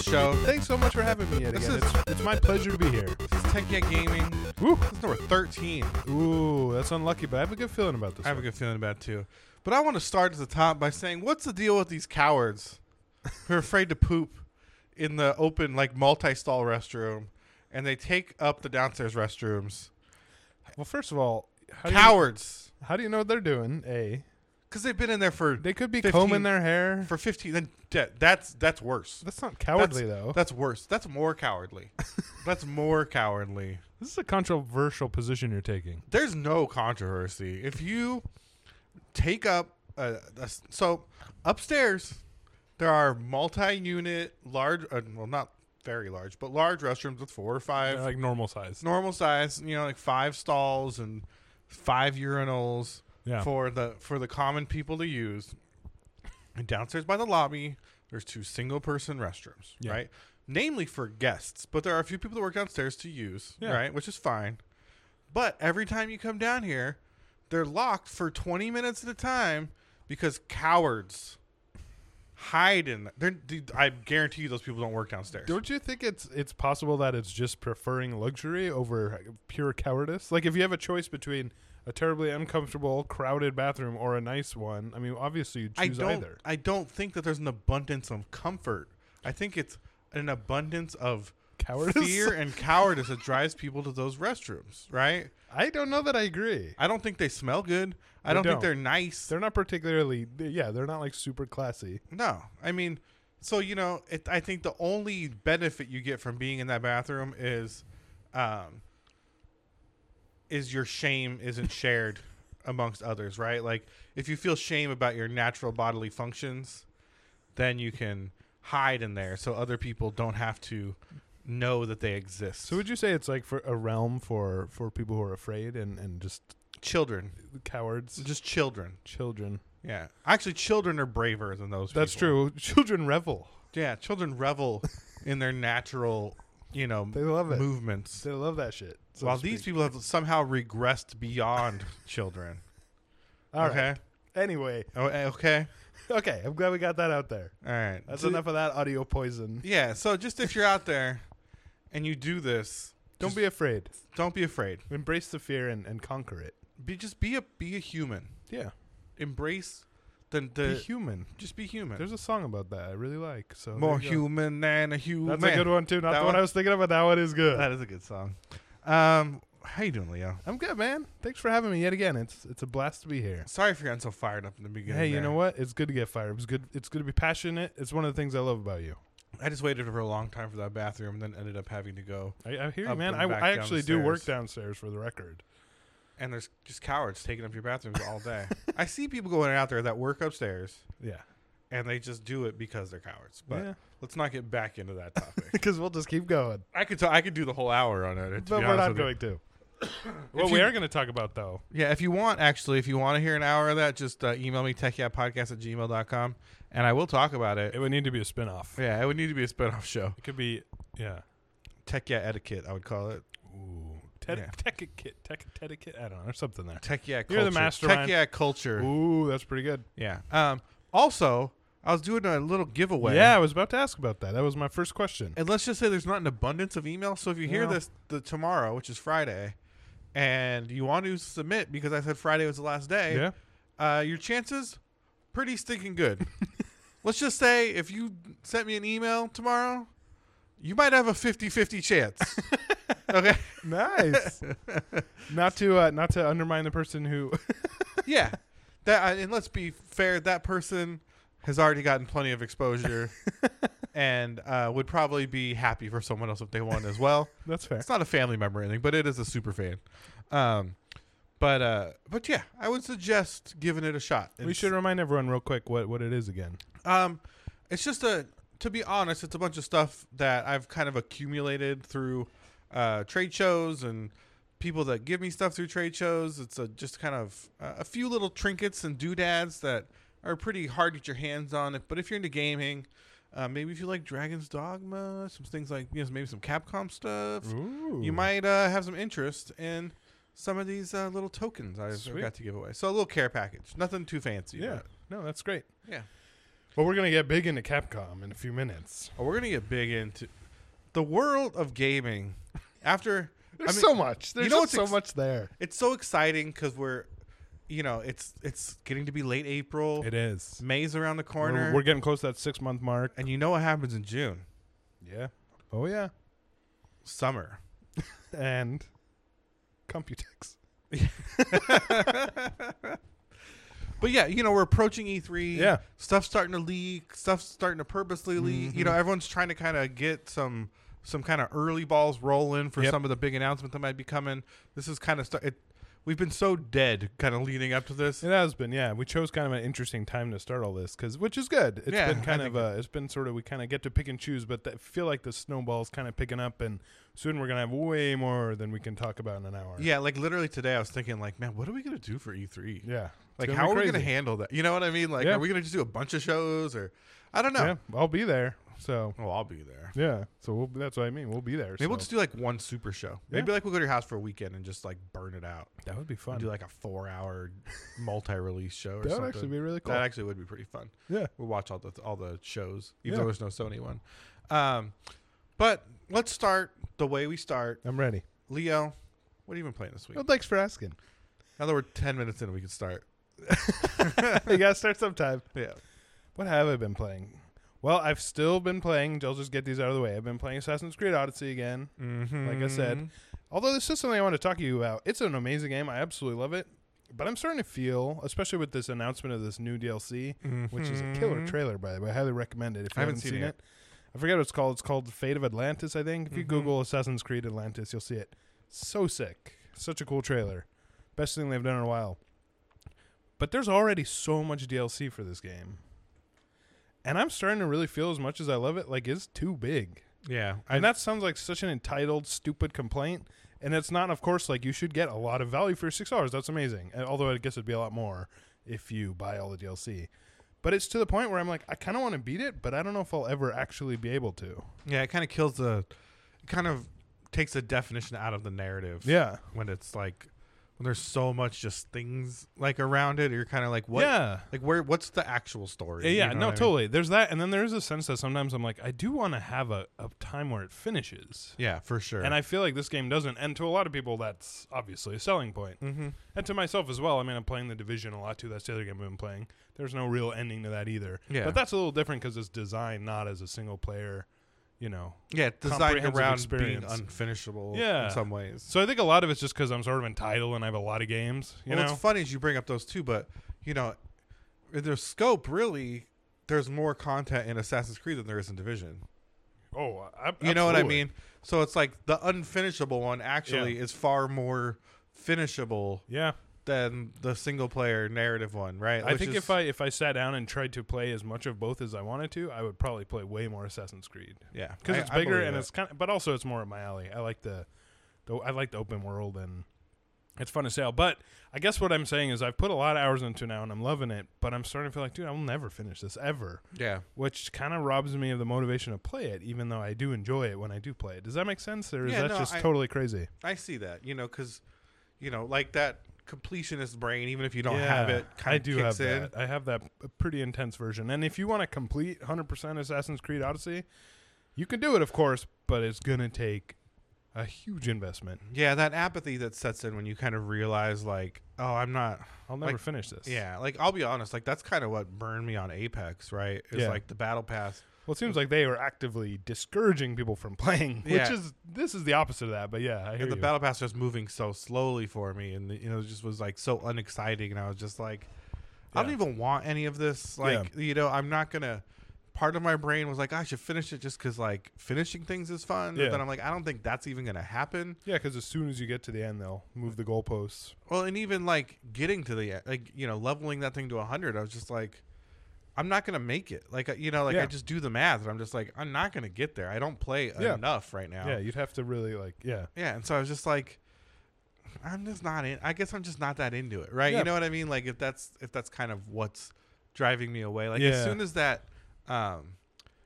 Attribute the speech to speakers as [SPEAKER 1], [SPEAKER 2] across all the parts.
[SPEAKER 1] show.
[SPEAKER 2] Thanks so much for having me yet
[SPEAKER 1] This
[SPEAKER 2] again.
[SPEAKER 1] is-
[SPEAKER 2] it's, it's my pleasure to be here.
[SPEAKER 1] This is Tech Yet Gaming.
[SPEAKER 2] Woo.
[SPEAKER 1] This is number 13.
[SPEAKER 2] Ooh, that's unlucky, but I have a good feeling about this.
[SPEAKER 1] I have a
[SPEAKER 2] one.
[SPEAKER 1] good feeling about it too. But I want to start at the top by saying, what's the deal with these cowards who are afraid to poop in the open, like multi-stall restroom, and they take up the downstairs restrooms?
[SPEAKER 2] well, first of all, how do, you,
[SPEAKER 1] cowards,
[SPEAKER 2] how do you know what they're doing? A,
[SPEAKER 1] because they've been in there for
[SPEAKER 2] they could be
[SPEAKER 1] 15
[SPEAKER 2] combing their hair.
[SPEAKER 1] for 15. Then that- that's that's worse.
[SPEAKER 2] that's not cowardly though.
[SPEAKER 1] That's worse. That's more cowardly. that's more cowardly.
[SPEAKER 2] this is a controversial position you're taking.
[SPEAKER 1] there's no controversy if you take up a, a s- so upstairs there are multi-unit large uh, well not very large but large restrooms with four or five
[SPEAKER 2] like normal size.
[SPEAKER 1] normal size you know like five stalls and five urinals
[SPEAKER 2] Yeah.
[SPEAKER 1] for the for the common people to use and downstairs by the lobby there's two single person restrooms
[SPEAKER 2] Yeah.
[SPEAKER 1] right namely for guests but there are a few people that work downstairs to use
[SPEAKER 2] Yeah.
[SPEAKER 1] right which is fine but every time you come down here they're locked for 20 minutes at a time because cowards hide in there i guarantee you those people don't work downstairs
[SPEAKER 2] Don't you think it's it's possible that it's just preferring luxury over pure cowardice? Like if you have a choice between a terribly uncomfortable, crowded bathroom or a nice one, I mean, obviously you
[SPEAKER 1] I
[SPEAKER 2] choose
[SPEAKER 1] don't.
[SPEAKER 2] either.
[SPEAKER 1] I don't think that there's an abundance of comfort. I think it's an abundance of
[SPEAKER 2] Cowardice.
[SPEAKER 1] fear and cowardice that drives people to those restrooms. Right?
[SPEAKER 2] I don't know that I agree.
[SPEAKER 1] I don't think they smell good. I
[SPEAKER 2] They
[SPEAKER 1] don't, think
[SPEAKER 2] don't.
[SPEAKER 1] they're nice.
[SPEAKER 2] They're not particularly, yeah, they're not like super classy.
[SPEAKER 1] no. I mean, so you know, it, I think the only benefit you get from being in that bathroom is, um, is your shame isn't shared amongst others. Right? Like, if you feel shame about your natural bodily functions, then you can hide in there so other people don't have to know that they exist.
[SPEAKER 2] So would you say it's like for a realm for for people who are afraid and and just
[SPEAKER 1] children,
[SPEAKER 2] cowards,
[SPEAKER 1] just children.
[SPEAKER 2] children?
[SPEAKER 1] Yeah, actually, children are braver than those.
[SPEAKER 2] That's
[SPEAKER 1] people.
[SPEAKER 2] true. Children revel.
[SPEAKER 1] Yeah, children revel in their natural, you know,
[SPEAKER 2] They love it.
[SPEAKER 1] movements.
[SPEAKER 2] They love that shit. so to
[SPEAKER 1] while these
[SPEAKER 2] speak.
[SPEAKER 1] people have somehow regressed beyond children.
[SPEAKER 2] All right.
[SPEAKER 1] okay.
[SPEAKER 2] Anyway,
[SPEAKER 1] Oh, eh, okay.
[SPEAKER 2] okay. I'm glad we got that out there.
[SPEAKER 1] All right.
[SPEAKER 2] That's
[SPEAKER 1] So-
[SPEAKER 2] enough of that audio poison.
[SPEAKER 1] Yeah. So just if you're out there and you do this,
[SPEAKER 2] Don't
[SPEAKER 1] just
[SPEAKER 2] be afraid.
[SPEAKER 1] don't be afraid.
[SPEAKER 2] Embrace the fear and, and conquer it.
[SPEAKER 1] Be just be a be a human.
[SPEAKER 2] Yeah.
[SPEAKER 1] Embrace the the
[SPEAKER 2] Be human.
[SPEAKER 1] just be human.
[SPEAKER 2] There's a song about that I really like. So there
[SPEAKER 1] more
[SPEAKER 2] you go.
[SPEAKER 1] human than a human.
[SPEAKER 2] That's a good one too. Not
[SPEAKER 1] That
[SPEAKER 2] the one,
[SPEAKER 1] one-
[SPEAKER 2] I was thinking of, but that one is good.
[SPEAKER 1] That is a good song. Um, how you doing, Leo?
[SPEAKER 2] I'm good, man. Thanks for having me yet again. It's it's a blast to be here.
[SPEAKER 1] Sorry for getting so fired up in the beginning.
[SPEAKER 2] hey, you
[SPEAKER 1] there.
[SPEAKER 2] know what? It's good to get fired. It's good. It's good to be passionate. It's one of the things I love about you.
[SPEAKER 1] I just waited for a long time for that bathroom, then ended up having to go.
[SPEAKER 2] I, I hear you,
[SPEAKER 1] Up
[SPEAKER 2] man.
[SPEAKER 1] and
[SPEAKER 2] I,
[SPEAKER 1] back
[SPEAKER 2] I actually do work
[SPEAKER 1] downstairs.
[SPEAKER 2] downstairs for the record.
[SPEAKER 1] And there's just cowards taking up your bathrooms all day. I see people going out there that work upstairs,
[SPEAKER 2] Yeah,
[SPEAKER 1] and they just do it because they're cowards. But
[SPEAKER 2] Yeah.
[SPEAKER 1] let's not get back into that topic.
[SPEAKER 2] because we'll just keep going.
[SPEAKER 1] I could t- I could do the whole hour on it. to
[SPEAKER 2] But
[SPEAKER 1] be
[SPEAKER 2] we're
[SPEAKER 1] honest
[SPEAKER 2] not
[SPEAKER 1] with you.
[SPEAKER 2] going to. what we
[SPEAKER 1] you-
[SPEAKER 2] are going to talk about though.
[SPEAKER 1] Yeah, if you want, actually, if you want to hear an hour of that, just uh, email me techyapodcast at gmail.com, and I will talk about it.
[SPEAKER 2] It would need to be a spinoff.
[SPEAKER 1] Yeah, it would need to be a spinoff show.
[SPEAKER 2] It could be yeah.
[SPEAKER 1] Tech Yeah Etiquette, I would call it.
[SPEAKER 2] Ooh, Ted,
[SPEAKER 1] Yeah.
[SPEAKER 2] tech kit, tech tech kit. I don't know. There's something there.
[SPEAKER 1] Tech Yeah Culture.
[SPEAKER 2] You're the
[SPEAKER 1] Tech
[SPEAKER 2] mastermind.
[SPEAKER 1] Yeah Culture.
[SPEAKER 2] Ooh, that's pretty good.
[SPEAKER 1] Yeah. Um, also, I was doing a little giveaway.
[SPEAKER 2] Yeah, I was about to ask about that. That was my first question.
[SPEAKER 1] And let's just say there's not an abundance of email. So if you hear
[SPEAKER 2] No.
[SPEAKER 1] this the tomorrow, which is Friday, and you want to submit because I said Friday was the last day,
[SPEAKER 2] Yeah.
[SPEAKER 1] uh, your chances pretty stinking good. let's just say if you sent me an email tomorrow, you might have a 50-50 chance. okay.
[SPEAKER 2] Nice. not to uh, not to undermine the person who
[SPEAKER 1] Yeah. That I- and let's be fair, that person has already gotten plenty of exposure and uh, would probably be happy for someone else if they won as well.
[SPEAKER 2] That's fair.
[SPEAKER 1] It's not a family member or anything, but it is a super fan. Um, but uh, but yeah, I would suggest giving it a shot.
[SPEAKER 2] We should remind everyone real quick what what it is again.
[SPEAKER 1] Um, it's just a to be honest, it's a bunch of stuff that I've kind of accumulated through uh, trade shows and people that give me stuff through trade shows. It's a, just kind of uh, a few little trinkets and doodads that are pretty hard to get your hands on. But if you're into gaming, uh, maybe if you like Dragon's Dogma, some things like you know maybe some Capcom stuff,
[SPEAKER 2] Ooh.
[SPEAKER 1] you might uh, have some interest in some of these uh, little tokens I've
[SPEAKER 2] Sweet.
[SPEAKER 1] got to give away. So a little care package, nothing too fancy.
[SPEAKER 2] Yeah.
[SPEAKER 1] about it.
[SPEAKER 2] No, that's great.
[SPEAKER 1] yeah.
[SPEAKER 2] But we're gonna get big into Capcom in a few minutes.
[SPEAKER 1] Oh, we're gonna get big into the world of gaming. After
[SPEAKER 2] There's
[SPEAKER 1] I mean,
[SPEAKER 2] so much. There's
[SPEAKER 1] know
[SPEAKER 2] just
[SPEAKER 1] what's
[SPEAKER 2] so
[SPEAKER 1] ex-
[SPEAKER 2] much there.
[SPEAKER 1] it's so exciting because we're, you know, it's it's getting to be late April.
[SPEAKER 2] It is.
[SPEAKER 1] May's around the corner,
[SPEAKER 2] We're, we're getting close to that six month mark.
[SPEAKER 1] and you know what happens in June?
[SPEAKER 2] Yeah. Oh yeah.
[SPEAKER 1] Summer.
[SPEAKER 2] And Computex.
[SPEAKER 1] But yeah, you know, we're approaching E3.
[SPEAKER 2] Yeah.
[SPEAKER 1] Stuff's starting to leak. Stuff's starting to purposely leak. You know,
[SPEAKER 2] Mm-hmm.
[SPEAKER 1] everyone's trying to kind of get some some kind of early balls rolling for
[SPEAKER 2] Yep.
[SPEAKER 1] some of the big announcements that might be coming. This is kind of st- it, we've been so dead kind of leading up to this.
[SPEAKER 2] It has been, yeah. We chose kind of an interesting time to start all this, cause which is good. It's
[SPEAKER 1] Yeah,
[SPEAKER 2] been
[SPEAKER 1] I
[SPEAKER 2] kind of
[SPEAKER 1] think
[SPEAKER 2] uh, it's been sort of we kind of get to pick and choose, but I feel like the snowball's kind of picking up, and soon we're gonna have way more than we can talk about in an hour.
[SPEAKER 1] Yeah, like literally today I was thinking like, man, what are we going to do for E3?
[SPEAKER 2] yeah. It's
[SPEAKER 1] Like
[SPEAKER 2] gonna
[SPEAKER 1] how are
[SPEAKER 2] be
[SPEAKER 1] we going
[SPEAKER 2] crazy.
[SPEAKER 1] to handle that? You know what I mean? Like
[SPEAKER 2] Yeah.
[SPEAKER 1] are we going to just do a bunch of shows or I don't know.
[SPEAKER 2] Yeah, I'll be there. So
[SPEAKER 1] Well, I'll be there.
[SPEAKER 2] yeah, so we'll, that's what I mean. We'll be there.
[SPEAKER 1] Maybe
[SPEAKER 2] so.
[SPEAKER 1] we'll just do like one super show.
[SPEAKER 2] Yeah.
[SPEAKER 1] Maybe like we'll go to your house for a weekend and just like burn it out.
[SPEAKER 2] that would be fun.
[SPEAKER 1] do like a four hour multi release show or
[SPEAKER 2] That
[SPEAKER 1] something.
[SPEAKER 2] would actually be really cool.
[SPEAKER 1] That actually would be pretty fun.
[SPEAKER 2] yeah.
[SPEAKER 1] We'll watch all the all the shows, even
[SPEAKER 2] Yeah.
[SPEAKER 1] though there's no Sony one. Um, but let's start the way we start.
[SPEAKER 2] I'm ready.
[SPEAKER 1] Leo, what have you been playing this week?
[SPEAKER 2] Well, thanks for asking.
[SPEAKER 1] Now that we're ten minutes in, we can start.
[SPEAKER 2] you gotta start sometime.
[SPEAKER 1] Yeah.
[SPEAKER 2] What have I been playing? Well, I've still been playing. I'll just get these out of the way. I've been playing Assassin's Creed Odyssey again.
[SPEAKER 1] Mm-hmm.
[SPEAKER 2] Like I said, Although this is something I want to talk to you about. It's an amazing game. I absolutely love it. But I'm starting to feel, especially with this announcement of this new DLC, which is a killer
[SPEAKER 1] Mhm.
[SPEAKER 2] trailer, by the way. I highly recommend it if you
[SPEAKER 1] I haven't seen it yet.
[SPEAKER 2] I forget what it's called. It's called Fate of Atlantis, I think. If you
[SPEAKER 1] Mhm.
[SPEAKER 2] Google Assassin's Creed Atlantis, you'll see it. So sick. Such a cool trailer. Best thing they've done in a while. But there's already so much DLC for this game. And I'm starting to really feel as much as I love it, like it's too big
[SPEAKER 1] Yeah.
[SPEAKER 2] and that sounds like such an entitled, stupid complaint. And it's not, of course, like you should get a lot of value for your six dollars. That's amazing. And although I guess it'd be a lot more if you buy all the DLC. But it's to the point where I'm like, I kind of want to beat it, but I don't know if I'll ever actually be able to.
[SPEAKER 1] yeah, it kind of kills the, it kind of takes the definition out of the narrative.
[SPEAKER 2] Yeah.
[SPEAKER 1] When it's like, when there's so much just things like around it, you're kind of like, what?
[SPEAKER 2] Yeah.
[SPEAKER 1] Like where? What's the actual story?
[SPEAKER 2] Yeah,
[SPEAKER 1] You
[SPEAKER 2] yeah,
[SPEAKER 1] know
[SPEAKER 2] no,
[SPEAKER 1] what I mean?
[SPEAKER 2] totally. There's that, and then there is a sense that sometimes I'm like, I do want to have a, a time where it finishes,
[SPEAKER 1] Yeah, for sure.
[SPEAKER 2] and I feel like this game doesn't. And to a lot of people, that's obviously a selling point.
[SPEAKER 1] mm-hmm.
[SPEAKER 2] And to myself as well. I mean, I'm playing The Division a lot too. That's the other game I've been playing. There's no real ending to that either.
[SPEAKER 1] Yeah.
[SPEAKER 2] But that's a little different because it's designed not as a single player, you know.
[SPEAKER 1] yeah, it's designed
[SPEAKER 2] comprehensive
[SPEAKER 1] around
[SPEAKER 2] experience.
[SPEAKER 1] being unfinishable.
[SPEAKER 2] Yeah.
[SPEAKER 1] in some ways.
[SPEAKER 2] So I think a lot of it's just because I'm sort of entitled and I have a lot of games, you
[SPEAKER 1] well,
[SPEAKER 2] know.
[SPEAKER 1] what's funny is you bring up those two, but you know, in their scope really, there's more content in Assassin's Creed than there is in Division.
[SPEAKER 2] oh, I,
[SPEAKER 1] You know what I
[SPEAKER 2] absolutely.
[SPEAKER 1] mean? So it's like the unfinishable one actually is far more finishable
[SPEAKER 2] Yeah,
[SPEAKER 1] than the single player narrative one, right?
[SPEAKER 2] I
[SPEAKER 1] Which
[SPEAKER 2] think
[SPEAKER 1] is-
[SPEAKER 2] if I if I sat down and tried to play as much of both as I wanted to, I would probably play way more Assassin's Creed
[SPEAKER 1] yeah,
[SPEAKER 2] because
[SPEAKER 1] I-
[SPEAKER 2] it's
[SPEAKER 1] I
[SPEAKER 2] bigger
[SPEAKER 1] believe
[SPEAKER 2] and
[SPEAKER 1] it.
[SPEAKER 2] it's kind of, but also it's more up my alley. I like the, the I like the open world and it's fun to sail. But I guess what I'm saying is I've put a lot of hours into it now and I'm loving it, but I'm starting to feel like, dude, I will never finish this ever,
[SPEAKER 1] yeah,
[SPEAKER 2] which kind of robs me of the motivation to play it, even though I do enjoy it when I do play it. Does that make sense, or is
[SPEAKER 1] Yeah,
[SPEAKER 2] that
[SPEAKER 1] no,
[SPEAKER 2] just
[SPEAKER 1] I-
[SPEAKER 2] totally crazy?
[SPEAKER 1] I see that, you know, because you know, like that completionist brain, even if you don't have it, kind
[SPEAKER 2] I
[SPEAKER 1] of
[SPEAKER 2] do
[SPEAKER 1] kicks
[SPEAKER 2] have
[SPEAKER 1] in.
[SPEAKER 2] that. I have that p- pretty intense version. And if you want to complete 100% Assassin's Creed Odyssey, you can do it, of course, but it's gonna take a huge investment.
[SPEAKER 1] Yeah, that apathy that sets in when you kind of realize, like, oh, I'm not.
[SPEAKER 2] I'll never
[SPEAKER 1] Like-
[SPEAKER 2] finish this.
[SPEAKER 1] Yeah, like I'll be honest, like that's kind of what burned me on Apex, right? Is
[SPEAKER 2] Yeah.
[SPEAKER 1] like the battle pass.
[SPEAKER 2] Well, it seems like they were actively discouraging people from playing,
[SPEAKER 1] Yeah.
[SPEAKER 2] which is this is the opposite of that. But yeah, I hear
[SPEAKER 1] And the
[SPEAKER 2] you.
[SPEAKER 1] battle pass was moving so slowly for me, and you know, it just was like so unexciting, and I was just like, I don't
[SPEAKER 2] Yeah.
[SPEAKER 1] even want any of this. Like, you know, I'm not gonna. Part of my brain was like, I should finish it just because like finishing things is fun.
[SPEAKER 2] Yeah.
[SPEAKER 1] But then I'm like, I don't think that's even gonna happen.
[SPEAKER 2] yeah, because as soon as you get to the end, they'll move the goalposts.
[SPEAKER 1] Well, and even like getting to the e, like you know leveling that thing to hundred, I was just like, I'm not gonna make it. Like uh, you know, like
[SPEAKER 2] Yeah.
[SPEAKER 1] I just do the math, and I'm just like, I'm not gonna get there. I don't play
[SPEAKER 2] Yeah.
[SPEAKER 1] enough right now.
[SPEAKER 2] Yeah, you'd have to really like, yeah,
[SPEAKER 1] Yeah, and so I was just like, I'm just not in. I guess I'm just not that into it, right?
[SPEAKER 2] Yeah.
[SPEAKER 1] You know what I mean? Like if that's if that's kind of what's driving me away. Like
[SPEAKER 2] Yeah.
[SPEAKER 1] as soon as that, um,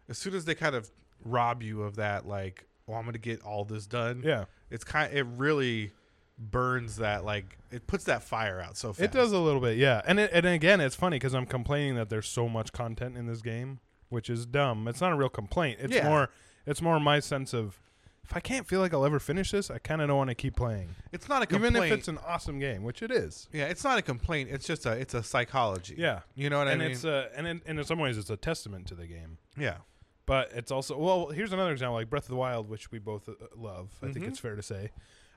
[SPEAKER 1] as soon as they kind of
[SPEAKER 2] Mm.
[SPEAKER 1] rob you of that, like, oh, I'm gonna get all this done
[SPEAKER 2] yeah,
[SPEAKER 1] it's kind it really burns that like it puts that fire out so fast.
[SPEAKER 2] It does a little bit, yeah. And it, and again, it's funny because I'm complaining that there's so much content in this game, which is dumb. It's not a real complaint. It's
[SPEAKER 1] Yeah.
[SPEAKER 2] more it's more my sense of if I can't feel like I'll ever finish this, I kind of don't want to keep playing,
[SPEAKER 1] It's not a complaint.
[SPEAKER 2] even if it's an awesome game, which it is.
[SPEAKER 1] yeah, it's not a complaint. It's just a it's a psychology.
[SPEAKER 2] Yeah,
[SPEAKER 1] you know what
[SPEAKER 2] and
[SPEAKER 1] I mean.
[SPEAKER 2] it's uh, and in, and in some ways, it's a testament to the game.
[SPEAKER 1] yeah,
[SPEAKER 2] But it's also well. Here's another example, like Breath of the Wild, which we both uh, love. I think
[SPEAKER 1] Mhm.
[SPEAKER 2] it's fair to say.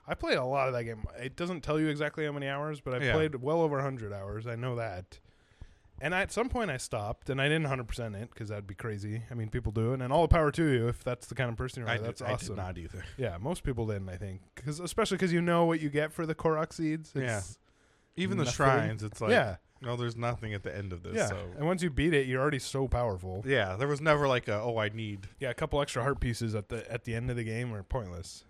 [SPEAKER 2] I played a lot of that game. It doesn't tell you exactly how many hours, but I
[SPEAKER 1] Yeah.
[SPEAKER 2] played well over 100 hours. I know that. And I, at some point, I stopped, and I didn't 100% it because that'd be crazy. I mean, people do it, and all the power to you if that's the kind of person you are.
[SPEAKER 1] I,
[SPEAKER 2] that's
[SPEAKER 1] did,
[SPEAKER 2] awesome.
[SPEAKER 1] I did not either.
[SPEAKER 2] Yeah, most people didn't. I think, cause, especially because you know what you get for the Korok seeds. It's-
[SPEAKER 1] Even the
[SPEAKER 2] Nothing.
[SPEAKER 1] shrines, it's like
[SPEAKER 2] yeah,
[SPEAKER 1] no, there's nothing at the end of this.
[SPEAKER 2] yeah.
[SPEAKER 1] So
[SPEAKER 2] And once you beat it, you're already so powerful.
[SPEAKER 1] yeah, there was never like a oh I need.
[SPEAKER 2] Yeah, a couple extra heart pieces at the at the end of the game are pointless.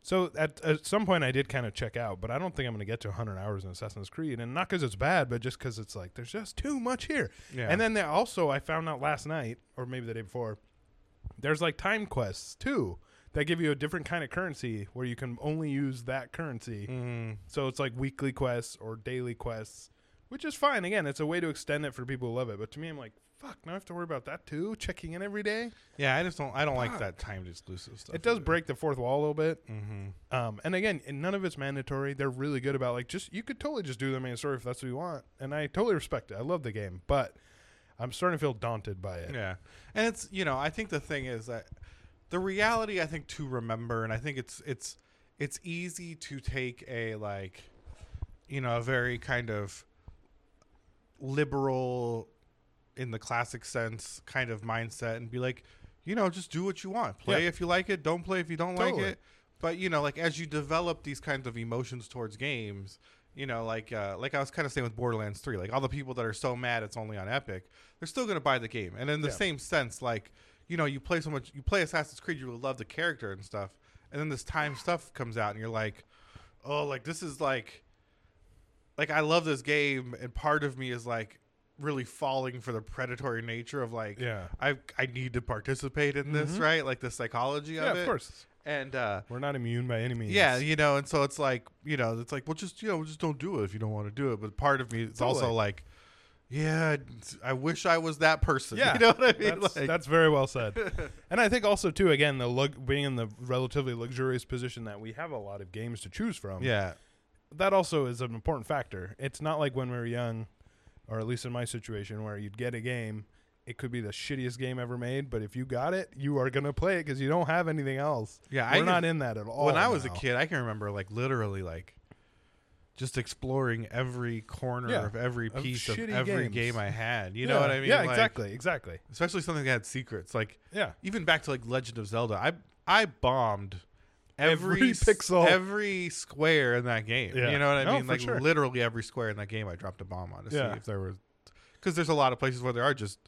[SPEAKER 2] So at, at some point I did kind of check out, but I don't think I'm going to get to 100 hours in Assassin's Creed, and not because it's bad, but just because it's like there's just too much here.
[SPEAKER 1] Yeah,
[SPEAKER 2] And then there also I found out last night or maybe the day before, there's like time quests too that give you a different kind of currency where you can only use that currency.
[SPEAKER 1] Mm,
[SPEAKER 2] So it's like weekly quests or daily quests, which is fine. Again, it's a way to extend it for people who love it. But to me, I'm like, fuck, now I have to worry about that too, checking in every day.
[SPEAKER 1] yeah, I just don't I don't like
[SPEAKER 2] Fuck.
[SPEAKER 1] that timed exclusive stuff.
[SPEAKER 2] It does break the fourth wall a little bit.
[SPEAKER 1] Mm-hmm.
[SPEAKER 2] Um, and again, and none of it's mandatory. They're really good about like just you could totally just do the main story if that's what you want. And I totally respect it. I love the game, but I'm starting to feel daunted by it.
[SPEAKER 1] Yeah. And it's, you know, I think the thing is that the reality I think to remember and I think it's it's it's easy to take a like you know, a very kind of liberal in the classic sense kind of mindset and be like, you know, just do what you want. Play
[SPEAKER 2] Yeah.
[SPEAKER 1] if you like it, don't play if you don't like
[SPEAKER 2] Totally.
[SPEAKER 1] it. But you know, like as you develop these kinds of emotions towards games, you know, like uh, like I was kind of saying with Borderlands Three, like all the people that are so mad it's only on Epic, they're still gonna buy the game. And in the
[SPEAKER 2] Yeah.
[SPEAKER 1] same sense, like you know, you play so much, you play Assassin's Creed, you really love the character and stuff, and then this time stuff comes out, and you're like, oh, like this is like, like I love this game, and part of me is like really falling for the predatory nature of like,
[SPEAKER 2] Yeah.
[SPEAKER 1] I I need to participate in this,
[SPEAKER 2] Mhm.
[SPEAKER 1] right? Like the psychology
[SPEAKER 2] Yeah,
[SPEAKER 1] of it,
[SPEAKER 2] of course.
[SPEAKER 1] and uh,
[SPEAKER 2] We're not immune by any means.
[SPEAKER 1] yeah, you know, and so it's like, you know, it's like, well, just you know, just don't do it if you don't want to do it. But part of me is also
[SPEAKER 2] Totally.
[SPEAKER 1] like, yeah, I wish I was that person.
[SPEAKER 2] Yeah.
[SPEAKER 1] you know what I mean?
[SPEAKER 2] That's,
[SPEAKER 1] like,
[SPEAKER 2] that's very well said. and I think also too, again, the lug- being in the relatively luxurious position that we have a lot of games to choose from.
[SPEAKER 1] yeah,
[SPEAKER 2] that also is an important factor. It's not like when we were young, or at least in my situation, where you'd get a game. It could be the shittiest game ever made, but if you got it, you are gonna play it because you don't have anything else.
[SPEAKER 1] yeah.
[SPEAKER 2] We're
[SPEAKER 1] I
[SPEAKER 2] not
[SPEAKER 1] can-
[SPEAKER 2] in that at all.
[SPEAKER 1] when I was
[SPEAKER 2] now.
[SPEAKER 1] a kid, I can remember like literally like just exploring every corner
[SPEAKER 2] Yeah,
[SPEAKER 1] of every
[SPEAKER 2] of
[SPEAKER 1] piece of,
[SPEAKER 2] shitty
[SPEAKER 1] every
[SPEAKER 2] games.
[SPEAKER 1] game I had. You know
[SPEAKER 2] Yeah.
[SPEAKER 1] what I mean?
[SPEAKER 2] Yeah,
[SPEAKER 1] Like,
[SPEAKER 2] exactly, exactly.
[SPEAKER 1] Especially something that had secrets, like
[SPEAKER 2] Yeah,
[SPEAKER 1] even back to like Legend of Zelda. I I bombed every,
[SPEAKER 2] Every
[SPEAKER 1] s-
[SPEAKER 2] pixel.
[SPEAKER 1] every square in that game.
[SPEAKER 2] Yeah.
[SPEAKER 1] You know what I
[SPEAKER 2] No,
[SPEAKER 1] mean?
[SPEAKER 2] for
[SPEAKER 1] Like
[SPEAKER 2] sure.
[SPEAKER 1] literally every square in that game, I dropped a bomb on to
[SPEAKER 2] Yeah.
[SPEAKER 1] see if there was because there's a lot of places where there are just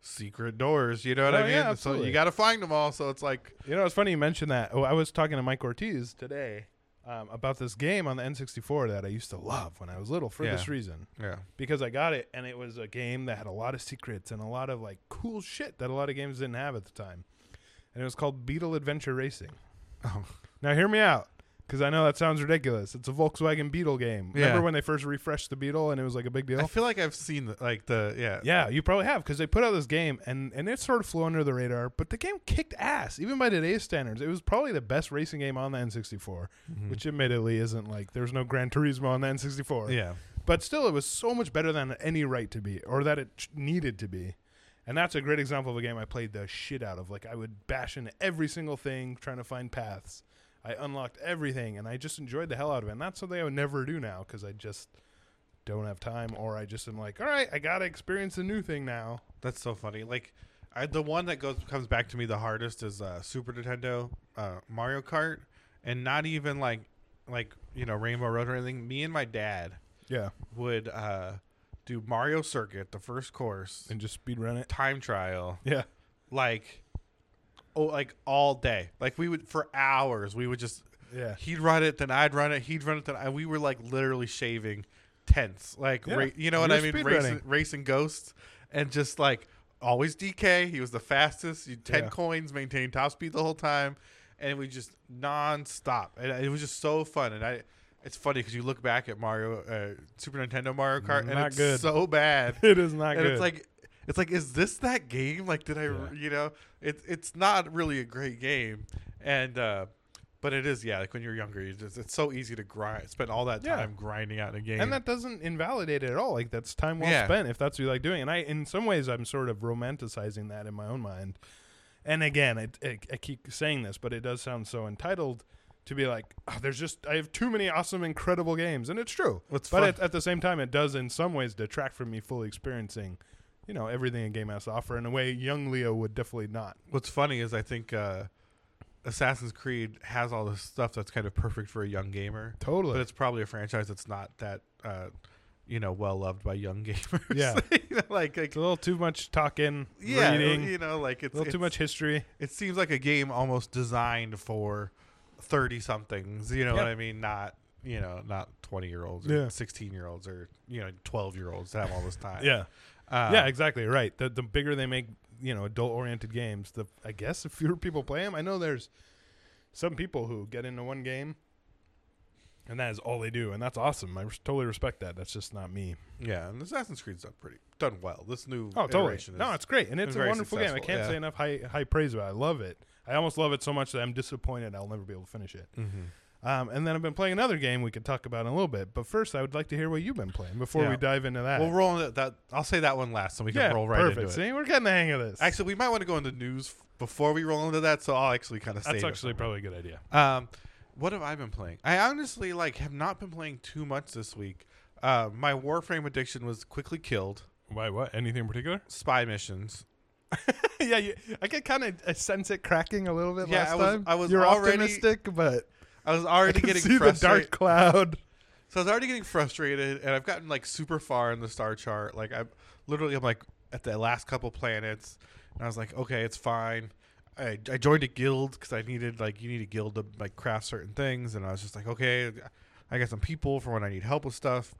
[SPEAKER 1] secret doors. You know what I
[SPEAKER 2] Oh,
[SPEAKER 1] mean?
[SPEAKER 2] yeah,
[SPEAKER 1] And so you
[SPEAKER 2] absolutely.
[SPEAKER 1] got to find them all. So it's like
[SPEAKER 2] you know it's funny you mentioned that. Oh, I was talking to Mike Ortiz today um, about this game on the N64 that I used to love when I was little for
[SPEAKER 1] Yeah.
[SPEAKER 2] this reason.
[SPEAKER 1] yeah,
[SPEAKER 2] because I got it and it was a game that had a lot of secrets and a lot of like cool shit that a lot of games didn't have at the time. And it was called Beetle Adventure Racing.
[SPEAKER 1] Oh.
[SPEAKER 2] Now hear me out cuz I know that sounds ridiculous. It's a Volkswagen Beetle game.
[SPEAKER 1] Yeah.
[SPEAKER 2] Remember when they first refreshed the Beetle and it was like a big
[SPEAKER 1] I
[SPEAKER 2] deal?
[SPEAKER 1] feel like I've seen the, like the yeah
[SPEAKER 2] Yeah, you probably have cuz they put out this game and and it sort of flew under the radar, but the game kicked ass even by today's standards. It was probably the best racing game on the N64,
[SPEAKER 1] Mhm.
[SPEAKER 2] which admittedly isn't like there's no Gran Turismo on the N64.
[SPEAKER 1] yeah.
[SPEAKER 2] But still, it was so much better than any right to be, or that it ch- needed to be. And that's a great example of a game I played the shit out of. Like I would bash into every single thing, trying to find paths. I unlocked everything, and I just enjoyed the hell out of it. And that's something I would never do now because I just don't have time, or I just am like, all right, I gotta experience the new thing now.
[SPEAKER 1] That's so funny. Like I, the one that goes comes back to me the hardest is uh, Super Nintendo uh, Mario Kart, and not even like like you know Rainbow Road or anything. Me and my dad
[SPEAKER 2] Yeah,
[SPEAKER 1] would uh, do Mario Circuit, the first course,
[SPEAKER 2] and just speed run it.
[SPEAKER 1] time trial,
[SPEAKER 2] Yeah,
[SPEAKER 1] like oh, like all day. Like we would for hours. We would just
[SPEAKER 2] yeah.
[SPEAKER 1] he'd run it, then I'd run it. He'd run it, then I. We were like literally shaving tents, like
[SPEAKER 2] Yeah.
[SPEAKER 1] ra- you know what
[SPEAKER 2] You're
[SPEAKER 1] I mean,
[SPEAKER 2] speed
[SPEAKER 1] racing,
[SPEAKER 2] running.
[SPEAKER 1] racing ghosts, and just like always DK. He was the fastest. You ten
[SPEAKER 2] Yeah.
[SPEAKER 1] coins, maintained top speed the whole time, and we just nonstop. And it was just so fun. And I, It's funny because you look back at Mario, uh, Super Nintendo Mario Kart, and
[SPEAKER 2] Mm, Not
[SPEAKER 1] it's
[SPEAKER 2] good.
[SPEAKER 1] so bad.
[SPEAKER 2] It is not
[SPEAKER 1] and
[SPEAKER 2] good.
[SPEAKER 1] it's like, it's like, is this that game? Like, did I,
[SPEAKER 2] Yeah.
[SPEAKER 1] you know, it's it's not really a great game, and uh, but it is, yeah. Like when you're younger, you just, it's so easy to grind, spend all that
[SPEAKER 2] Yeah.
[SPEAKER 1] time grinding out a game.
[SPEAKER 2] and that doesn't invalidate it at all. Like that's time well
[SPEAKER 1] Yeah.
[SPEAKER 2] spent if that's what you like doing. And I, in some ways, I'm sort of romanticizing that in my own mind. And again, it, it, I keep saying this, but it does sound so entitled to be like, oh, there's just I have too many awesome, incredible games, and it's true.
[SPEAKER 1] What's
[SPEAKER 2] but
[SPEAKER 1] fun-
[SPEAKER 2] at, at the same time, it does in some ways detract from me fully experiencing, you know, everything a game has to offer in a way young Leo would definitely not.
[SPEAKER 1] What's funny is I think uh, Assassin's Creed has all this stuff that's kind of perfect for a young gamer,
[SPEAKER 2] Totally.
[SPEAKER 1] but it's probably a franchise that's not that uh, you know well loved by young gamers.
[SPEAKER 2] Yeah.
[SPEAKER 1] You know, like like
[SPEAKER 2] It's a little too much talking,
[SPEAKER 1] yeah,
[SPEAKER 2] reading,
[SPEAKER 1] you know, like it's,
[SPEAKER 2] a little too
[SPEAKER 1] it's-
[SPEAKER 2] much history.
[SPEAKER 1] It seems like a game almost designed for thirty somethings. You know
[SPEAKER 2] Yeah.
[SPEAKER 1] what I mean? Not you know not twenty year olds
[SPEAKER 2] Yeah.
[SPEAKER 1] or sixteen year olds or you know twelve year olds that have all this time.
[SPEAKER 2] Yeah.
[SPEAKER 1] Uh,
[SPEAKER 2] yeah, exactly right. The the bigger they make, you know, adult oriented games, the I guess the fewer people play them. I know there's some people who get into one game, and that is all they do, and that's awesome. I res- totally respect that. That's just not me.
[SPEAKER 1] yeah. And Assassin's Creed's done pretty done well. This new
[SPEAKER 2] Oh, totally.
[SPEAKER 1] iteration
[SPEAKER 2] No,
[SPEAKER 1] is-
[SPEAKER 2] it's great, and it's a
[SPEAKER 1] very
[SPEAKER 2] wonderful game. I
[SPEAKER 1] successful,
[SPEAKER 2] can't
[SPEAKER 1] yeah.
[SPEAKER 2] say enough high high praise about. it. I love it. I almost love it so much that I'm disappointed I'll never be able to finish it.
[SPEAKER 1] Mhm.
[SPEAKER 2] Um, and then I've been playing another game we could talk about in a little bit. But first, I would like to hear what you've been playing before
[SPEAKER 1] Yeah.
[SPEAKER 2] we dive into that.
[SPEAKER 1] We'll roll that, that. I'll say that one last, and we can
[SPEAKER 2] yeah,
[SPEAKER 1] roll right
[SPEAKER 2] perfect.
[SPEAKER 1] into it.
[SPEAKER 2] See, we're getting the hang of this.
[SPEAKER 1] Actually, we might want to go into news f- before we roll into that, so I'll actually kind of save.
[SPEAKER 2] that's
[SPEAKER 1] it
[SPEAKER 2] actually
[SPEAKER 1] for-
[SPEAKER 2] probably a good idea.
[SPEAKER 1] Um, what have I been playing? I honestly like have not been playing too much this week. Uh, my Warframe addiction was quickly killed.
[SPEAKER 2] Why? What? Anything in particular?
[SPEAKER 1] Spy missions.
[SPEAKER 2] yeah, you, I could kind of sense it cracking a little bit
[SPEAKER 1] Yeah,
[SPEAKER 2] last
[SPEAKER 1] I was-
[SPEAKER 2] time.
[SPEAKER 1] I was
[SPEAKER 2] You're
[SPEAKER 1] already-
[SPEAKER 2] optimistic, but
[SPEAKER 1] I was
[SPEAKER 2] I
[SPEAKER 1] already
[SPEAKER 2] can
[SPEAKER 1] getting
[SPEAKER 2] see the
[SPEAKER 1] frustrated.
[SPEAKER 2] dark cloud.
[SPEAKER 1] So I was already getting frustrated, and I've gotten like super far in the star chart. Like I'm literally, I'm like at the last couple planets, and I was like, okay, it's fine. I, I joined a guild because I needed like you need a guild to like craft certain things, and I was just like, okay, I got some people for when I need help with stuff.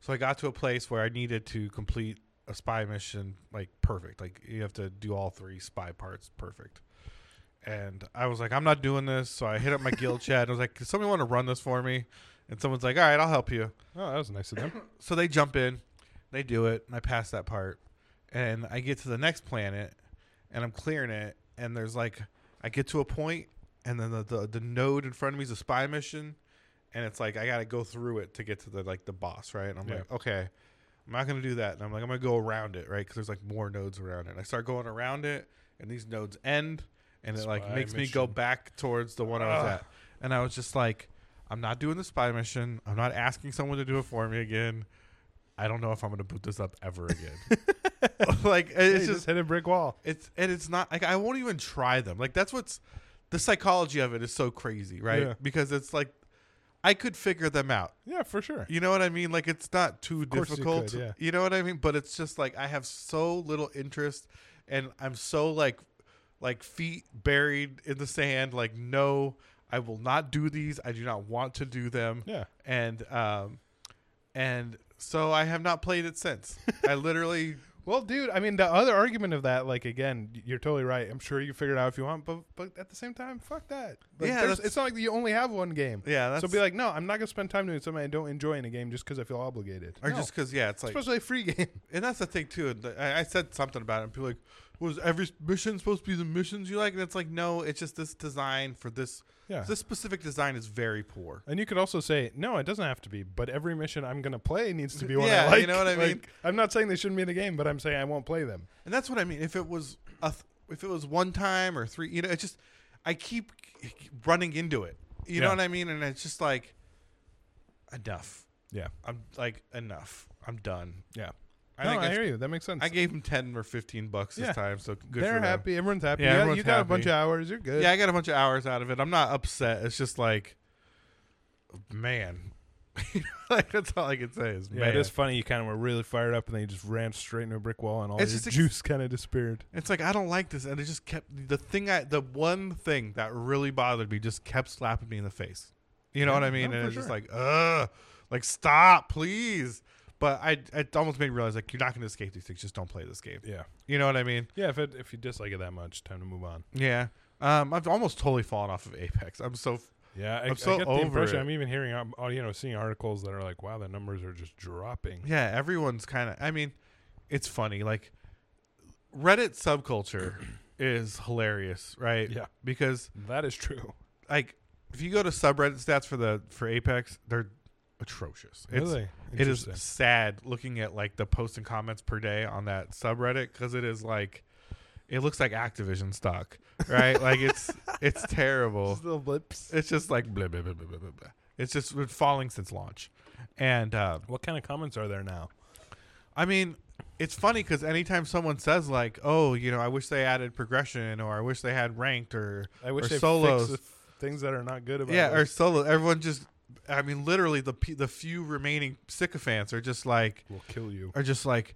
[SPEAKER 1] So I got to a place where I needed to complete a spy mission like perfect. Like you have to do all three spy parts perfect. And I was like, I'm not doing this. So I hit up my guild chat and I was like, Does somebody want to run this for me? And someone's like, All right, I'll help you.
[SPEAKER 2] Oh, that was nice of them.
[SPEAKER 1] So they jump in, they do it, and I pass that part. And I get to the next planet and I'm clearing it. And there's like, I get to a point, and then the, the, the node in front of me is a spy mission. And it's like, I got to go through it to get to the like the boss, right? And I'm
[SPEAKER 2] Yeah.
[SPEAKER 1] like, okay, I'm not going to do that. And I'm like, I'm going to go around it, right? Because there's like more nodes around it. And I start going around it, and these nodes end. And it like
[SPEAKER 2] Spy
[SPEAKER 1] makes me go
[SPEAKER 2] mission.
[SPEAKER 1] back towards the one I was
[SPEAKER 2] Ugh.
[SPEAKER 1] at. And I was just like, I'm not doing the spy mission. I'm not asking someone to do it for me again. I don't know if I'm going to boot this up ever again. like
[SPEAKER 2] Yeah,
[SPEAKER 1] it's
[SPEAKER 2] you
[SPEAKER 1] just
[SPEAKER 2] hit a brick wall.
[SPEAKER 1] it's and it's not like I won't even try them. Like that's what's the psychology of it is so crazy, right?
[SPEAKER 2] Yeah.
[SPEAKER 1] Because it's like I could figure them out.
[SPEAKER 2] Yeah, for sure.
[SPEAKER 1] You know what I mean? Like it's not too
[SPEAKER 2] course you
[SPEAKER 1] difficult.
[SPEAKER 2] could, yeah.
[SPEAKER 1] You know what I mean? But it's just like I have so little interest and I'm so like like feet buried in the sand like no, I will not do these. I do not want to do them.
[SPEAKER 2] Yeah,
[SPEAKER 1] And um and so I have not played it since. I literally
[SPEAKER 2] Well, dude, I mean, the other argument of that, like, again, y- you're totally right. I'm sure you can figure it out if you want, but but at the same time, fuck that. Like,
[SPEAKER 1] Yeah,
[SPEAKER 2] there's-
[SPEAKER 1] that's-
[SPEAKER 2] it's not like you only have one game.
[SPEAKER 1] yeah, that's
[SPEAKER 2] So be like, no, I'm not gonna spend time doing something I don't enjoy in a game just because I feel obligated,
[SPEAKER 1] or
[SPEAKER 2] No.
[SPEAKER 1] just cuz yeah, it's like
[SPEAKER 2] especially a free game.
[SPEAKER 1] and that's the thing too. The- I, I said something about it. And people were like, was every mission supposed to be the missions you like? And it's like, no, it's just this design for this.
[SPEAKER 2] Yeah.
[SPEAKER 1] This specific design is very poor.
[SPEAKER 2] And you could also say, no, it doesn't have to be, but every mission I'm going to play needs to be one I
[SPEAKER 1] Yeah,
[SPEAKER 2] like.
[SPEAKER 1] you know what I
[SPEAKER 2] Like,
[SPEAKER 1] mean?
[SPEAKER 2] I'm not saying they shouldn't be in the game, but I'm saying I won't play them.
[SPEAKER 1] And that's what I mean. If it was a th- if it was one time or three, you know, it's just I keep running into it. You know
[SPEAKER 2] Yeah.
[SPEAKER 1] what I mean? And it's just like enough.
[SPEAKER 2] Yeah.
[SPEAKER 1] I'm like enough. I'm done.
[SPEAKER 2] Yeah.
[SPEAKER 1] I
[SPEAKER 2] no,
[SPEAKER 1] think
[SPEAKER 2] I
[SPEAKER 1] I,
[SPEAKER 2] hear you. That makes sense.
[SPEAKER 1] I gave him ten or fifteen bucks
[SPEAKER 2] Yeah.
[SPEAKER 1] this time, so good
[SPEAKER 2] They're
[SPEAKER 1] for them.
[SPEAKER 2] happy. Everyone's happy.
[SPEAKER 1] Yeah,
[SPEAKER 2] Yeah, you
[SPEAKER 1] everyone's
[SPEAKER 2] got a bunch
[SPEAKER 1] happy.
[SPEAKER 2] of hours. You're good.
[SPEAKER 1] Yeah, I got a bunch of hours out of it. I'm not upset. It's just like, man, like that's all I can say is
[SPEAKER 2] Yeah,
[SPEAKER 1] man.
[SPEAKER 2] it is funny. You kind of were really fired up, and then you just ran straight into a brick wall, and all
[SPEAKER 1] It's
[SPEAKER 2] your
[SPEAKER 1] just ex-
[SPEAKER 2] juice kind of disappeared.
[SPEAKER 1] It's like I don't like this, and it just kept the thing. I the one thing that really bothered me just kept slapping me in the face. You know
[SPEAKER 2] Yeah,
[SPEAKER 1] what I mean?
[SPEAKER 2] no,
[SPEAKER 1] and
[SPEAKER 2] for
[SPEAKER 1] it's just
[SPEAKER 2] sure.
[SPEAKER 1] like, ugh, like stop, please. But I, it almost made me realize like you're not going to escape these things. Just don't play this game.
[SPEAKER 2] Yeah,
[SPEAKER 1] You know what I mean?
[SPEAKER 2] yeah. If it, if you dislike it that much, time to move on.
[SPEAKER 1] Yeah. Um, I've almost totally fallen off of Apex. I'm so f-
[SPEAKER 2] Yeah, I,
[SPEAKER 1] I'm so
[SPEAKER 2] I get the
[SPEAKER 1] over
[SPEAKER 2] impression
[SPEAKER 1] it.
[SPEAKER 2] I'm even hearing, um, oh, you know, seeing articles that are like, wow, the numbers are just dropping.
[SPEAKER 1] Yeah, everyone's kind of. I mean, it's funny. Like Reddit subculture is hilarious, right?
[SPEAKER 2] Yeah.
[SPEAKER 1] Because
[SPEAKER 2] That is true.
[SPEAKER 1] like if you go to subreddit stats for the for Apex, they're atrocious. It's
[SPEAKER 2] really,
[SPEAKER 1] it is
[SPEAKER 2] Interesting.
[SPEAKER 1] sad looking at like the posts and comments per day on that subreddit because it is like it looks like Activision stock, right? like it's it's terrible.
[SPEAKER 2] Just little blips.
[SPEAKER 1] It's just like blah, blah, blah, blah, blah, blah, blah. It's just been falling since launch, and uh,
[SPEAKER 2] What kind of comments are there now?
[SPEAKER 1] I mean, it's funny because anytime someone says like, "Oh, you know, I wish they added progression," or "I wish they had ranked," or
[SPEAKER 2] I wish
[SPEAKER 1] Or
[SPEAKER 2] they
[SPEAKER 1] solos.
[SPEAKER 2] fixed the f- things that are not good about.
[SPEAKER 1] yeah,
[SPEAKER 2] it.
[SPEAKER 1] or solo, everyone just, I mean, literally the pe- the few remaining sycophants are just like
[SPEAKER 2] will kill you.
[SPEAKER 1] are just like,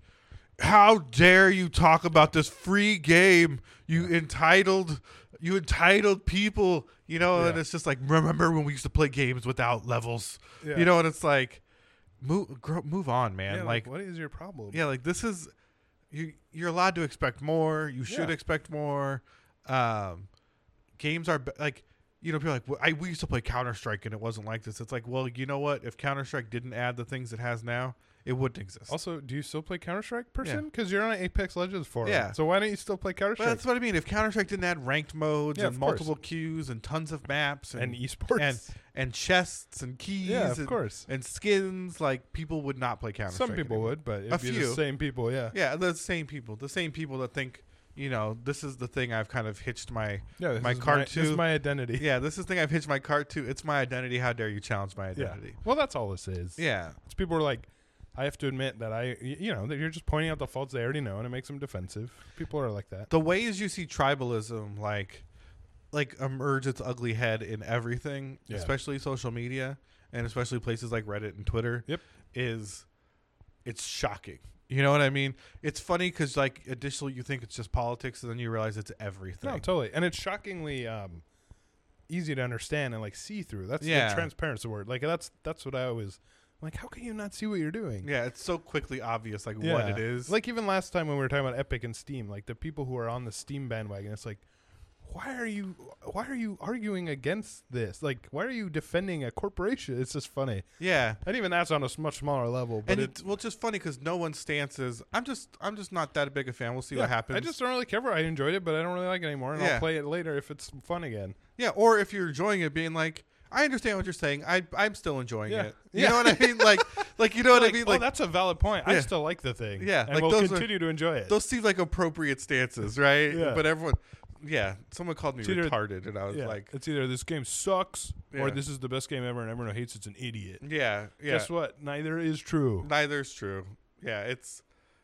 [SPEAKER 1] "How dare you talk about this free game? You entitled." You entitled people, you know, and
[SPEAKER 2] Yeah.
[SPEAKER 1] it's just like remember when we used to play games without levels,
[SPEAKER 2] Yeah.
[SPEAKER 1] you know, and it's like, move, grow, move on, man.
[SPEAKER 2] Yeah,
[SPEAKER 1] like,
[SPEAKER 2] what is your problem?
[SPEAKER 1] yeah like this is you you're allowed to expect more you should
[SPEAKER 2] Yeah.
[SPEAKER 1] expect more um games are be- like you know people are like well, I, we used to play counter-strike and it wasn't like this it's like well you know what if counter-strike didn't add the things it has now it wouldn't exist
[SPEAKER 2] Also, do you still play Counter Strike, person? Because you're on Apex Legends forum.
[SPEAKER 1] Yeah.
[SPEAKER 2] So why don't you still play Counter
[SPEAKER 1] but
[SPEAKER 2] Strike
[SPEAKER 1] that's what i mean if counter-strike didn't add ranked modes
[SPEAKER 2] Yeah,
[SPEAKER 1] and
[SPEAKER 2] of course.
[SPEAKER 1] multiple queues and tons of maps
[SPEAKER 2] and
[SPEAKER 1] and
[SPEAKER 2] esports?
[SPEAKER 1] and, and chests and keys
[SPEAKER 2] yeah, of
[SPEAKER 1] and,
[SPEAKER 2] course.
[SPEAKER 1] and skins like people would not play counter-strike
[SPEAKER 2] Some people
[SPEAKER 1] anymore.
[SPEAKER 2] would, but it'd
[SPEAKER 1] A
[SPEAKER 2] be the
[SPEAKER 1] few.
[SPEAKER 2] same people. Yeah.
[SPEAKER 1] yeah the same people the same people that think you know this is the thing i've kind of hitched my
[SPEAKER 2] Yeah. this
[SPEAKER 1] My
[SPEAKER 2] is
[SPEAKER 1] card
[SPEAKER 2] This is
[SPEAKER 1] too.
[SPEAKER 2] my identity.
[SPEAKER 1] Yeah, this is the thing I've hitched my cart to. It's my identity. How dare you challenge my
[SPEAKER 2] Yeah.
[SPEAKER 1] identity?
[SPEAKER 2] Well, that's all this is.
[SPEAKER 1] Yeah.
[SPEAKER 2] It's people are like, I have to admit that I, y- you know, that you're just pointing out the faults they already know, and it makes them defensive. People are like that.
[SPEAKER 1] The ways you see tribalism like like emerge its ugly head in everything,
[SPEAKER 2] Yeah.
[SPEAKER 1] especially social media and especially places like Reddit and Twitter.
[SPEAKER 2] Yep.
[SPEAKER 1] Is it's shocking. You know what I mean? It's funny cuz like additionally you think it's just politics and then you realize it's everything.
[SPEAKER 2] No, totally. And it's shockingly um, easy to understand and like see through. That's
[SPEAKER 1] Yeah.
[SPEAKER 2] the transparency word. Like that's that's what I always like. How can you not see what you're doing?
[SPEAKER 1] yeah, it's so quickly obvious like what
[SPEAKER 2] Yeah.
[SPEAKER 1] it is.
[SPEAKER 2] Like even last time when we were talking about Epic and Steam, like the people who are on the Steam bandwagon, it's like, why are you why are you arguing against this? Like why are you defending a corporation? It's just funny.
[SPEAKER 1] yeah.
[SPEAKER 2] And even that's on a s- much smaller level. But
[SPEAKER 1] And
[SPEAKER 2] it,
[SPEAKER 1] it's well, it's just funny because no one's stance is. I'm just, I'm just not that big a fan. We'll see
[SPEAKER 2] yeah,
[SPEAKER 1] what happens.
[SPEAKER 2] I just don't really care. for it. I enjoyed it, but I don't really like it anymore, and I'll
[SPEAKER 1] Yeah.
[SPEAKER 2] play it later if it's fun again.
[SPEAKER 1] Yeah, or if you're enjoying it, being like, I understand what you're saying. I I'm still enjoying
[SPEAKER 2] Yeah.
[SPEAKER 1] it. You
[SPEAKER 2] Yeah.
[SPEAKER 1] know what I mean? Like, like you know what
[SPEAKER 2] like,
[SPEAKER 1] I mean?
[SPEAKER 2] oh,
[SPEAKER 1] Like
[SPEAKER 2] that's a valid point. I
[SPEAKER 1] Yeah.
[SPEAKER 2] still like the thing.
[SPEAKER 1] Yeah,
[SPEAKER 2] and
[SPEAKER 1] like,
[SPEAKER 2] we'll
[SPEAKER 1] those are-
[SPEAKER 2] continue to enjoy it.
[SPEAKER 1] those seem like appropriate stances, right?
[SPEAKER 2] Yeah.
[SPEAKER 1] But everyone, yeah, someone called me
[SPEAKER 2] Cheater-
[SPEAKER 1] retarded, and I was
[SPEAKER 2] yeah.
[SPEAKER 1] like,
[SPEAKER 2] it's either this game sucks or
[SPEAKER 1] Yeah.
[SPEAKER 2] this is the best game ever, and everyone who hates it's an idiot.
[SPEAKER 1] yeah, yeah.
[SPEAKER 2] Guess what? Neither is true.
[SPEAKER 1] Neither's true. Yeah, it's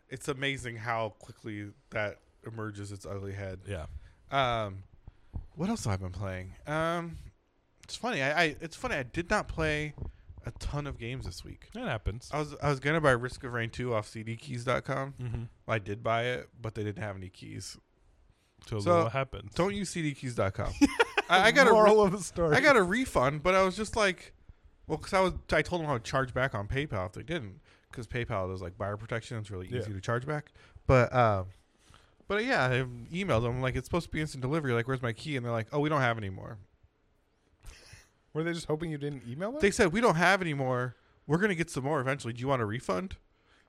[SPEAKER 1] it's amazing how quickly that emerges its ugly head.
[SPEAKER 2] Yeah.
[SPEAKER 1] Um, what else have I been playing? Um, it's funny. I, I it's funny. I did not play a ton of games this week.
[SPEAKER 2] That happens.
[SPEAKER 1] I was I was gonna buy Risk of Rain two off CDKeys.com.
[SPEAKER 2] Mm-hmm.
[SPEAKER 1] I did buy it, but they didn't have any keys.
[SPEAKER 2] So,
[SPEAKER 1] So-
[SPEAKER 2] what happens?
[SPEAKER 1] Don't use cdkeys.com. I, I got a re-
[SPEAKER 2] moral of the story.
[SPEAKER 1] I got a refund, but I was just like, well, because I was I told them I would charge back on PayPal if they didn't, because PayPal does like buyer protection. It's really
[SPEAKER 2] Yeah.
[SPEAKER 1] easy to charge back. But um, but yeah, I emailed them like it's supposed to be instant delivery. Like, where's my key? And they're like, oh, we don't have any more.
[SPEAKER 2] Were they just hoping you didn't email it?
[SPEAKER 1] They said we don't have any more. We're gonna get some more eventually. Do you want a refund?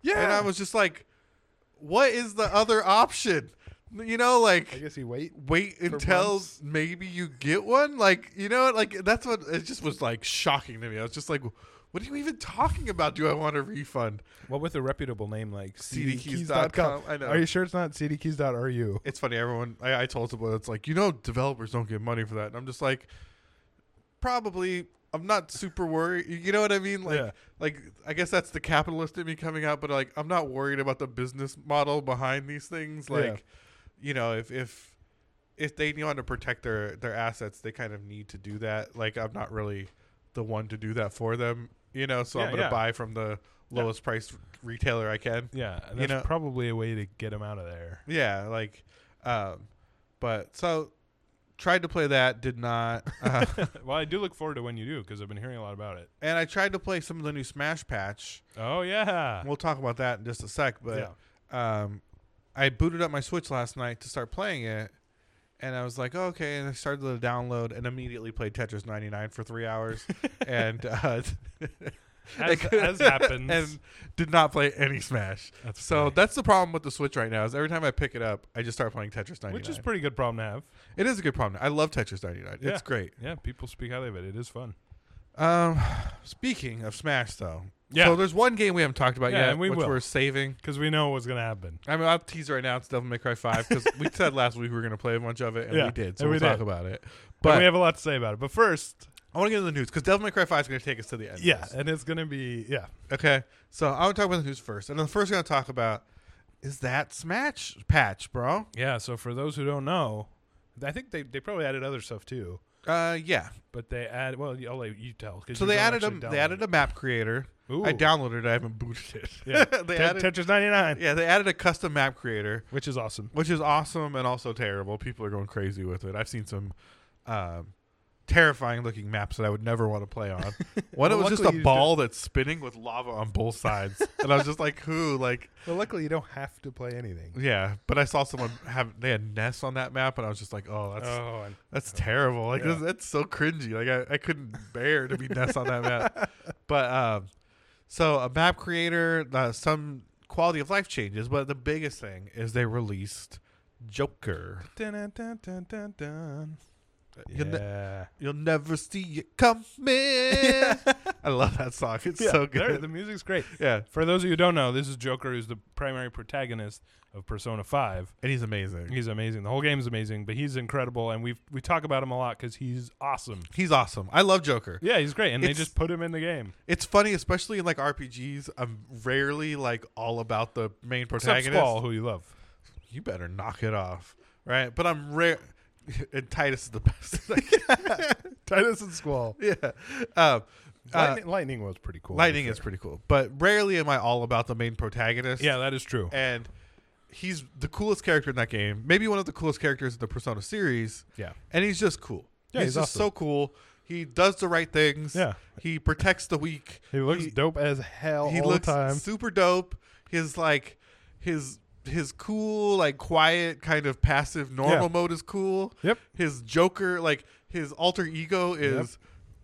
[SPEAKER 2] yeah.
[SPEAKER 1] And I was just like, what is the other option? You know, like
[SPEAKER 2] I guess you wait.
[SPEAKER 1] wait until maybe you get one like you know like that's what it just was like shocking to me i was just like what are you even talking about do i want a refund
[SPEAKER 2] Well, with a reputable name like
[SPEAKER 1] cdkeys.com i know
[SPEAKER 2] Are you sure it's not cdkeys.ru?
[SPEAKER 1] it's funny everyone I, I told someone it's like you know developers don't get money for that and i'm just like probably i'm not super worried you know what i mean like
[SPEAKER 2] Yeah.
[SPEAKER 1] like i guess that's the capitalist in me coming out but like i'm not worried about the business model behind these things
[SPEAKER 2] Yeah.
[SPEAKER 1] like you know if if if they want to protect their their assets they kind of need to do that like i'm not really the one to do that for them you know so i'm
[SPEAKER 2] Yeah,
[SPEAKER 1] gonna
[SPEAKER 2] yeah.
[SPEAKER 1] buy from the
[SPEAKER 2] Yeah.
[SPEAKER 1] lowest price retailer i can
[SPEAKER 2] Yeah, that's
[SPEAKER 1] know-
[SPEAKER 2] probably a way to get him out of there.
[SPEAKER 1] yeah, like, um, but so tried to play that, did not. Uh,
[SPEAKER 2] well, I do look forward to when you do because I've been hearing a lot about it.
[SPEAKER 1] and I tried to play some of the new Smash Patch.
[SPEAKER 2] Oh yeah,
[SPEAKER 1] We'll talk about that in just a sec. But um, I booted up my Switch last night to start playing it, and I was like, oh, okay. And I started the download and immediately played Tetris 99 for three hours, and uh,
[SPEAKER 2] As, as happens.
[SPEAKER 1] and did not play any Smash.
[SPEAKER 2] That's
[SPEAKER 1] so
[SPEAKER 2] funny.
[SPEAKER 1] that's the problem with the Switch right now. Is every time I pick it up, I just start playing Tetris 99.
[SPEAKER 2] which is pretty good problem to have.
[SPEAKER 1] it is a good problem. I love Tetris 99.
[SPEAKER 2] Yeah.
[SPEAKER 1] It's great.
[SPEAKER 2] Yeah, people speak highly of it. It is fun.
[SPEAKER 1] Um, speaking of Smash, though,
[SPEAKER 2] Yeah.
[SPEAKER 1] So there's one game we haven't talked about
[SPEAKER 2] Yeah,
[SPEAKER 1] yet,
[SPEAKER 2] and we
[SPEAKER 1] which
[SPEAKER 2] will.
[SPEAKER 1] we're saving.
[SPEAKER 2] Because we know what's going to happen.
[SPEAKER 1] I mean, I'll tease right now. It's Devil May Cry Five because we said last week we were going to play a bunch of it, and
[SPEAKER 2] Yeah,
[SPEAKER 1] we did. So
[SPEAKER 2] and we
[SPEAKER 1] we'll talk
[SPEAKER 2] did.
[SPEAKER 1] about it.
[SPEAKER 2] But
[SPEAKER 1] But
[SPEAKER 2] we have a lot to say about it. But first,
[SPEAKER 1] I want to get into the news because Devil May Cry Five is going to take us to the end. of
[SPEAKER 2] yeah,
[SPEAKER 1] this.
[SPEAKER 2] and it's going to be, yeah.
[SPEAKER 1] Okay. So I want to talk about the news first, and the first thing I'll talk about is that Smash patch, bro.
[SPEAKER 2] Yeah, so for those who don't know, I think they, they probably added other stuff too.
[SPEAKER 1] Uh, yeah.
[SPEAKER 2] But they add, well, you- I'll let you tell. 'cause
[SPEAKER 1] So
[SPEAKER 2] you
[SPEAKER 1] they
[SPEAKER 2] don't
[SPEAKER 1] added a
[SPEAKER 2] actually
[SPEAKER 1] they
[SPEAKER 2] download
[SPEAKER 1] added a map creator.
[SPEAKER 2] it. Ooh.
[SPEAKER 1] I downloaded it. I haven't booted it.
[SPEAKER 2] Yeah.
[SPEAKER 1] they
[SPEAKER 2] Tet-
[SPEAKER 1] added,
[SPEAKER 2] Tetris 99,
[SPEAKER 1] yeah, they added a custom map creator.
[SPEAKER 2] which is awesome.
[SPEAKER 1] which is awesome and also terrible. People are going crazy with it. I've seen some um, terrifying looking maps that I would never want to play on. One
[SPEAKER 2] Well,
[SPEAKER 1] it was just a
[SPEAKER 2] luckily you
[SPEAKER 1] ball that's spinning with lava on both sides, and I was just like, "Who?" Like,
[SPEAKER 2] Well, luckily, you don't have to play anything.
[SPEAKER 1] yeah. But I saw someone have they had Ness on that map, and I was just like, "Oh, that's
[SPEAKER 2] oh, and
[SPEAKER 1] that's terrible. Like,
[SPEAKER 2] Yeah.
[SPEAKER 1] this- that's so cringy. Like, I, I couldn't bear to be Ness on that map." But um, so a map creator, uh, some quality of life changes, but the biggest thing is they released Joker.
[SPEAKER 2] Dun, dun, dun, dun, dun, dun.
[SPEAKER 1] You'll ne-
[SPEAKER 2] Yeah.
[SPEAKER 1] You'll never see it coming. I love that song. It's so
[SPEAKER 2] There-
[SPEAKER 1] good.
[SPEAKER 2] The music's great.
[SPEAKER 1] Yeah,
[SPEAKER 2] For those of you who don't know, this is Joker, who's the primary protagonist of Persona 5.
[SPEAKER 1] and he's amazing.
[SPEAKER 2] He's amazing. The whole game's amazing, but he's incredible, and we we talk about him a lot because he's awesome.
[SPEAKER 1] He's awesome. I love Joker.
[SPEAKER 2] Yeah, he's great, and they
[SPEAKER 1] It's-
[SPEAKER 2] just put him in the game.
[SPEAKER 1] It's funny, especially in like RPGs. I'm rarely like all about the main
[SPEAKER 2] Except
[SPEAKER 1] protagonist.
[SPEAKER 2] Squall, who you love.
[SPEAKER 1] You better knock it off, right? But I'm rare. And Titus is the best.
[SPEAKER 2] Titus and Squall.
[SPEAKER 1] yeah, um, uh,
[SPEAKER 2] Lightning, Lightning was pretty cool.
[SPEAKER 1] lightning
[SPEAKER 2] I'm
[SPEAKER 1] is
[SPEAKER 2] sure.
[SPEAKER 1] pretty cool, but rarely am I all about the main protagonist.
[SPEAKER 2] Yeah, that is true.
[SPEAKER 1] and he's the coolest character in that game. Maybe one of the coolest characters in the Persona series.
[SPEAKER 2] Yeah.
[SPEAKER 1] and he's just cool.
[SPEAKER 2] Yeah,
[SPEAKER 1] he's,
[SPEAKER 2] he's
[SPEAKER 1] just
[SPEAKER 2] awesome.
[SPEAKER 1] so cool. He does the right things.
[SPEAKER 2] Yeah.
[SPEAKER 1] he protects the weak.
[SPEAKER 2] He looks
[SPEAKER 1] He-
[SPEAKER 2] dope as hell
[SPEAKER 1] he
[SPEAKER 2] all
[SPEAKER 1] looks
[SPEAKER 2] the time.
[SPEAKER 1] super dope. His like his his cool like quiet kind of passive normal
[SPEAKER 2] Yeah.
[SPEAKER 1] mode is cool.
[SPEAKER 2] Yep.
[SPEAKER 1] His Joker like his alter ego is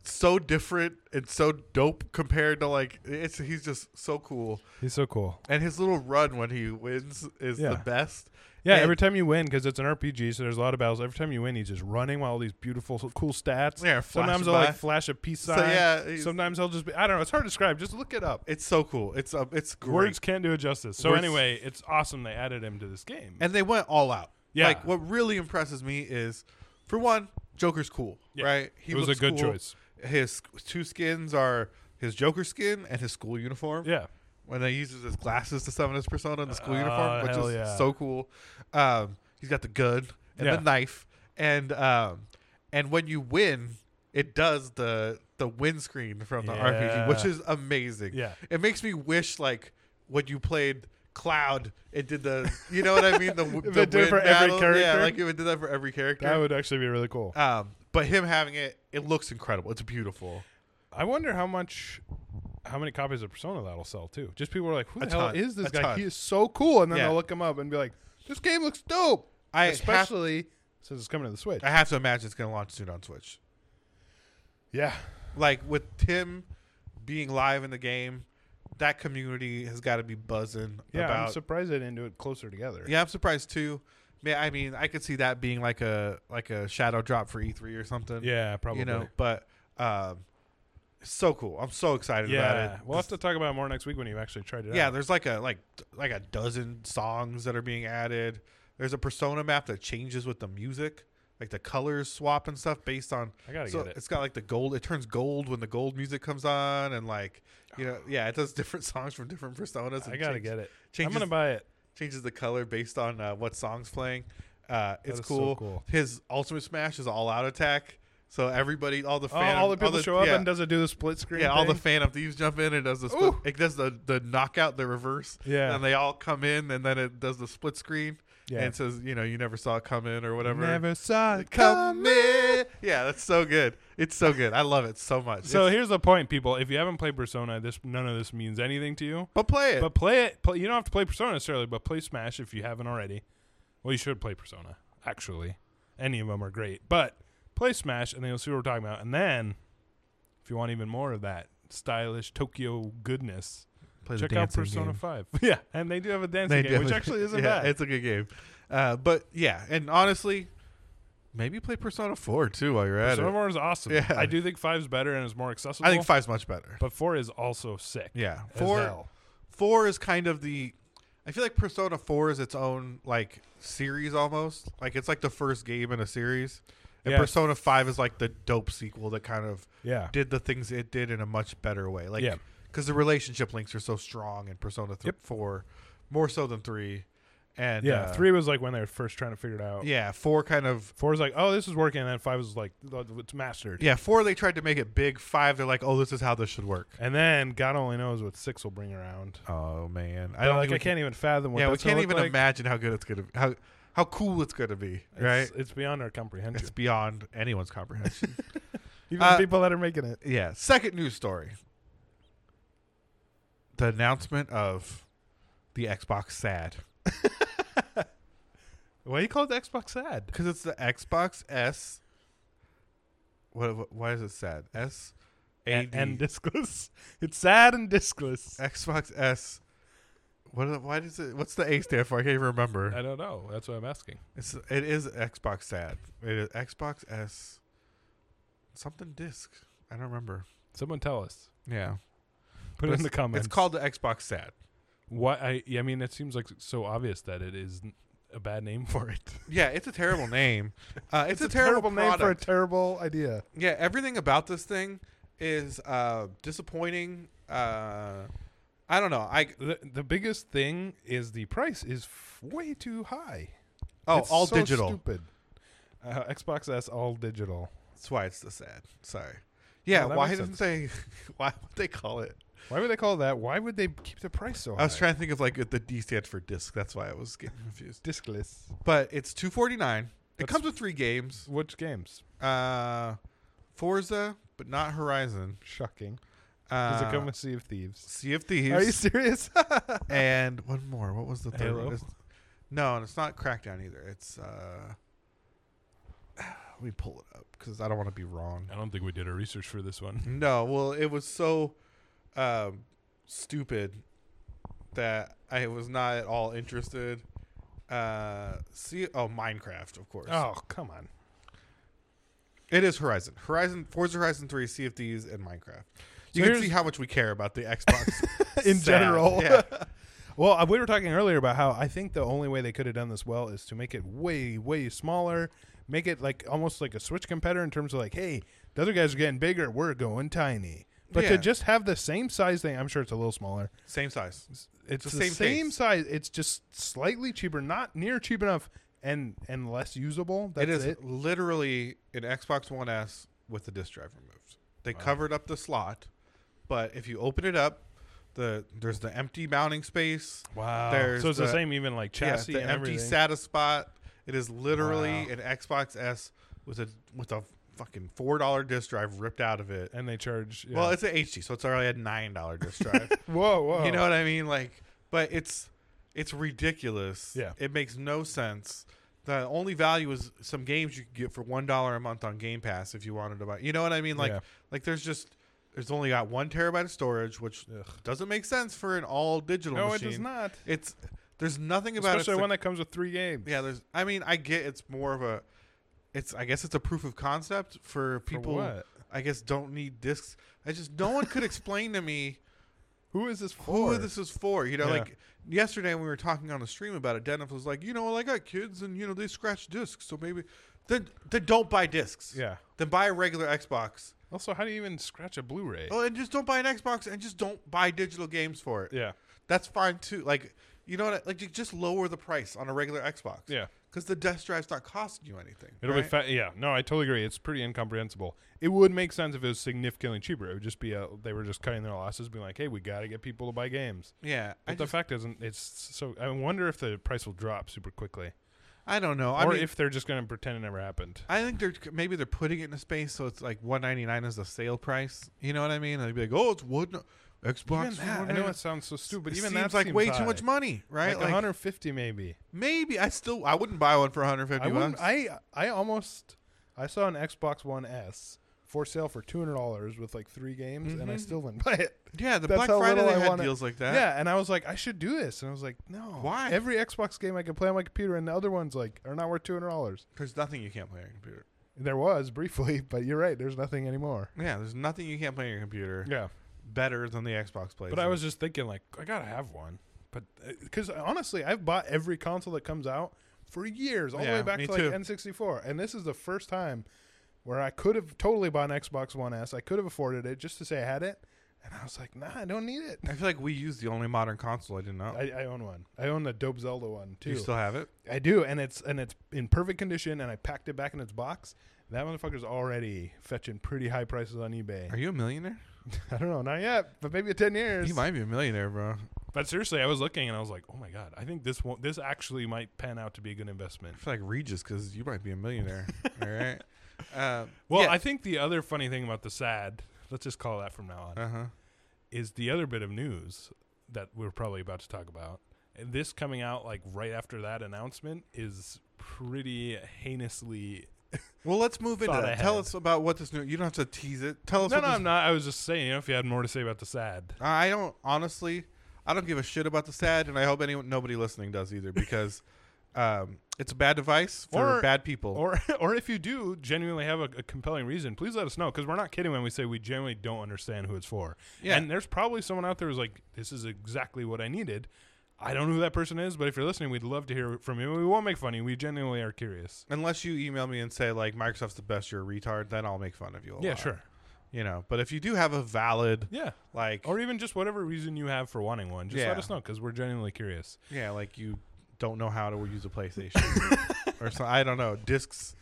[SPEAKER 1] so different and so dope compared to like it's he's just so cool.
[SPEAKER 2] He's so cool.
[SPEAKER 1] And his little run when he wins is
[SPEAKER 2] Yeah.
[SPEAKER 1] the best.
[SPEAKER 2] Yeah,
[SPEAKER 1] And-
[SPEAKER 2] every time you win, because it's an RPG, so there's a lot of battles. Every time you win, he's just running while all these beautiful, so- cool stats.
[SPEAKER 1] Yeah, flashing
[SPEAKER 2] Sometimes he'll
[SPEAKER 1] by.
[SPEAKER 2] like flash a peace
[SPEAKER 1] So,
[SPEAKER 2] sign.
[SPEAKER 1] yeah, he's-
[SPEAKER 2] Sometimes he'll just be. I don't know. It's hard to describe. Just look it up.
[SPEAKER 1] It's so cool. It's uh, it's great.
[SPEAKER 2] Words can't do it justice. So
[SPEAKER 1] Words-
[SPEAKER 2] anyway, it's awesome they added him to this game.
[SPEAKER 1] and they went all out.
[SPEAKER 2] Yeah.
[SPEAKER 1] Like what really impresses me is, for one, Joker's cool,
[SPEAKER 2] Yeah.
[SPEAKER 1] right? He
[SPEAKER 2] it was a
[SPEAKER 1] looks
[SPEAKER 2] good
[SPEAKER 1] cool.
[SPEAKER 2] choice.
[SPEAKER 1] His two skins are his Joker skin and his school uniform.
[SPEAKER 2] Yeah,
[SPEAKER 1] When he uses his glasses to summon his persona in the school
[SPEAKER 2] Oh,
[SPEAKER 1] uniform, which
[SPEAKER 2] hell
[SPEAKER 1] is
[SPEAKER 2] yeah.
[SPEAKER 1] so cool. Um, he's got the gun and
[SPEAKER 2] Yeah.
[SPEAKER 1] the knife, and um, and when you win, it does the the windscreen from the RPG, which
[SPEAKER 2] Yeah.
[SPEAKER 1] is amazing.
[SPEAKER 2] yeah.
[SPEAKER 1] It makes me wish like when you played Cloud, it did the you know what I mean the w-
[SPEAKER 2] If
[SPEAKER 1] the
[SPEAKER 2] it did
[SPEAKER 1] wind
[SPEAKER 2] for every
[SPEAKER 1] battle.
[SPEAKER 2] character?
[SPEAKER 1] Yeah, like if it did that for every character.
[SPEAKER 2] That would actually be really cool.
[SPEAKER 1] um, but him having it, it looks incredible. It's beautiful.
[SPEAKER 2] I wonder how much, how many copies of Persona that'll sell too. Just people are like, who
[SPEAKER 1] A
[SPEAKER 2] the hell
[SPEAKER 1] ton.
[SPEAKER 2] is this
[SPEAKER 1] A
[SPEAKER 2] guy?
[SPEAKER 1] ton.
[SPEAKER 2] He is so cool, and then
[SPEAKER 1] Yeah.
[SPEAKER 2] they'll look him up and be like, this game looks dope.
[SPEAKER 1] I have,
[SPEAKER 2] Especially since it's coming to the Switch.
[SPEAKER 1] I have to imagine it's gonna launch soon on Switch.
[SPEAKER 2] yeah,
[SPEAKER 1] Like with him being live in the game, that community has got to be buzzing
[SPEAKER 2] yeah. I'm
[SPEAKER 1] about.
[SPEAKER 2] surprised they didn't do it closer together.
[SPEAKER 1] yeah, I'm surprised too. Man, I mean, I could see that being like a like a shadow drop for E3 or something.
[SPEAKER 2] Yeah, probably.
[SPEAKER 1] You know, but um, so cool. I'm so excited about
[SPEAKER 2] yeah,
[SPEAKER 1] it.
[SPEAKER 2] we'll have to talk about it more next week when you actually tried it.
[SPEAKER 1] yeah,
[SPEAKER 2] out.
[SPEAKER 1] there's like a like like a dozen songs that are being added. There's a persona map that changes with the music, like the colors swap and stuff based on.
[SPEAKER 2] I gotta
[SPEAKER 1] So
[SPEAKER 2] get it.
[SPEAKER 1] it's got like the gold. It turns gold when the gold music comes on, and like you know, yeah, it does different songs from different personas. And
[SPEAKER 2] I gotta
[SPEAKER 1] change-
[SPEAKER 2] get it.
[SPEAKER 1] Changes,
[SPEAKER 2] I'm gonna buy it.
[SPEAKER 1] changes the color based on uh, what song's playing. Uh, it's
[SPEAKER 2] is so
[SPEAKER 1] cool.
[SPEAKER 2] cool.
[SPEAKER 1] His ultimate smash is all out attack. So everybody, all the
[SPEAKER 2] Oh,
[SPEAKER 1] fan,
[SPEAKER 2] all the people show up
[SPEAKER 1] yeah.
[SPEAKER 2] and does it do the split screen?
[SPEAKER 1] Yeah, all the
[SPEAKER 2] thing?
[SPEAKER 1] Phantom Thieves jump in and does the split,
[SPEAKER 2] Ooh.
[SPEAKER 1] it does the the knockout, the reverse.
[SPEAKER 2] Yeah.
[SPEAKER 1] and they all come in, and then it does the split screen.
[SPEAKER 2] Yeah.
[SPEAKER 1] and it says you know you never saw it come in or whatever.
[SPEAKER 2] Never saw it
[SPEAKER 1] come
[SPEAKER 2] coming.
[SPEAKER 1] in. Yeah, that's so good. It's so good. I love it so much.
[SPEAKER 2] So
[SPEAKER 1] It's-
[SPEAKER 2] here's the point, people. If you haven't played Persona, this none of this means anything to you.
[SPEAKER 1] but play it.
[SPEAKER 2] But play it. Play, you don't have to play Persona necessarily, but play Smash if you haven't already. Well, you should play Persona. Actually, any of them are great. But play Smash, and then you'll see what we're talking about. And then, if you want even more of that stylish Tokyo goodness,
[SPEAKER 1] Play
[SPEAKER 2] check out
[SPEAKER 1] dancing
[SPEAKER 2] Persona
[SPEAKER 1] game.
[SPEAKER 2] Five. yeah, and they do have a dancing
[SPEAKER 1] They
[SPEAKER 2] game, which
[SPEAKER 1] definitely-
[SPEAKER 2] actually isn't
[SPEAKER 1] yeah,
[SPEAKER 2] bad.
[SPEAKER 1] It's a good game. Uh, but yeah, and honestly, maybe play Persona 4 too while you're at
[SPEAKER 2] Persona
[SPEAKER 1] it.
[SPEAKER 2] Four is awesome.
[SPEAKER 1] Yeah.
[SPEAKER 2] I do think Five's better and is more accessible.
[SPEAKER 1] I think 5's much better.
[SPEAKER 2] but Four is also sick.
[SPEAKER 1] Yeah.
[SPEAKER 2] as
[SPEAKER 1] 4
[SPEAKER 2] hell.
[SPEAKER 1] 4 is kind of the I feel like Persona 4 is its own like series almost. Like it's like the first game in a series. And
[SPEAKER 2] Yeah.
[SPEAKER 1] Persona 5 is like the dope sequel that kind of
[SPEAKER 2] Yeah.
[SPEAKER 1] did the things it did in a much better way. Like
[SPEAKER 2] Yeah.
[SPEAKER 1] cuz the relationship links are so strong in Persona th-
[SPEAKER 2] Yep.
[SPEAKER 1] 4 more so than 3 and
[SPEAKER 2] yeah.
[SPEAKER 1] uh,
[SPEAKER 2] Three was like when they were first trying to figure it out.
[SPEAKER 1] yeah, 4 kind of
[SPEAKER 2] Four is like, oh, this is working, and then five is like, "Oh, it's mastered.
[SPEAKER 1] Yeah, four they tried to make it big. Five they're like, oh, this is how this should work.
[SPEAKER 2] And then God only knows what six will bring around.
[SPEAKER 1] Oh man,
[SPEAKER 2] I don't like. I can't even fathom what.
[SPEAKER 1] yeah, we
[SPEAKER 2] that's gonna
[SPEAKER 1] can't
[SPEAKER 2] look
[SPEAKER 1] even
[SPEAKER 2] like.
[SPEAKER 1] imagine how good it's gonna be, how how cool it's gonna be.
[SPEAKER 2] It's,
[SPEAKER 1] right?
[SPEAKER 2] it's beyond our comprehension.
[SPEAKER 1] It's beyond anyone's comprehension.
[SPEAKER 2] Even
[SPEAKER 1] Uh,
[SPEAKER 2] the people that are making it.
[SPEAKER 1] yeah. Second news story: the announcement of the Xbox Sad
[SPEAKER 2] Why do you call it the Xbox ad?
[SPEAKER 1] because it's the Xbox S. What, what? Why is it sad? S A D
[SPEAKER 2] and discless. It's sad and discless.
[SPEAKER 1] Xbox S. What? Why does it? What's the A stand for? I can't even remember.
[SPEAKER 2] I don't know. That's what I'm asking.
[SPEAKER 1] It's it is Xbox sad. It is Xbox S something disc. I don't remember.
[SPEAKER 2] Someone tell us.
[SPEAKER 1] Yeah. But
[SPEAKER 2] Put it in the comments.
[SPEAKER 1] It's called the Xbox sad.
[SPEAKER 2] What I I mean, it seems like so obvious that it is n- a bad name for it.
[SPEAKER 1] Yeah, it's a terrible name. Uh, it's, a, terrible, product.
[SPEAKER 2] name for a terrible idea.
[SPEAKER 1] yeah, everything about this thing is uh, disappointing. Uh, I don't know. I
[SPEAKER 2] The, the biggest thing is the price is f- way too high.
[SPEAKER 1] oh,
[SPEAKER 2] It's
[SPEAKER 1] all
[SPEAKER 2] so
[SPEAKER 1] digital.
[SPEAKER 2] Stupid. Uh, Xbox S all digital.
[SPEAKER 1] That's why it's the sad. Sorry. Yeah,
[SPEAKER 2] No, that
[SPEAKER 1] why
[SPEAKER 2] makes
[SPEAKER 1] didn't they? Why would they call it?
[SPEAKER 2] Why would they call it that? Why would they keep the price so high?
[SPEAKER 1] I was trying to think of like if the D stands for disc. That's why I was getting confused.
[SPEAKER 2] Discless.
[SPEAKER 1] But it's two forty nine. It
[SPEAKER 2] Mm-hmm. That's-
[SPEAKER 1] comes with three games.
[SPEAKER 2] Which games?
[SPEAKER 1] Uh, Forza, but not Horizon.
[SPEAKER 2] Shocking.
[SPEAKER 1] Uh,
[SPEAKER 2] Does it come with Sea of Thieves?
[SPEAKER 1] Sea of
[SPEAKER 2] Are you
[SPEAKER 1] Thieves
[SPEAKER 2] serious?
[SPEAKER 1] and one more? What was the third
[SPEAKER 2] Halo?
[SPEAKER 1] one? It's- no, and it's not Crackdown either. It's uh, let me pull it up because I don't want to be wrong.
[SPEAKER 2] I don't think we did our research for this one.
[SPEAKER 1] No, well, it was so um, stupid that I was not at all interested. Uh, see, oh, Minecraft, of course.
[SPEAKER 2] Oh, come on.
[SPEAKER 1] It is Horizon, Horizon, Forza Horizon Three, Sea of Thieves, and Minecraft. You
[SPEAKER 2] So
[SPEAKER 1] can
[SPEAKER 2] here's-
[SPEAKER 1] see how much we care about the Xbox
[SPEAKER 2] In
[SPEAKER 1] Sad.
[SPEAKER 2] general.
[SPEAKER 1] Yeah.
[SPEAKER 2] Well, uh, we were talking earlier about how I think the only way they could have done this well is to make it way, way smaller, make it like almost like a Switch competitor in terms of like, hey, the other guys are getting bigger, we're going tiny. But
[SPEAKER 1] Yeah.
[SPEAKER 2] to just have the same size thing, I'm sure it's a little smaller.
[SPEAKER 1] Same size.
[SPEAKER 2] It's
[SPEAKER 1] the
[SPEAKER 2] the,
[SPEAKER 1] same
[SPEAKER 2] same,
[SPEAKER 1] case.
[SPEAKER 2] size. It's just slightly cheaper, not near cheap enough, and and less usable. That's
[SPEAKER 1] it
[SPEAKER 2] it.
[SPEAKER 1] is literally an Xbox One S with the disc drive removed. They
[SPEAKER 2] Wow.
[SPEAKER 1] covered up the slot, but if you open it up, the there's the empty mounting space.
[SPEAKER 2] Wow.
[SPEAKER 1] There's
[SPEAKER 2] so it's the,
[SPEAKER 1] the-
[SPEAKER 2] same even like
[SPEAKER 1] Yeah,
[SPEAKER 2] chassis
[SPEAKER 1] the
[SPEAKER 2] and
[SPEAKER 1] empty
[SPEAKER 2] everything.
[SPEAKER 1] SATA spot. It is literally
[SPEAKER 2] Wow.
[SPEAKER 1] an Xbox S with a with a fucking four dollar disc drive ripped out of it.
[SPEAKER 2] and they charge. yeah.
[SPEAKER 1] Well, it's an HD, so it's already a nine dollar disc drive.
[SPEAKER 2] whoa, whoa.
[SPEAKER 1] You know what I mean? Like, but it's it's ridiculous.
[SPEAKER 2] Yeah.
[SPEAKER 1] it makes no sense. The only value is some games you could get for one dollar a month on Game Pass if you wanted to buy. You know what I mean? Like,
[SPEAKER 2] Yeah.
[SPEAKER 1] like there's just there's only got one terabyte of storage, which
[SPEAKER 2] Ugh.
[SPEAKER 1] doesn't make sense for an all digital.
[SPEAKER 2] No,
[SPEAKER 1] machine.
[SPEAKER 2] it does not.
[SPEAKER 1] It's there's nothing about
[SPEAKER 2] Especially
[SPEAKER 1] it.
[SPEAKER 2] one that comes with three games.
[SPEAKER 1] yeah, there's. I mean, I get it's more of a. It's I guess it's a proof of concept for
[SPEAKER 2] For
[SPEAKER 1] people.
[SPEAKER 2] what?
[SPEAKER 1] I guess don't need discs. I just no one could explain to me
[SPEAKER 2] Who is this for?
[SPEAKER 1] who this is for. You know,
[SPEAKER 2] Yeah.
[SPEAKER 1] like yesterday when we were talking on the stream about it, Dennis was like, you know, well, I got kids and you know they scratch discs, so maybe then then don't buy discs.
[SPEAKER 2] Yeah.
[SPEAKER 1] Then buy a regular Xbox.
[SPEAKER 2] Also, how do you even scratch a Blu-ray?
[SPEAKER 1] Oh, and just don't buy an Xbox and just don't buy digital games for it.
[SPEAKER 2] Yeah,
[SPEAKER 1] That's fine too. Like you know what? I- Like you just lower the price on a regular Xbox.
[SPEAKER 2] yeah.
[SPEAKER 1] Because the disk drive's not costing you anything.
[SPEAKER 2] It'll be
[SPEAKER 1] right?
[SPEAKER 2] fa- yeah. No, I totally agree. It's pretty incomprehensible. It would make sense if it was significantly cheaper. It would just be a, they were just cutting their losses, being like, hey, we got to get people to buy games.
[SPEAKER 1] Yeah.
[SPEAKER 2] But
[SPEAKER 1] I,
[SPEAKER 2] the
[SPEAKER 1] just-
[SPEAKER 2] fact isn't. It's so. I wonder if the price will drop super quickly,
[SPEAKER 1] I don't know. I
[SPEAKER 2] or
[SPEAKER 1] mean,
[SPEAKER 2] if they're just going to pretend it never happened.
[SPEAKER 1] I think they're maybe they're putting it in a space so it's like one ninety nine is the sale price. You know what I mean? They'd be like, oh, it's one. Xbox.
[SPEAKER 2] even that, I know it sounds so stupid. Even
[SPEAKER 1] seems
[SPEAKER 2] that's
[SPEAKER 1] like way too much money, right?
[SPEAKER 2] Like, 150 maybe.
[SPEAKER 1] maybe I still I wouldn't buy one for 150
[SPEAKER 2] I wouldn't.
[SPEAKER 1] bucks.
[SPEAKER 2] I I almost I saw an Xbox One S for sale for two hundred dollars with like three games, and I
[SPEAKER 1] Mhm.
[SPEAKER 2] still didn't buy it.
[SPEAKER 1] yeah, the
[SPEAKER 2] that's
[SPEAKER 1] Black
[SPEAKER 2] how
[SPEAKER 1] Friday
[SPEAKER 2] little
[SPEAKER 1] they
[SPEAKER 2] I
[SPEAKER 1] had
[SPEAKER 2] wanna-
[SPEAKER 1] deals like that.
[SPEAKER 2] Mm-hmm. Yeah, and I was like, I should do this, and I was like, No,
[SPEAKER 1] Why?
[SPEAKER 2] Every Xbox game I can play on my computer, and the other ones like are not worth two hundred dollars.
[SPEAKER 1] there's nothing you can't play on your computer.
[SPEAKER 2] There was briefly, but you're right. There's nothing anymore.
[SPEAKER 1] Yeah, there's nothing you can't play on your computer
[SPEAKER 2] Yeah,
[SPEAKER 1] better than the Xbox plays.
[SPEAKER 2] but I was just thinking like I gotta have one, but because honestly, I've bought every console that comes out for years, all the
[SPEAKER 1] Yeah,
[SPEAKER 2] way back
[SPEAKER 1] me
[SPEAKER 2] to like
[SPEAKER 1] too.
[SPEAKER 2] N64, and this is the first time where I could have totally bought an Xbox One S. I could have afforded it just to say I had it, and I was like, Nah, I don't need it.
[SPEAKER 1] I feel like we used the only modern console I didn't know.
[SPEAKER 2] I, I own one. I own the Dope Zelda one
[SPEAKER 1] Do
[SPEAKER 2] too.
[SPEAKER 1] you still have it?
[SPEAKER 2] I do, and it's and it's in perfect condition, and I packed it back in its box. That motherfucker's already fetching pretty high prices on eBay.
[SPEAKER 1] Are you a millionaire?
[SPEAKER 2] I don't know, not yet, but maybe in ten years.
[SPEAKER 1] You might be a millionaire, bro.
[SPEAKER 2] But seriously, I was looking and I was like, oh my god, I think this won't, this actually might pan out to be a good investment.
[SPEAKER 1] I feel like Regis because you might be a millionaire. all right. Uh,
[SPEAKER 3] Well,
[SPEAKER 1] yeah.
[SPEAKER 3] I think the other funny thing about the sad, let's just call it that from now on,
[SPEAKER 1] uh huh.
[SPEAKER 3] is the other bit of news that we're probably about to talk about. And this coming out like right after that announcement is pretty heinously.
[SPEAKER 1] Well, let's move into
[SPEAKER 3] Thought
[SPEAKER 1] that. Tell
[SPEAKER 3] ahead.
[SPEAKER 1] us about what this new. You don't have to tease it. Tell us.
[SPEAKER 3] No,
[SPEAKER 1] what
[SPEAKER 3] no,
[SPEAKER 1] this
[SPEAKER 3] I'm not. I was just saying, you know, if you had more to say about the sad.
[SPEAKER 1] I don't honestly. I don't give a shit about the sad, and I hope anyone, nobody listening does either, because um, it's a bad device for
[SPEAKER 3] Or-
[SPEAKER 1] bad people.
[SPEAKER 3] Or, or if you do genuinely have a, a compelling reason, please let us know because we're not kidding when we say we genuinely don't understand who it's for.
[SPEAKER 1] Yeah.
[SPEAKER 3] And there's probably someone out there who's like, this is exactly what I needed. I don't know who that person is, but if you're listening, we'd love to hear from you. We won't make fun of you. We genuinely are curious.
[SPEAKER 1] Unless you email me and say like Microsoft's the best, you're a retard, then I'll make fun of you. A
[SPEAKER 3] yeah,
[SPEAKER 1] lot,
[SPEAKER 3] sure.
[SPEAKER 1] You know, but if you do have a valid
[SPEAKER 3] Yeah.
[SPEAKER 1] like,
[SPEAKER 3] Or even just whatever reason you have for wanting one, just let
[SPEAKER 1] Yeah.
[SPEAKER 3] us know because we're genuinely curious.
[SPEAKER 1] yeah, like you don't know how to use a PlayStation or so, I don't know, discs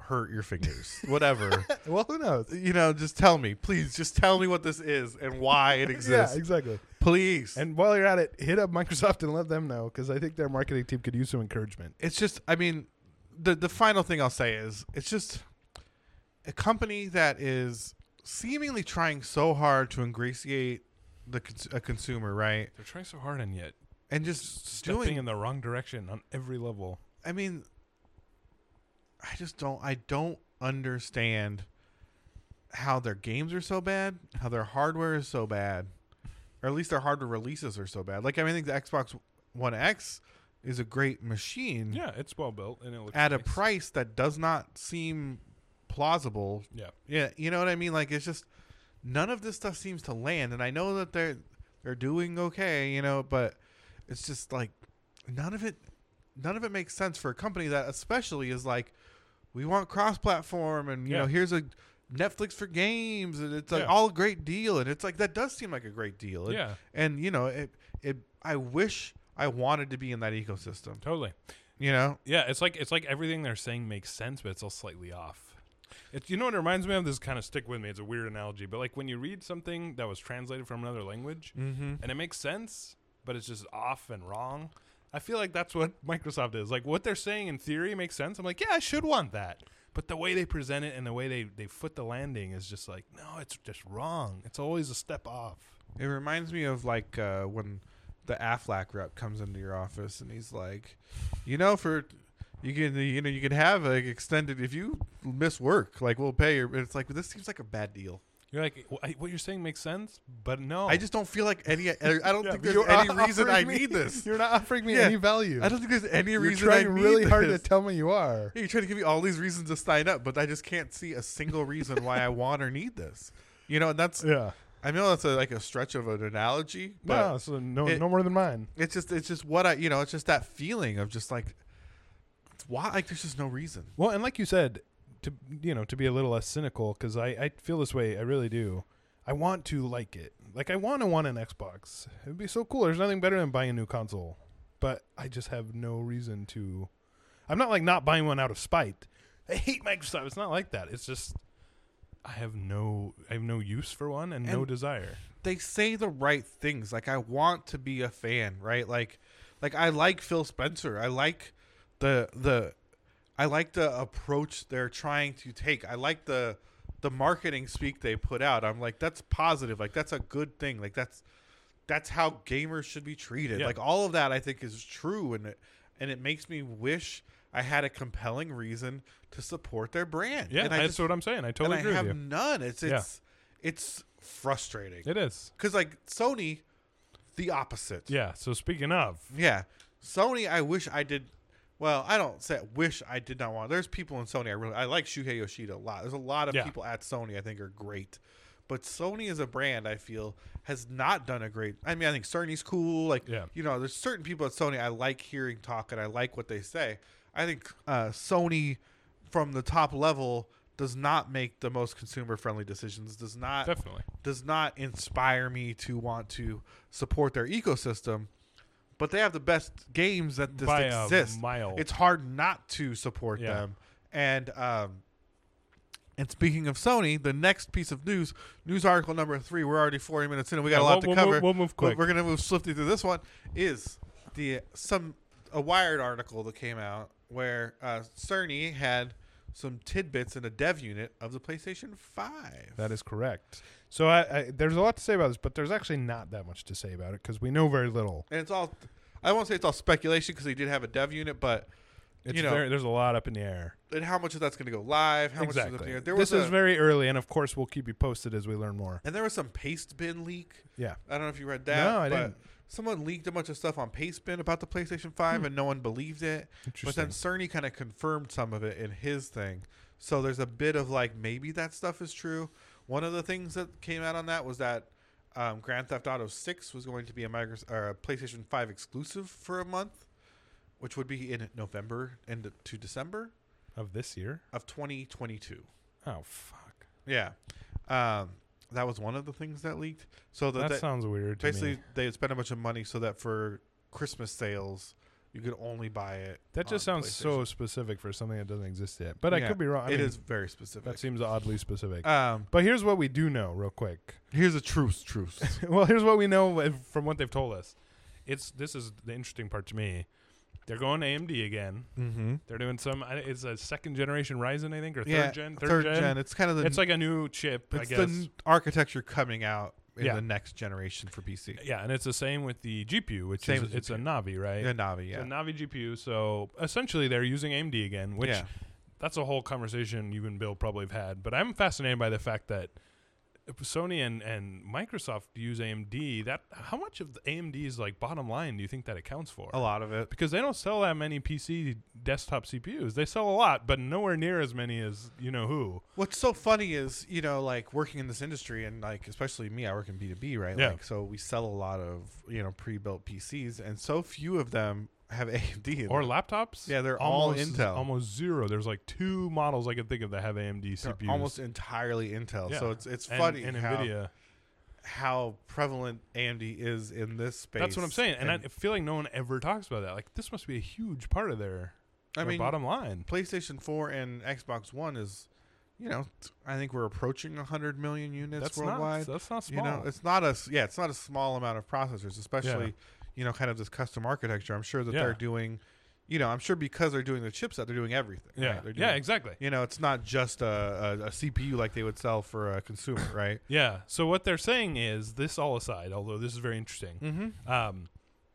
[SPEAKER 1] hurt your fingers, whatever.
[SPEAKER 2] Well, who knows?
[SPEAKER 1] you know, just tell me, please, just tell me what this is and why it
[SPEAKER 2] Yeah,
[SPEAKER 1] exists,
[SPEAKER 2] exactly.
[SPEAKER 1] please.
[SPEAKER 2] And while you're at it, hit up Microsoft and let them know because I think their marketing team could use some encouragement.
[SPEAKER 1] it's just I mean the the final thing I'll say is it's just a company that is seemingly trying so hard to ingratiate the cons- a consumer, right?
[SPEAKER 3] They're trying so hard and yet
[SPEAKER 1] And just
[SPEAKER 3] stepping
[SPEAKER 1] doing
[SPEAKER 3] in the wrong direction on every level.
[SPEAKER 1] I mean I just don't I don't understand how their games are so bad, how their hardware is so bad, or at least their hardware releases are so bad. Like I mean, I think the Xbox One X is a great machine.
[SPEAKER 3] Yeah, it's well built and it looks
[SPEAKER 1] at a
[SPEAKER 3] nice.
[SPEAKER 1] price that does not seem plausible.
[SPEAKER 3] Yeah.
[SPEAKER 1] Yeah, you know what I mean? Like it's just none of this stuff seems to land and I know that they're they're doing okay, you know, but it's just like none of it none of it makes sense for a company that especially is like we want cross platform and you
[SPEAKER 3] Yeah.
[SPEAKER 1] know, here's a Netflix for games and it's like
[SPEAKER 3] Yeah.
[SPEAKER 1] all a great deal and it's like that does seem like a great deal. And,
[SPEAKER 3] Yeah,
[SPEAKER 1] and you know, it it I wish I wanted to be in that ecosystem,
[SPEAKER 3] totally.
[SPEAKER 1] you know?
[SPEAKER 3] Yeah, it's like it's like everything they're saying makes sense, but it's all slightly off. It's you know what it reminds me of. This is kind of stick with me. It's a weird analogy, but like when you read something that was translated from another language
[SPEAKER 1] Mhm.
[SPEAKER 3] and it makes sense, but it's just off and wrong. I feel like that's what Microsoft is. Like what they're saying in theory makes sense. I'm like, yeah, I should want that. But the way they present it and the way they, they foot the landing is just like, no, it's just wrong. It's always a step off.
[SPEAKER 1] It reminds me of like uh, when the Aflac rep comes into your office and he's like, you know, for you can you know you can have like extended if you miss work, like we'll pay your. It's like this seems like a bad deal.
[SPEAKER 3] You're like, "Wh- I- what you're saying makes sense, but no.
[SPEAKER 1] I just don't feel like any. I don't
[SPEAKER 2] Oh. Yeah,
[SPEAKER 1] think
[SPEAKER 2] but
[SPEAKER 1] there's
[SPEAKER 2] you're
[SPEAKER 1] any
[SPEAKER 2] offering
[SPEAKER 1] reason I
[SPEAKER 2] me-
[SPEAKER 1] need this.
[SPEAKER 2] You're not offering me
[SPEAKER 1] Yeah.
[SPEAKER 2] any value.
[SPEAKER 1] I don't think there's any
[SPEAKER 2] you're
[SPEAKER 1] reason I
[SPEAKER 2] trying
[SPEAKER 1] need
[SPEAKER 2] really hard to
[SPEAKER 1] this.
[SPEAKER 2] tell me you are.
[SPEAKER 1] Yeah, you're trying to give me all these reasons to sign up, but I just can't see a single reason why I want or need this. You know, and that's
[SPEAKER 2] Yeah.
[SPEAKER 1] I know that's a, like a stretch of an analogy, but
[SPEAKER 2] No, so no,
[SPEAKER 1] it-
[SPEAKER 2] no more than mine.
[SPEAKER 1] It's just it's just what I you know, it's just that feeling of just like it's why like there's just no reason.
[SPEAKER 3] Well, and like you said, to you know, to be a little less cynical, because I, I feel this way, I really do.
[SPEAKER 2] I want to like it. Like I want to want an Xbox. It would be so cool. There's nothing better than buying a new console. But I just have no reason to. I'm not like not buying one out of spite.
[SPEAKER 3] I hate Microsoft. It's not like that. It's just I have no I have no use for one and, no
[SPEAKER 1] And-
[SPEAKER 3] desire.
[SPEAKER 1] They say the right things. Like I want to be a fan, right? Like like I like Phil Spencer. I like the the I like the approach they're trying to take. I like the the marketing speak they put out, I'm like, that's positive. Like that's a good thing. Like that's that's how gamers should be treated.
[SPEAKER 2] Yeah.
[SPEAKER 1] Like all of that, I think is true, and it and it makes me wish I had a compelling reason to support their brand.
[SPEAKER 2] Yeah,
[SPEAKER 1] and I
[SPEAKER 2] that's
[SPEAKER 1] just
[SPEAKER 2] what I'm saying. I totally
[SPEAKER 1] and
[SPEAKER 2] agree
[SPEAKER 1] I have
[SPEAKER 2] with you.
[SPEAKER 1] none. It's
[SPEAKER 2] Yeah.
[SPEAKER 1] it's it's frustrating
[SPEAKER 2] It is.
[SPEAKER 1] because like Sony, the opposite.
[SPEAKER 2] Yeah. So speaking of,
[SPEAKER 1] Yeah. Sony, I wish I did. Well, I don't say wish I did not want. There's people in Sony I really I like Shuhei Yoshida a lot. There's a lot of
[SPEAKER 2] Yeah.
[SPEAKER 1] people at Sony I think are great, but Sony as a brand I feel has not done a great. I mean I think Cerny's cool. Like
[SPEAKER 2] Yeah.
[SPEAKER 1] you know there's certain people at Sony I like hearing talk and I like what they say. I think uh, Sony from the top level does not make the most consumer friendly decisions. Does not
[SPEAKER 2] definitely.
[SPEAKER 1] does not inspire me to want to support their ecosystem, but they have the best games that just
[SPEAKER 2] By a
[SPEAKER 1] exist.
[SPEAKER 2] mile.
[SPEAKER 1] It's hard not to support
[SPEAKER 2] Yeah.
[SPEAKER 1] them. And um, and speaking of Sony, the next piece of news, news article number three. We're already forty minutes in, and we got a
[SPEAKER 2] Yeah,
[SPEAKER 1] lot
[SPEAKER 2] we'll-
[SPEAKER 1] to
[SPEAKER 2] we'll
[SPEAKER 1] cover.
[SPEAKER 2] move- we'll move
[SPEAKER 1] But
[SPEAKER 2] quick.
[SPEAKER 1] We're gonna move swiftly through this one. Is the some a Wired article that came out where uh, Cerny had some tidbits in a dev unit of the PlayStation Five.
[SPEAKER 4] That is correct. So I, I, there's a lot to say about this, but there's actually not that much to say about it because we know very little.
[SPEAKER 1] and it's all I won't say it's all speculation because he did have a dev unit, but
[SPEAKER 4] It's
[SPEAKER 1] You know-
[SPEAKER 4] very, there's a lot up in the air.
[SPEAKER 1] and how much of that's going to go live? How much is
[SPEAKER 4] exactly.
[SPEAKER 1] up there? There
[SPEAKER 4] this
[SPEAKER 1] was
[SPEAKER 4] is
[SPEAKER 1] a-
[SPEAKER 4] very early, and of course we'll keep you posted as we learn more.
[SPEAKER 1] and there was some paste bin leak.
[SPEAKER 4] Yeah.
[SPEAKER 1] I don't know if you read that.
[SPEAKER 4] No, I
[SPEAKER 1] but
[SPEAKER 4] didn't.
[SPEAKER 1] Someone leaked a bunch of stuff on paste bin about the PlayStation Five,
[SPEAKER 4] Hmm.
[SPEAKER 1] and no one believed it. But then Cerny kind of confirmed some of it in his thing. So there's a bit of like maybe that stuff is true. One of the things that came out on that was that um, Grand Theft Auto Six was going to be a, Microsoft, or a PlayStation Five exclusive for a month, which would be in November and to December
[SPEAKER 4] of this year.
[SPEAKER 1] of 2022.
[SPEAKER 4] Oh fuck!
[SPEAKER 1] Yeah, um, that was one of the things that leaked. So that,
[SPEAKER 4] That,
[SPEAKER 1] that
[SPEAKER 4] sounds weird. To
[SPEAKER 1] basically
[SPEAKER 4] me.
[SPEAKER 1] they spent a bunch of money so that for Christmas sales you could only buy it.
[SPEAKER 4] that just
[SPEAKER 1] on
[SPEAKER 4] sounds so specific for something that doesn't exist yet. But I
[SPEAKER 1] Yeah,
[SPEAKER 4] could be wrong.
[SPEAKER 1] PlayStation.
[SPEAKER 4] I
[SPEAKER 1] It is
[SPEAKER 4] mean,
[SPEAKER 1] very specific.
[SPEAKER 4] That seems oddly specific.
[SPEAKER 1] Um,
[SPEAKER 4] but here's what we do know, real quick.
[SPEAKER 1] here's a truce, truce.
[SPEAKER 4] well, here's what we know. uh,
[SPEAKER 2] From what they've told us, it's this is the interesting part to me. They're going AMD again.
[SPEAKER 1] mm-hmm.
[SPEAKER 2] They're doing some. I- It's a second generation Ryzen, I think, or third
[SPEAKER 1] Yeah,
[SPEAKER 2] gen.
[SPEAKER 1] third, gen. It's kind of the
[SPEAKER 2] It's like a new chip, I
[SPEAKER 1] it's the
[SPEAKER 2] guess.
[SPEAKER 1] n- architecture coming out in
[SPEAKER 2] Yeah.
[SPEAKER 1] the next generation for PC.
[SPEAKER 2] yeah, and it's the same with the GPU, which
[SPEAKER 1] Same
[SPEAKER 2] is
[SPEAKER 1] with
[SPEAKER 2] it's a
[SPEAKER 1] GPU.
[SPEAKER 2] Navi, right?
[SPEAKER 1] The Navi,
[SPEAKER 2] It's
[SPEAKER 1] yeah,
[SPEAKER 2] a Navi GPU. So essentially, they're using AMD again, which
[SPEAKER 1] yeah.
[SPEAKER 2] that's a whole conversation you and Bill probably have had. But I'm fascinated by the fact that if Sony and, and Microsoft use AMD. That how much of the AMD's like bottom line do you think that accounts for?
[SPEAKER 1] a lot of it.
[SPEAKER 2] Because they don't sell that many PC desktop CPUs. They sell a lot, but nowhere near as many as you know who.
[SPEAKER 1] What's so funny is, you know, like working in this industry and like especially me, I work in B2B, right?
[SPEAKER 2] Yeah.
[SPEAKER 1] Like so we sell a lot of, you know, pre-built PCs and so few of them have AMD in
[SPEAKER 2] Or
[SPEAKER 1] them.
[SPEAKER 2] laptops.
[SPEAKER 1] Yeah, they're all
[SPEAKER 2] Almost-
[SPEAKER 1] Intel.
[SPEAKER 2] Almost zero. There's like two models I can think of that have AMD
[SPEAKER 1] They're
[SPEAKER 2] CPUs.
[SPEAKER 1] almost entirely Intel.
[SPEAKER 2] Yeah.
[SPEAKER 1] So it's it's
[SPEAKER 2] And-
[SPEAKER 1] funny
[SPEAKER 2] and
[SPEAKER 1] how,
[SPEAKER 2] Nvidia.
[SPEAKER 1] how prevalent AMD is in this space.
[SPEAKER 2] That's what I'm saying, and, I feel like no one ever talks about that. Like this must be a huge part of their,
[SPEAKER 1] I
[SPEAKER 2] their
[SPEAKER 1] mean,
[SPEAKER 2] bottom line.
[SPEAKER 1] PlayStation 4 and Xbox 1 is you know, t- I think we're approaching 100 million units
[SPEAKER 2] That's
[SPEAKER 1] worldwide.
[SPEAKER 2] not that's not
[SPEAKER 1] you
[SPEAKER 2] small.
[SPEAKER 1] know it's not a s- yeah it's not a small amount of processors especially you know kind of this custom architecture i'm sure that
[SPEAKER 2] Yeah.
[SPEAKER 1] they're doing you know i'm sure because they're doing the chipset they're doing everything
[SPEAKER 2] yeah,
[SPEAKER 1] right? They're doing,
[SPEAKER 2] yeah, exactly.
[SPEAKER 1] you know it's not just a, a, a cpu like they would sell for a consumer right
[SPEAKER 2] Yeah. So what they're saying is this. All aside, although this is very interesting,
[SPEAKER 1] mm-hmm
[SPEAKER 2] um,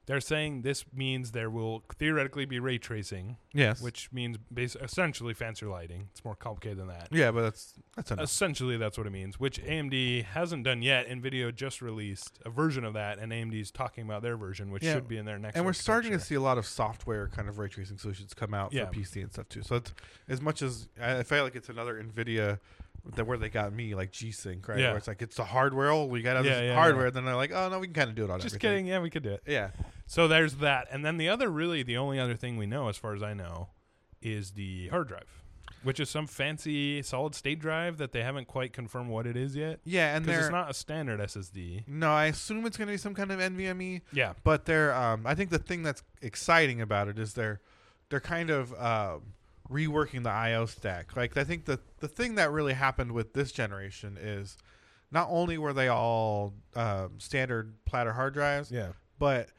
[SPEAKER 2] they're saying this means there will theoretically be ray tracing,
[SPEAKER 1] yes
[SPEAKER 2] which means bas- essentially fancier lighting. It's more complicated than that.
[SPEAKER 1] yeah but that's that's enough.
[SPEAKER 2] Essentially, that's what it means, which AMD hasn't done yet. NVIDIA just released a version of that, and AMD's talking about their version, which
[SPEAKER 1] Yeah.
[SPEAKER 2] should be in their next.
[SPEAKER 1] and we're starting to
[SPEAKER 2] architecture.
[SPEAKER 1] see a lot of software kind of ray tracing solutions come out
[SPEAKER 2] Yeah.
[SPEAKER 1] for pc and stuff too so it's, as much as I, I feel like it's another nvidia that where they got me like g-sync right
[SPEAKER 2] Yeah.
[SPEAKER 1] where it's like it's the hardware oh we got all this
[SPEAKER 2] Yeah, yeah,
[SPEAKER 1] hardware
[SPEAKER 2] yeah.
[SPEAKER 1] then they're like oh no we can kind of do it on
[SPEAKER 2] Just
[SPEAKER 1] everything.
[SPEAKER 2] kidding. Yeah, we could do it.
[SPEAKER 1] yeah
[SPEAKER 2] So there's that. And then the other, really, the only other thing we know, as far as I know, is the hard drive, which is some fancy solid state drive that they haven't quite confirmed what it is yet.
[SPEAKER 1] Yeah, and
[SPEAKER 2] Because
[SPEAKER 1] they're
[SPEAKER 2] it's not a standard SSD.
[SPEAKER 1] no. I assume it's going to be some kind of NVMe,
[SPEAKER 2] Yeah.
[SPEAKER 1] but they're. Um, I think the thing that's exciting about it is they're they're kind of um, reworking the I/O stack. Like I think the the thing that really happened with this generation is not only were they all um, standard platter hard drives,
[SPEAKER 4] Yeah,
[SPEAKER 1] but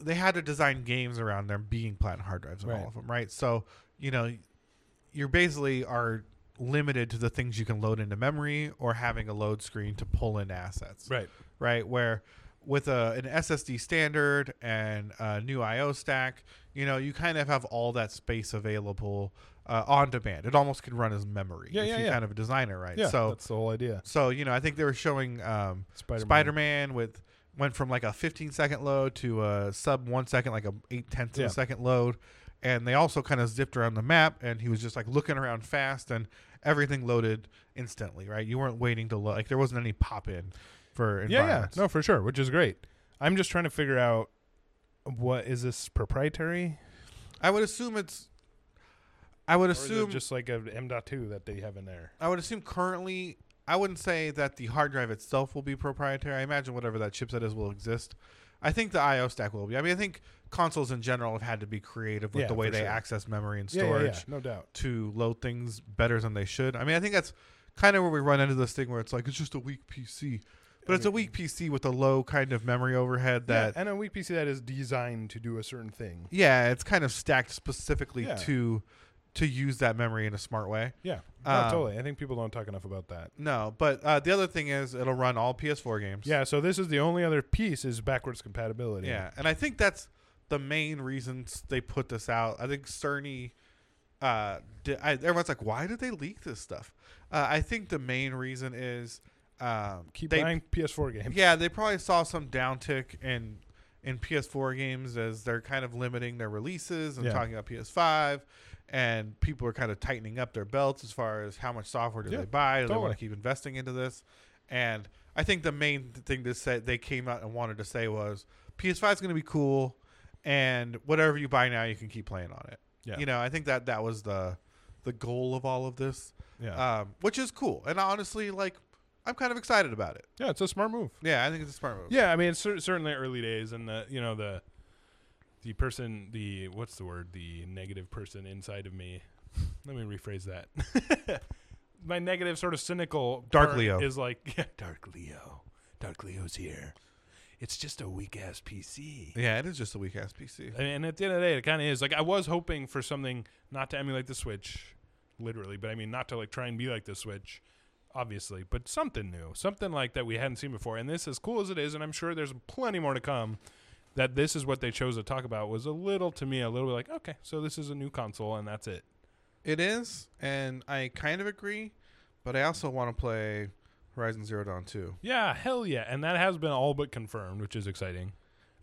[SPEAKER 1] they had to design games around them being platinum hard drives and
[SPEAKER 4] Right.
[SPEAKER 1] all of them, right? So you know, you're basically are limited to the things you can load into memory or having a load screen to pull in assets
[SPEAKER 2] Right.
[SPEAKER 1] right? Where with a, an SSD standard and a new I/O stack, you know, you kind of have all that space available uh, on demand. It almost can run as memory
[SPEAKER 5] Yeah,
[SPEAKER 1] if
[SPEAKER 5] yeah,
[SPEAKER 1] you
[SPEAKER 5] yeah.
[SPEAKER 1] kind of a designer, right?
[SPEAKER 5] Yeah,
[SPEAKER 1] so,
[SPEAKER 5] that's the whole idea.
[SPEAKER 1] so you know, I think they were showing um,
[SPEAKER 5] Spider-Man.
[SPEAKER 1] Spider-Man with went from like a 15 second load to a sub one second, like a eight tenths
[SPEAKER 5] Yeah.
[SPEAKER 1] of a second load, and they also kind of zipped around the map, and he was just like looking around fast, and everything loaded instantly, right? You weren't waiting to load, like there wasn't any pop in for
[SPEAKER 5] Yeah, yeah,
[SPEAKER 1] environments.
[SPEAKER 5] no, for sure, which is great. I'm just trying to figure out what is this proprietary
[SPEAKER 1] I would assume it's. I would
[SPEAKER 5] or is it
[SPEAKER 1] assume.
[SPEAKER 5] just like a M. dot two that they have in there.
[SPEAKER 1] I would assume currently. I wouldn't say that the hard drive itself will be proprietary. I imagine whatever that chipset is will exist. I think the I/O stack will be. I mean, I think consoles in general have had to be creative with
[SPEAKER 5] Yeah,
[SPEAKER 1] the way
[SPEAKER 5] for
[SPEAKER 1] they
[SPEAKER 5] sure.
[SPEAKER 1] access memory and
[SPEAKER 5] Yeah,
[SPEAKER 1] storage
[SPEAKER 5] yeah, yeah, no doubt.
[SPEAKER 1] to load things better than they should. I mean, I think that's kind of where we run into this thing where it's like it's just a weak PC, but
[SPEAKER 5] I
[SPEAKER 1] it's a
[SPEAKER 5] mean-
[SPEAKER 1] weak PC with a low kind of memory overhead that
[SPEAKER 5] yeah, and a weak PC that is designed to do a certain thing.
[SPEAKER 1] yeah, it's kind of stacked specifically
[SPEAKER 5] Yeah.
[SPEAKER 1] to to use that memory in a smart way.
[SPEAKER 5] Yeah,
[SPEAKER 1] Um,
[SPEAKER 5] no, totally. I think people don't talk enough about that.
[SPEAKER 1] No, but uh, the other thing is it'll run all PS4 games.
[SPEAKER 5] Yeah, so this is the only other piece is backwards compatibility.
[SPEAKER 1] yeah, and I think that's the main reasons they put this out. I think Cerny. Uh, di I, everyone's like, why did they leak this stuff? Uh, I think the main reason is um,
[SPEAKER 5] keep
[SPEAKER 1] they,
[SPEAKER 5] buying PS4 games.
[SPEAKER 1] Yeah, they probably saw some downtick in in PS4 games as they're kind of limiting their releases and
[SPEAKER 5] Yeah.
[SPEAKER 1] talking about PS5, and people are kind of tightening up their belts as far as how much software do
[SPEAKER 5] Yeah,
[SPEAKER 1] they buy? Do they want
[SPEAKER 5] totally.
[SPEAKER 1] to keep investing into this? And I think the main thing they said they came out and wanted to say was PS5 is going to be cool, and whatever you buy now, you can keep playing on it.
[SPEAKER 5] Yeah.
[SPEAKER 1] You know, I think that that was the the goal of all of this,
[SPEAKER 5] yeah,
[SPEAKER 1] um, which is cool. And honestly, like, I'm kind of excited about it.
[SPEAKER 5] yeah. It's a smart move.
[SPEAKER 1] Yeah, I think it's a smart move.
[SPEAKER 2] Yeah, I mean it's cer- certainly early days, and the you know the the person the what's the word the negative person inside of me. Let me rephrase that. My negative sort of cynical
[SPEAKER 1] Dark
[SPEAKER 2] part
[SPEAKER 1] Leo.
[SPEAKER 2] is like yeah, dark Leo. Dark Leo's here. It's just a weak ass PC.
[SPEAKER 1] Yeah, it is just a weak ass PC.
[SPEAKER 2] And, and at the end of the day, it kind of is. Like I was hoping for something not to emulate the Switch, literally, but I mean not to like try and be like the Switch, obviously, but something new, something like that we hadn't seen before. And this, as cool as it is, and I'm sure there's plenty more to come. That this is what they chose to talk about was a little to me a little bit like okay, so this is a new console and that's it.
[SPEAKER 1] It is, and I kind of agree, but I also want to play Horizon Zero Dawn 2.
[SPEAKER 2] Yeah, hell yeah, and that has been all but confirmed, which is exciting.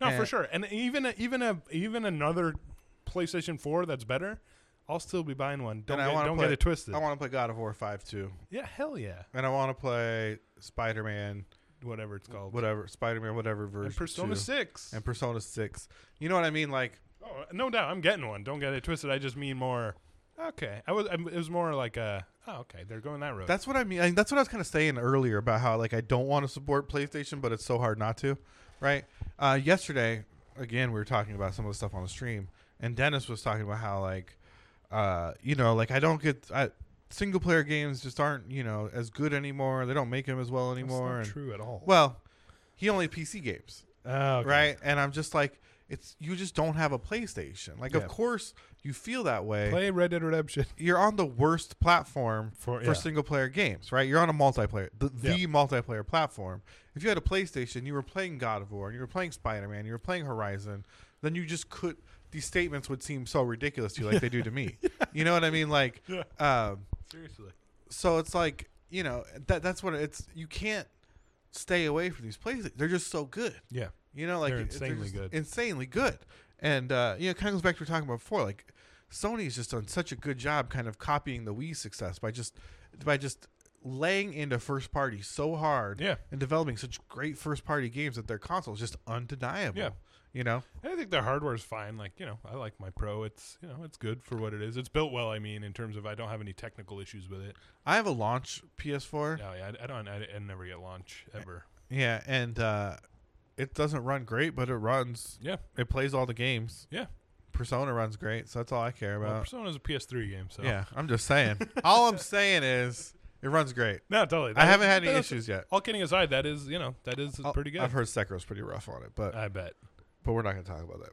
[SPEAKER 2] No,
[SPEAKER 1] Yeah.
[SPEAKER 2] for sure. And even a, even a even another PlayStation Four that's better. I'll still be buying one. Don't,
[SPEAKER 1] I
[SPEAKER 2] get,
[SPEAKER 1] wanna
[SPEAKER 2] don't
[SPEAKER 1] play-
[SPEAKER 2] get it twisted.
[SPEAKER 1] I want to play God of War 5 too,
[SPEAKER 2] Yeah, hell yeah.
[SPEAKER 1] and I want to play Spider Man,
[SPEAKER 2] Whatever it's called.
[SPEAKER 1] whatever Spider Man, whatever version.
[SPEAKER 2] and Persona
[SPEAKER 1] 2,
[SPEAKER 2] 6.
[SPEAKER 1] and Persona 6. You know what I mean? Like,
[SPEAKER 2] oh, no doubt, I'm getting one. Don't get it twisted. I just mean more. Okay, I was. I, it was more like a. Oh, okay, they're going that road.
[SPEAKER 1] that's what I mean. I mean, that's what I was kind of saying earlier about how like I don't want to support PlayStation, but it's so hard not to, right? Uh, yesterday, again, we were talking about some of the stuff on the stream, and Dennis was talking about how like, uh, you know, like I don't get I, single player games just aren't you know as good anymore. They don't make them as well
[SPEAKER 5] That's
[SPEAKER 1] anymore.
[SPEAKER 5] not
[SPEAKER 1] and-
[SPEAKER 5] true at all.
[SPEAKER 1] Well, he only PC games
[SPEAKER 5] Oh, okay.
[SPEAKER 1] right? And I'm just like, it's you just don't have a PlayStation. Like,
[SPEAKER 5] Yeah.
[SPEAKER 1] of course you feel that way.
[SPEAKER 5] Play Red Dead Redemption.
[SPEAKER 1] You're on the worst platform
[SPEAKER 5] For,
[SPEAKER 1] for single player games, right? You're on a multiplayer, the, the multiplayer platform. If you had a PlayStation, you were playing God of War, and you were playing Spider Man, you were playing Horizon, then you just could. These statements would seem so ridiculous to you, like they do to me. You know what I mean? Like,
[SPEAKER 2] Yeah.
[SPEAKER 1] um,
[SPEAKER 2] Seriously.
[SPEAKER 1] so it's like you know that that's what it's. You can't stay away from these places. They're just so good.
[SPEAKER 2] Yeah.
[SPEAKER 1] You know, like
[SPEAKER 2] They're
[SPEAKER 1] it-
[SPEAKER 2] insanely
[SPEAKER 1] just
[SPEAKER 2] good.
[SPEAKER 1] insanely good. And uh, you know, it kind of goes back to what we were talking about before. Like Sony's just done such a good job, kind of copying the Wii success by just by just laying into first party so hard
[SPEAKER 2] Yeah.
[SPEAKER 1] and developing such great first party games that their console is just undeniable.
[SPEAKER 2] Yeah.
[SPEAKER 1] You know,
[SPEAKER 2] And I think their hardware's fine. Like you know, I like my Pro. It's you know, it's good for what it is. It's built well. I mean, in terms of I don't have any technical issues with it.
[SPEAKER 1] I have a launch PS4. Yeah,
[SPEAKER 2] No, yeah, I, I don't. I, I never get launch ever.
[SPEAKER 1] and uh, it doesn't run great, but it runs.
[SPEAKER 2] Yeah.
[SPEAKER 1] It plays all the games.
[SPEAKER 2] Yeah.
[SPEAKER 1] Persona runs great, so that's all I care
[SPEAKER 2] Well,
[SPEAKER 1] about.
[SPEAKER 2] Persona's a PS3 game, so
[SPEAKER 1] Yeah, I'm just saying. all I'm saying is it runs great.
[SPEAKER 2] No, totally.
[SPEAKER 1] I
[SPEAKER 2] That-
[SPEAKER 1] haven't had any
[SPEAKER 2] that's-
[SPEAKER 1] issues yet.
[SPEAKER 2] All kidding aside, that is you know that is pretty good.
[SPEAKER 1] Oh, I've heard Sekiro's pretty rough on it, but
[SPEAKER 2] I bet.
[SPEAKER 1] but we're not going to talk about that.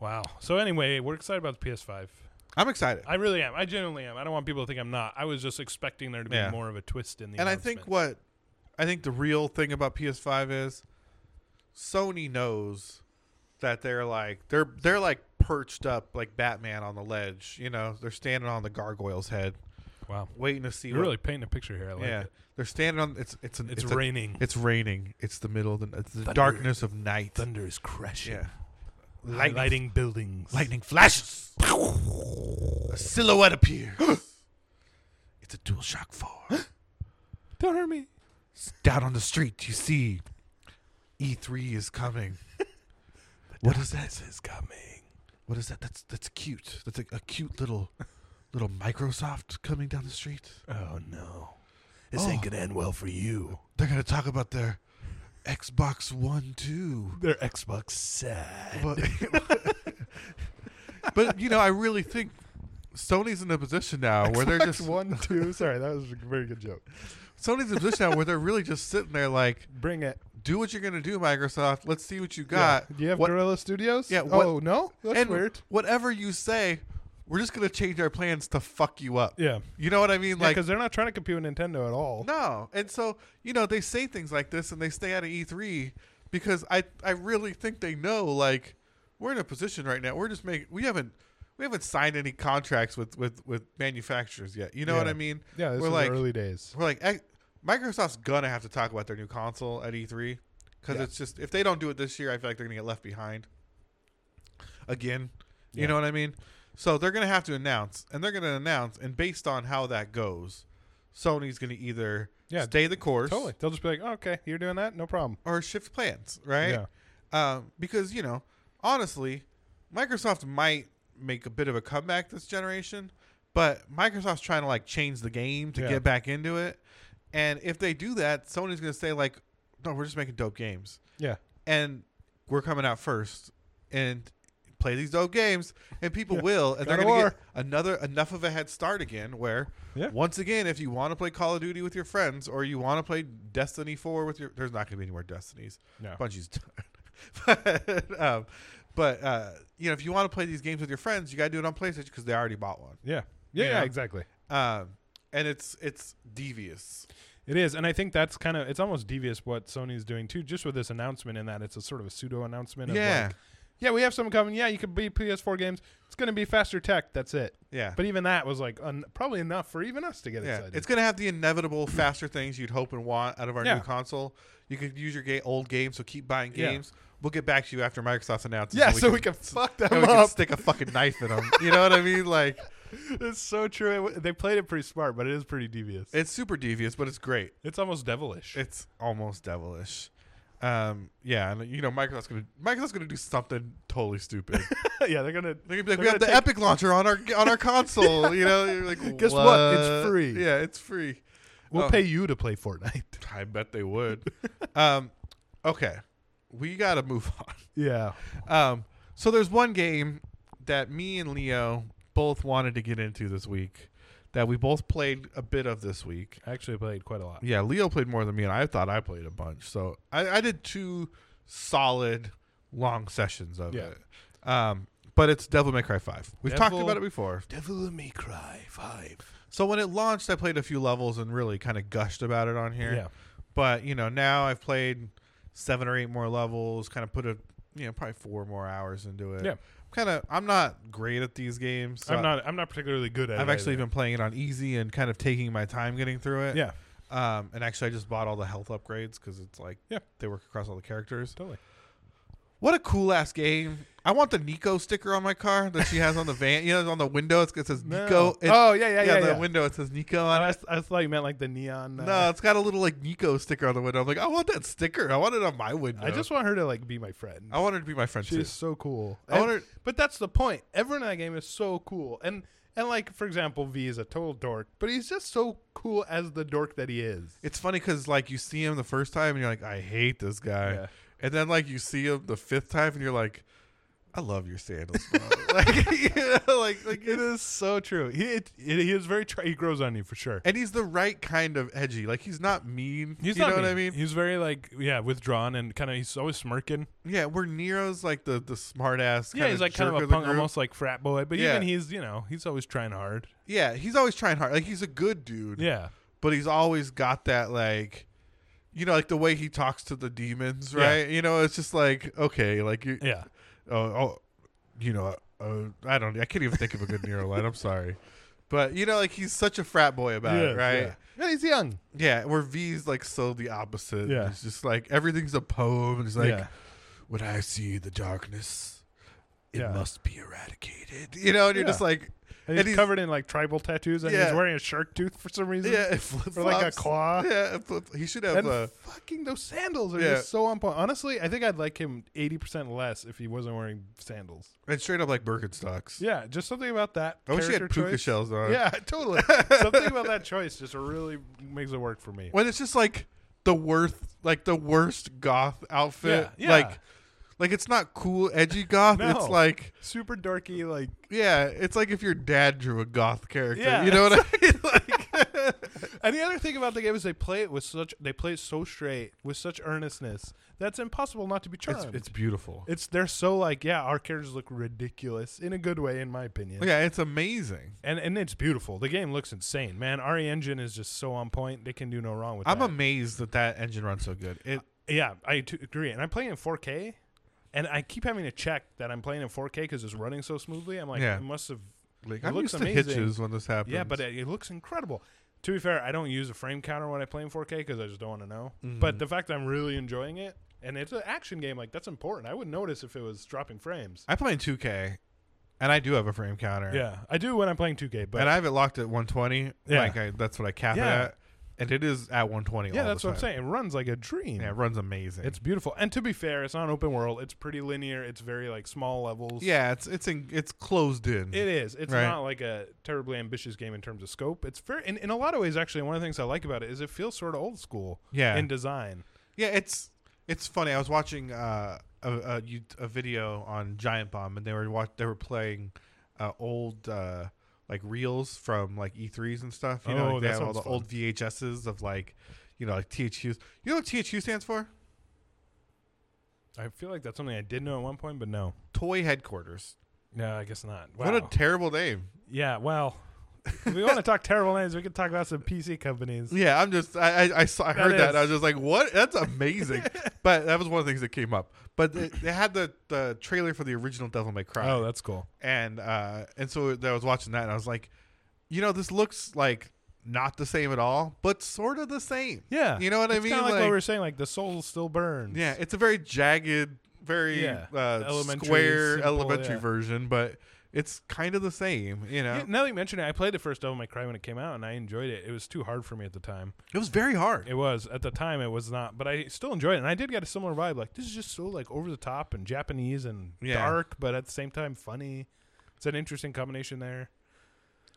[SPEAKER 2] Wow. So anyway, we're excited about the PS5.
[SPEAKER 1] I'm excited.
[SPEAKER 3] I really am. I genuinely am. I don't want people to think I'm not. I was just expecting there to be
[SPEAKER 1] Yeah.
[SPEAKER 3] more of a twist in the.
[SPEAKER 1] and I think
[SPEAKER 3] announcement.
[SPEAKER 1] what I think the real thing about PS5 is Sony knows that they're like they're they're like perched up like Batman on the ledge. You know, they're standing on the gargoyle's head,
[SPEAKER 3] wow,
[SPEAKER 1] waiting to see.
[SPEAKER 3] you're
[SPEAKER 1] what-
[SPEAKER 3] really painting a picture here. I like
[SPEAKER 1] yeah,
[SPEAKER 3] it.
[SPEAKER 1] they're standing on. It's it's an,
[SPEAKER 3] It's,
[SPEAKER 1] a-
[SPEAKER 3] raining.
[SPEAKER 1] it's raining. It's the middle of the, it's the
[SPEAKER 3] Thunder.
[SPEAKER 1] darkness of night.
[SPEAKER 3] Thunder is crashing.
[SPEAKER 1] Yeah,
[SPEAKER 3] Lightning, lighting buildings.
[SPEAKER 1] lightning flashes. a silhouette appears. it's a DualShock Four.
[SPEAKER 3] Don't hurt me.
[SPEAKER 1] down on the street you see E3 is coming. what is that?
[SPEAKER 3] This is coming.
[SPEAKER 1] What is that? That's that's cute. That's a, a cute little little Microsoft coming down the street.
[SPEAKER 3] Oh no,
[SPEAKER 1] This ain't
[SPEAKER 2] Oh.
[SPEAKER 3] gonna end well for you.
[SPEAKER 1] They're gonna talk about their Xbox One too.
[SPEAKER 3] Their Xbox sad.
[SPEAKER 1] But but you know, I really think Sony's in a position now where they're just
[SPEAKER 2] one, two. Sorry, that was a very good joke.
[SPEAKER 1] Sony's in a position now where they're really just sitting there like,
[SPEAKER 2] Bring it.
[SPEAKER 1] do what you're gonna do, Microsoft. Let's see what you got.
[SPEAKER 2] Yeah. Do you have
[SPEAKER 1] What-
[SPEAKER 2] Gorilla Studios?
[SPEAKER 1] Yeah, what-
[SPEAKER 2] Oh no, that's
[SPEAKER 1] and
[SPEAKER 2] weird.
[SPEAKER 1] Whatever you say, we're just gonna change our plans to fuck you up.
[SPEAKER 2] Yeah.
[SPEAKER 1] You know what I mean?
[SPEAKER 2] Like,
[SPEAKER 1] Like
[SPEAKER 2] because they're not trying to compete with Nintendo at all.
[SPEAKER 1] no. And so you know they say things like this and they stay out of E3 because I I really think they know like we're in a position right now. We're just making we haven't we haven't signed any contracts with with with manufacturers yet. You know what
[SPEAKER 2] Yeah.
[SPEAKER 1] I mean?
[SPEAKER 2] Yeah, this
[SPEAKER 1] We're
[SPEAKER 2] was
[SPEAKER 1] like-
[SPEAKER 2] the early days.
[SPEAKER 1] We're like eh, Microsoft's gonna have to talk about their new console at E3 because
[SPEAKER 2] Yeah.
[SPEAKER 1] it's just if they don't do it this year, I feel like they're gonna get left behind. Again, you
[SPEAKER 2] Yeah.
[SPEAKER 1] know what I mean? So they're gonna have to announce, and they're gonna announce, and based on how that goes, Sony's gonna either
[SPEAKER 2] Yeah,
[SPEAKER 1] stay the course
[SPEAKER 2] Totally. They'll just be like, oh, okay, you're doing that, no problem.
[SPEAKER 1] or shift plans, right?
[SPEAKER 2] Yeah.
[SPEAKER 1] Um, because you know, honestly, Microsoft might make a bit of a comeback this generation, but Microsoft's trying to like change the game to
[SPEAKER 2] Yeah.
[SPEAKER 1] get back into it. And if they do that, Sony's going to say like, "No, we're just making dope games,
[SPEAKER 2] Yeah.
[SPEAKER 1] and we're coming out first, and play these dope games, and people
[SPEAKER 2] Yeah.
[SPEAKER 1] will, and they're
[SPEAKER 2] God of
[SPEAKER 1] going to get another enough of a head start again where."
[SPEAKER 2] Yeah.
[SPEAKER 1] Once again, if you want to play Call of Duty with your friends, or you want to play Destiny Four with your, there's not going to be any more Destinies.
[SPEAKER 2] No.
[SPEAKER 1] Bungie's done. but um, but uh, you know, if you want to play these games with your friends, you got to do it on PlayStation because they already bought one.
[SPEAKER 2] Yeah. Yeah.
[SPEAKER 1] You
[SPEAKER 2] yeah,
[SPEAKER 1] know?
[SPEAKER 2] exactly.
[SPEAKER 1] Um, and it's it's devious.
[SPEAKER 2] It is, and I think that's kind of it's almost devious what Sony's doing too, just with this announcement. In that it's a sort of a pseudo announcement. Of
[SPEAKER 1] Yeah,
[SPEAKER 2] Like, yeah, we have something coming. Yeah, you can be PS4 games. It's going to be faster tech. That's it.
[SPEAKER 1] yeah,
[SPEAKER 2] But even that was like un- probably enough for even us to get
[SPEAKER 1] yeah.
[SPEAKER 2] excited.
[SPEAKER 1] It's gonna have the inevitable faster things you'd hope and want out of our
[SPEAKER 2] Yeah.
[SPEAKER 1] new console. You could use your ga- old game, so keep buying
[SPEAKER 2] Yeah.
[SPEAKER 1] games. We'll get back to you after Microsoft's announces.
[SPEAKER 2] yeah,
[SPEAKER 1] and
[SPEAKER 2] so we can fuck them
[SPEAKER 1] and we can
[SPEAKER 2] up.
[SPEAKER 1] stick a fucking knife in them. You know what I mean? Like
[SPEAKER 2] it's so true. It w- they played it pretty smart, but it is pretty devious.
[SPEAKER 1] it's super devious, but it's great.
[SPEAKER 3] It's almost devilish.
[SPEAKER 1] It's almost devilish. Um, yeah, and you know Microsoft's gonna Microsoft's gonna do something totally stupid.
[SPEAKER 2] yeah, they're gonna.
[SPEAKER 1] They're gonna be like,
[SPEAKER 2] They're
[SPEAKER 1] we have the
[SPEAKER 2] gonna
[SPEAKER 1] Epic launcher on our on our console. You know, You're like
[SPEAKER 2] Guess what? It's free.
[SPEAKER 1] Yeah, it's free.
[SPEAKER 2] We'll
[SPEAKER 1] Oh.
[SPEAKER 2] pay you to play Fortnite.
[SPEAKER 1] I bet they would. um, okay, we gotta move on.
[SPEAKER 2] yeah.
[SPEAKER 1] Um, so there's one game that me and Leo both wanted to get into this week that we both played a bit of this week.
[SPEAKER 3] I actually played quite a lot.
[SPEAKER 1] Yeah, Leo played more than me, and I thought I played a bunch. So I, I did two solid long sessions of
[SPEAKER 2] Yeah.
[SPEAKER 1] it. Um, but it's Devil May Cry Five. We've talked
[SPEAKER 3] Devil-
[SPEAKER 1] about it before.
[SPEAKER 3] Devil May Cry Five.
[SPEAKER 1] So when it launched, I played a few levels and really kind of gushed about it on here. But you know, now I've played seven or eight more levels. Kind of put a you know probably four more hours into it.
[SPEAKER 2] Yeah.
[SPEAKER 1] Kind of. I'm not great at these games. so
[SPEAKER 3] I'm not. I'm not particularly good at.
[SPEAKER 1] I've
[SPEAKER 3] it
[SPEAKER 1] actually
[SPEAKER 3] either.
[SPEAKER 1] been playing it on easy and kind of taking my time getting through it.
[SPEAKER 2] Yeah.
[SPEAKER 1] Um, and actually, I just bought all the health upgrades because it's like
[SPEAKER 2] Yeah.
[SPEAKER 1] they work across all the characters.
[SPEAKER 2] Totally.
[SPEAKER 1] What a cool ass game! I want the Nico sticker on my car that she has on the van. You know, on the window it's- it says Nico. It-
[SPEAKER 2] oh yeah, yeah, yeah.
[SPEAKER 1] the
[SPEAKER 2] yeah. Oh,
[SPEAKER 1] window it says Nico on
[SPEAKER 2] I,
[SPEAKER 1] it.
[SPEAKER 2] s- I thought you meant like the neon. Uh,
[SPEAKER 1] No, it's got a little like Nico sticker on the window. I'm like, I want that sticker. I want it on my window.
[SPEAKER 2] I just want her to like be my friend.
[SPEAKER 1] I want her to be my friend
[SPEAKER 2] She's
[SPEAKER 1] too.
[SPEAKER 2] so cool.
[SPEAKER 1] I
[SPEAKER 2] And-
[SPEAKER 1] want her.
[SPEAKER 2] but that's the point. Everyone in that game is so cool, and and like for example, V is a total dork, but he's just so cool as the dork that he is.
[SPEAKER 1] It's funny because like you see him the first time and you're like, I hate this guy,
[SPEAKER 2] Yeah.
[SPEAKER 1] and then like you see him the fifth time and you're like, I love your sandals. bro." like, you know, like, like,
[SPEAKER 2] It is so true. He it, it, he is very. Tr- he grows on you for sure.
[SPEAKER 1] and he's the right kind of edgy. Like he's not mean.
[SPEAKER 2] He's
[SPEAKER 1] you
[SPEAKER 2] not
[SPEAKER 1] know what I
[SPEAKER 2] mean.
[SPEAKER 1] mean?
[SPEAKER 2] He's very like yeah, withdrawn and kind of. He's always smirking.
[SPEAKER 1] Yeah, where Nero's like the the smart ass.
[SPEAKER 2] yeah, he's like kind of a punk, almost like frat boy. But
[SPEAKER 1] Yeah.
[SPEAKER 2] even he's you know he's always trying hard.
[SPEAKER 1] Yeah, he's always trying hard. Like he's a good dude.
[SPEAKER 2] Yeah,
[SPEAKER 1] but he's always got that like you know like the way he talks to the demons
[SPEAKER 2] Yeah.
[SPEAKER 1] right you know it's just like okay like you
[SPEAKER 2] yeah.
[SPEAKER 1] oh, oh you know uh, i don't i can't even think of a good nero line i'm sorry but you know like he's such a frat boy about
[SPEAKER 2] Yeah,
[SPEAKER 1] it right
[SPEAKER 2] yeah. Yeah, he's young.
[SPEAKER 1] yeah. where v's like so the opposite
[SPEAKER 2] Yeah.
[SPEAKER 1] it's just like everything's a poem and it's like
[SPEAKER 2] Yeah.
[SPEAKER 1] when i see the darkness it
[SPEAKER 2] Yeah.
[SPEAKER 1] must be eradicated you know and you're
[SPEAKER 2] Yeah.
[SPEAKER 1] just like
[SPEAKER 2] And he's,
[SPEAKER 1] And he's-
[SPEAKER 2] covered in like tribal tattoos, and
[SPEAKER 1] Yeah.
[SPEAKER 2] he's wearing a shark tooth for some reason.
[SPEAKER 1] yeah
[SPEAKER 2] or like a
[SPEAKER 1] flip-flops.
[SPEAKER 2] claw.
[SPEAKER 1] yeah flip- he should have uh,
[SPEAKER 2] And
[SPEAKER 1] a
[SPEAKER 2] fucking those sandals are
[SPEAKER 1] Yeah.
[SPEAKER 2] just so on point. Honestly, I think I'd like him eighty percent less if he wasn't wearing sandals.
[SPEAKER 1] and straight up like birkenstocks
[SPEAKER 2] Yeah, just something about that.
[SPEAKER 1] I wish he had
[SPEAKER 2] character
[SPEAKER 1] puka
[SPEAKER 2] choice.
[SPEAKER 1] shells on.
[SPEAKER 2] Yeah, totally. something about that choice just really makes it work for me.
[SPEAKER 1] When it's just like the worst, like the worst goth outfit.
[SPEAKER 2] Yeah, yeah.
[SPEAKER 1] Like, like it's not cool, edgy goth.
[SPEAKER 2] No.
[SPEAKER 1] It's like,
[SPEAKER 2] Super dorky, like
[SPEAKER 1] yeah, it's like if your dad drew a goth character.
[SPEAKER 2] Yeah.
[SPEAKER 1] You know what I mean? Like,
[SPEAKER 2] And the other thing about the game is they play it with such they play it so straight with such earnestness that's impossible not to be charmed.
[SPEAKER 1] it's,
[SPEAKER 2] It's,
[SPEAKER 1] it's beautiful.
[SPEAKER 2] they're so like yeah our characters look ridiculous in a good way in my opinion.
[SPEAKER 1] Oh, yeah, it's amazing.
[SPEAKER 2] And and it's beautiful. The game looks insane, man. RE Engine is just so on point. They can do no wrong with
[SPEAKER 1] I'm
[SPEAKER 2] that. Uh,
[SPEAKER 1] amazed that that engine runs so good. It
[SPEAKER 2] yeah, I t- agree. And I'm playing in 4K, and I keep having to check that I'm playing in 4K because it's running so smoothly. I'm like,
[SPEAKER 1] Yeah.
[SPEAKER 2] it must have.
[SPEAKER 1] like
[SPEAKER 2] It
[SPEAKER 1] I'm
[SPEAKER 2] looks
[SPEAKER 1] used to
[SPEAKER 2] amazing.
[SPEAKER 1] hitches when this happens.
[SPEAKER 2] Yeah, but it, it looks incredible. To be fair, I don't use a frame counter when I play in 4K because I just don't want to know.
[SPEAKER 1] Mm-hmm.
[SPEAKER 2] But the fact that I'm really enjoying it, and it's an action game, like that's important. I would notice if it was dropping frames.
[SPEAKER 1] I play in 2K, and I do have a frame counter.
[SPEAKER 2] Yeah, I do when I'm playing 2K, but
[SPEAKER 1] and I have it locked at 120.
[SPEAKER 2] Yeah.
[SPEAKER 1] Like I, that's what I cap
[SPEAKER 2] Yeah.
[SPEAKER 1] it at, and it is at 120.
[SPEAKER 2] yeah,
[SPEAKER 1] all
[SPEAKER 2] that's
[SPEAKER 1] the
[SPEAKER 2] what
[SPEAKER 1] time.
[SPEAKER 2] I'm saying. It runs like a dream.
[SPEAKER 1] Yeah, it runs amazing.
[SPEAKER 2] It's beautiful. And to be fair, it's not an open world. It's pretty linear. It's very like small levels.
[SPEAKER 1] Yeah, it's it's in, it's closed in.
[SPEAKER 2] It is. It's
[SPEAKER 1] Right.
[SPEAKER 2] not like a terribly ambitious game in terms of scope. It's very, in, in a lot of ways, actually, one of the things I like about it is it feels sort of old school
[SPEAKER 1] yeah,
[SPEAKER 2] in design.
[SPEAKER 1] yeah. It's it's funny. I was watching uh, a a, you- a video on Giant Bomb, and they were watch, they were playing uh, old uh, like reels from like E3s and stuff. You know,
[SPEAKER 2] Oh,
[SPEAKER 1] like they
[SPEAKER 2] that
[SPEAKER 1] have all the
[SPEAKER 2] sounds fun.
[SPEAKER 1] old VHSs of like you know like THUs. You know what THU stands for?
[SPEAKER 2] I feel like that's something I did know at one point, but no.
[SPEAKER 1] Toy Headquarters.
[SPEAKER 2] No, I guess not.
[SPEAKER 1] What a terrible name.
[SPEAKER 2] yeah, well, if we want to talk terrible names, we can talk about some PC companies.
[SPEAKER 1] Yeah, I'm just I I, I, saw, I
[SPEAKER 2] That
[SPEAKER 1] heard that.
[SPEAKER 2] is-
[SPEAKER 1] and I was just like, what? That's amazing. but that was one of the things that came up. But they, they had the the trailer for the original Devil May Cry.
[SPEAKER 2] Oh, that's cool.
[SPEAKER 1] and uh and so I was watching that and I was like, you know, this looks like not the same at all, but sort of the same.
[SPEAKER 2] Yeah.
[SPEAKER 1] You know what I
[SPEAKER 2] it's
[SPEAKER 1] mean?
[SPEAKER 2] Kind of like, what we were saying, like the soul still burns.
[SPEAKER 1] yeah, it's a very jagged, very
[SPEAKER 2] Yeah.
[SPEAKER 1] uh,
[SPEAKER 2] Elementary,
[SPEAKER 1] square
[SPEAKER 2] simple,
[SPEAKER 1] elementary
[SPEAKER 2] yeah.
[SPEAKER 1] version, but it's kind of the same. You know,
[SPEAKER 2] Yeah, Now that you mention it, I played the first Devil May Cry when it came out, and I enjoyed it. It was too hard for me at the time.
[SPEAKER 1] it was very hard.
[SPEAKER 2] It was at the time. It was not, but I still enjoyed it, and I did get a similar vibe. Like this is just so like over the top and Japanese and
[SPEAKER 1] Yeah.
[SPEAKER 2] dark, but at the same time funny. It's an interesting combination there.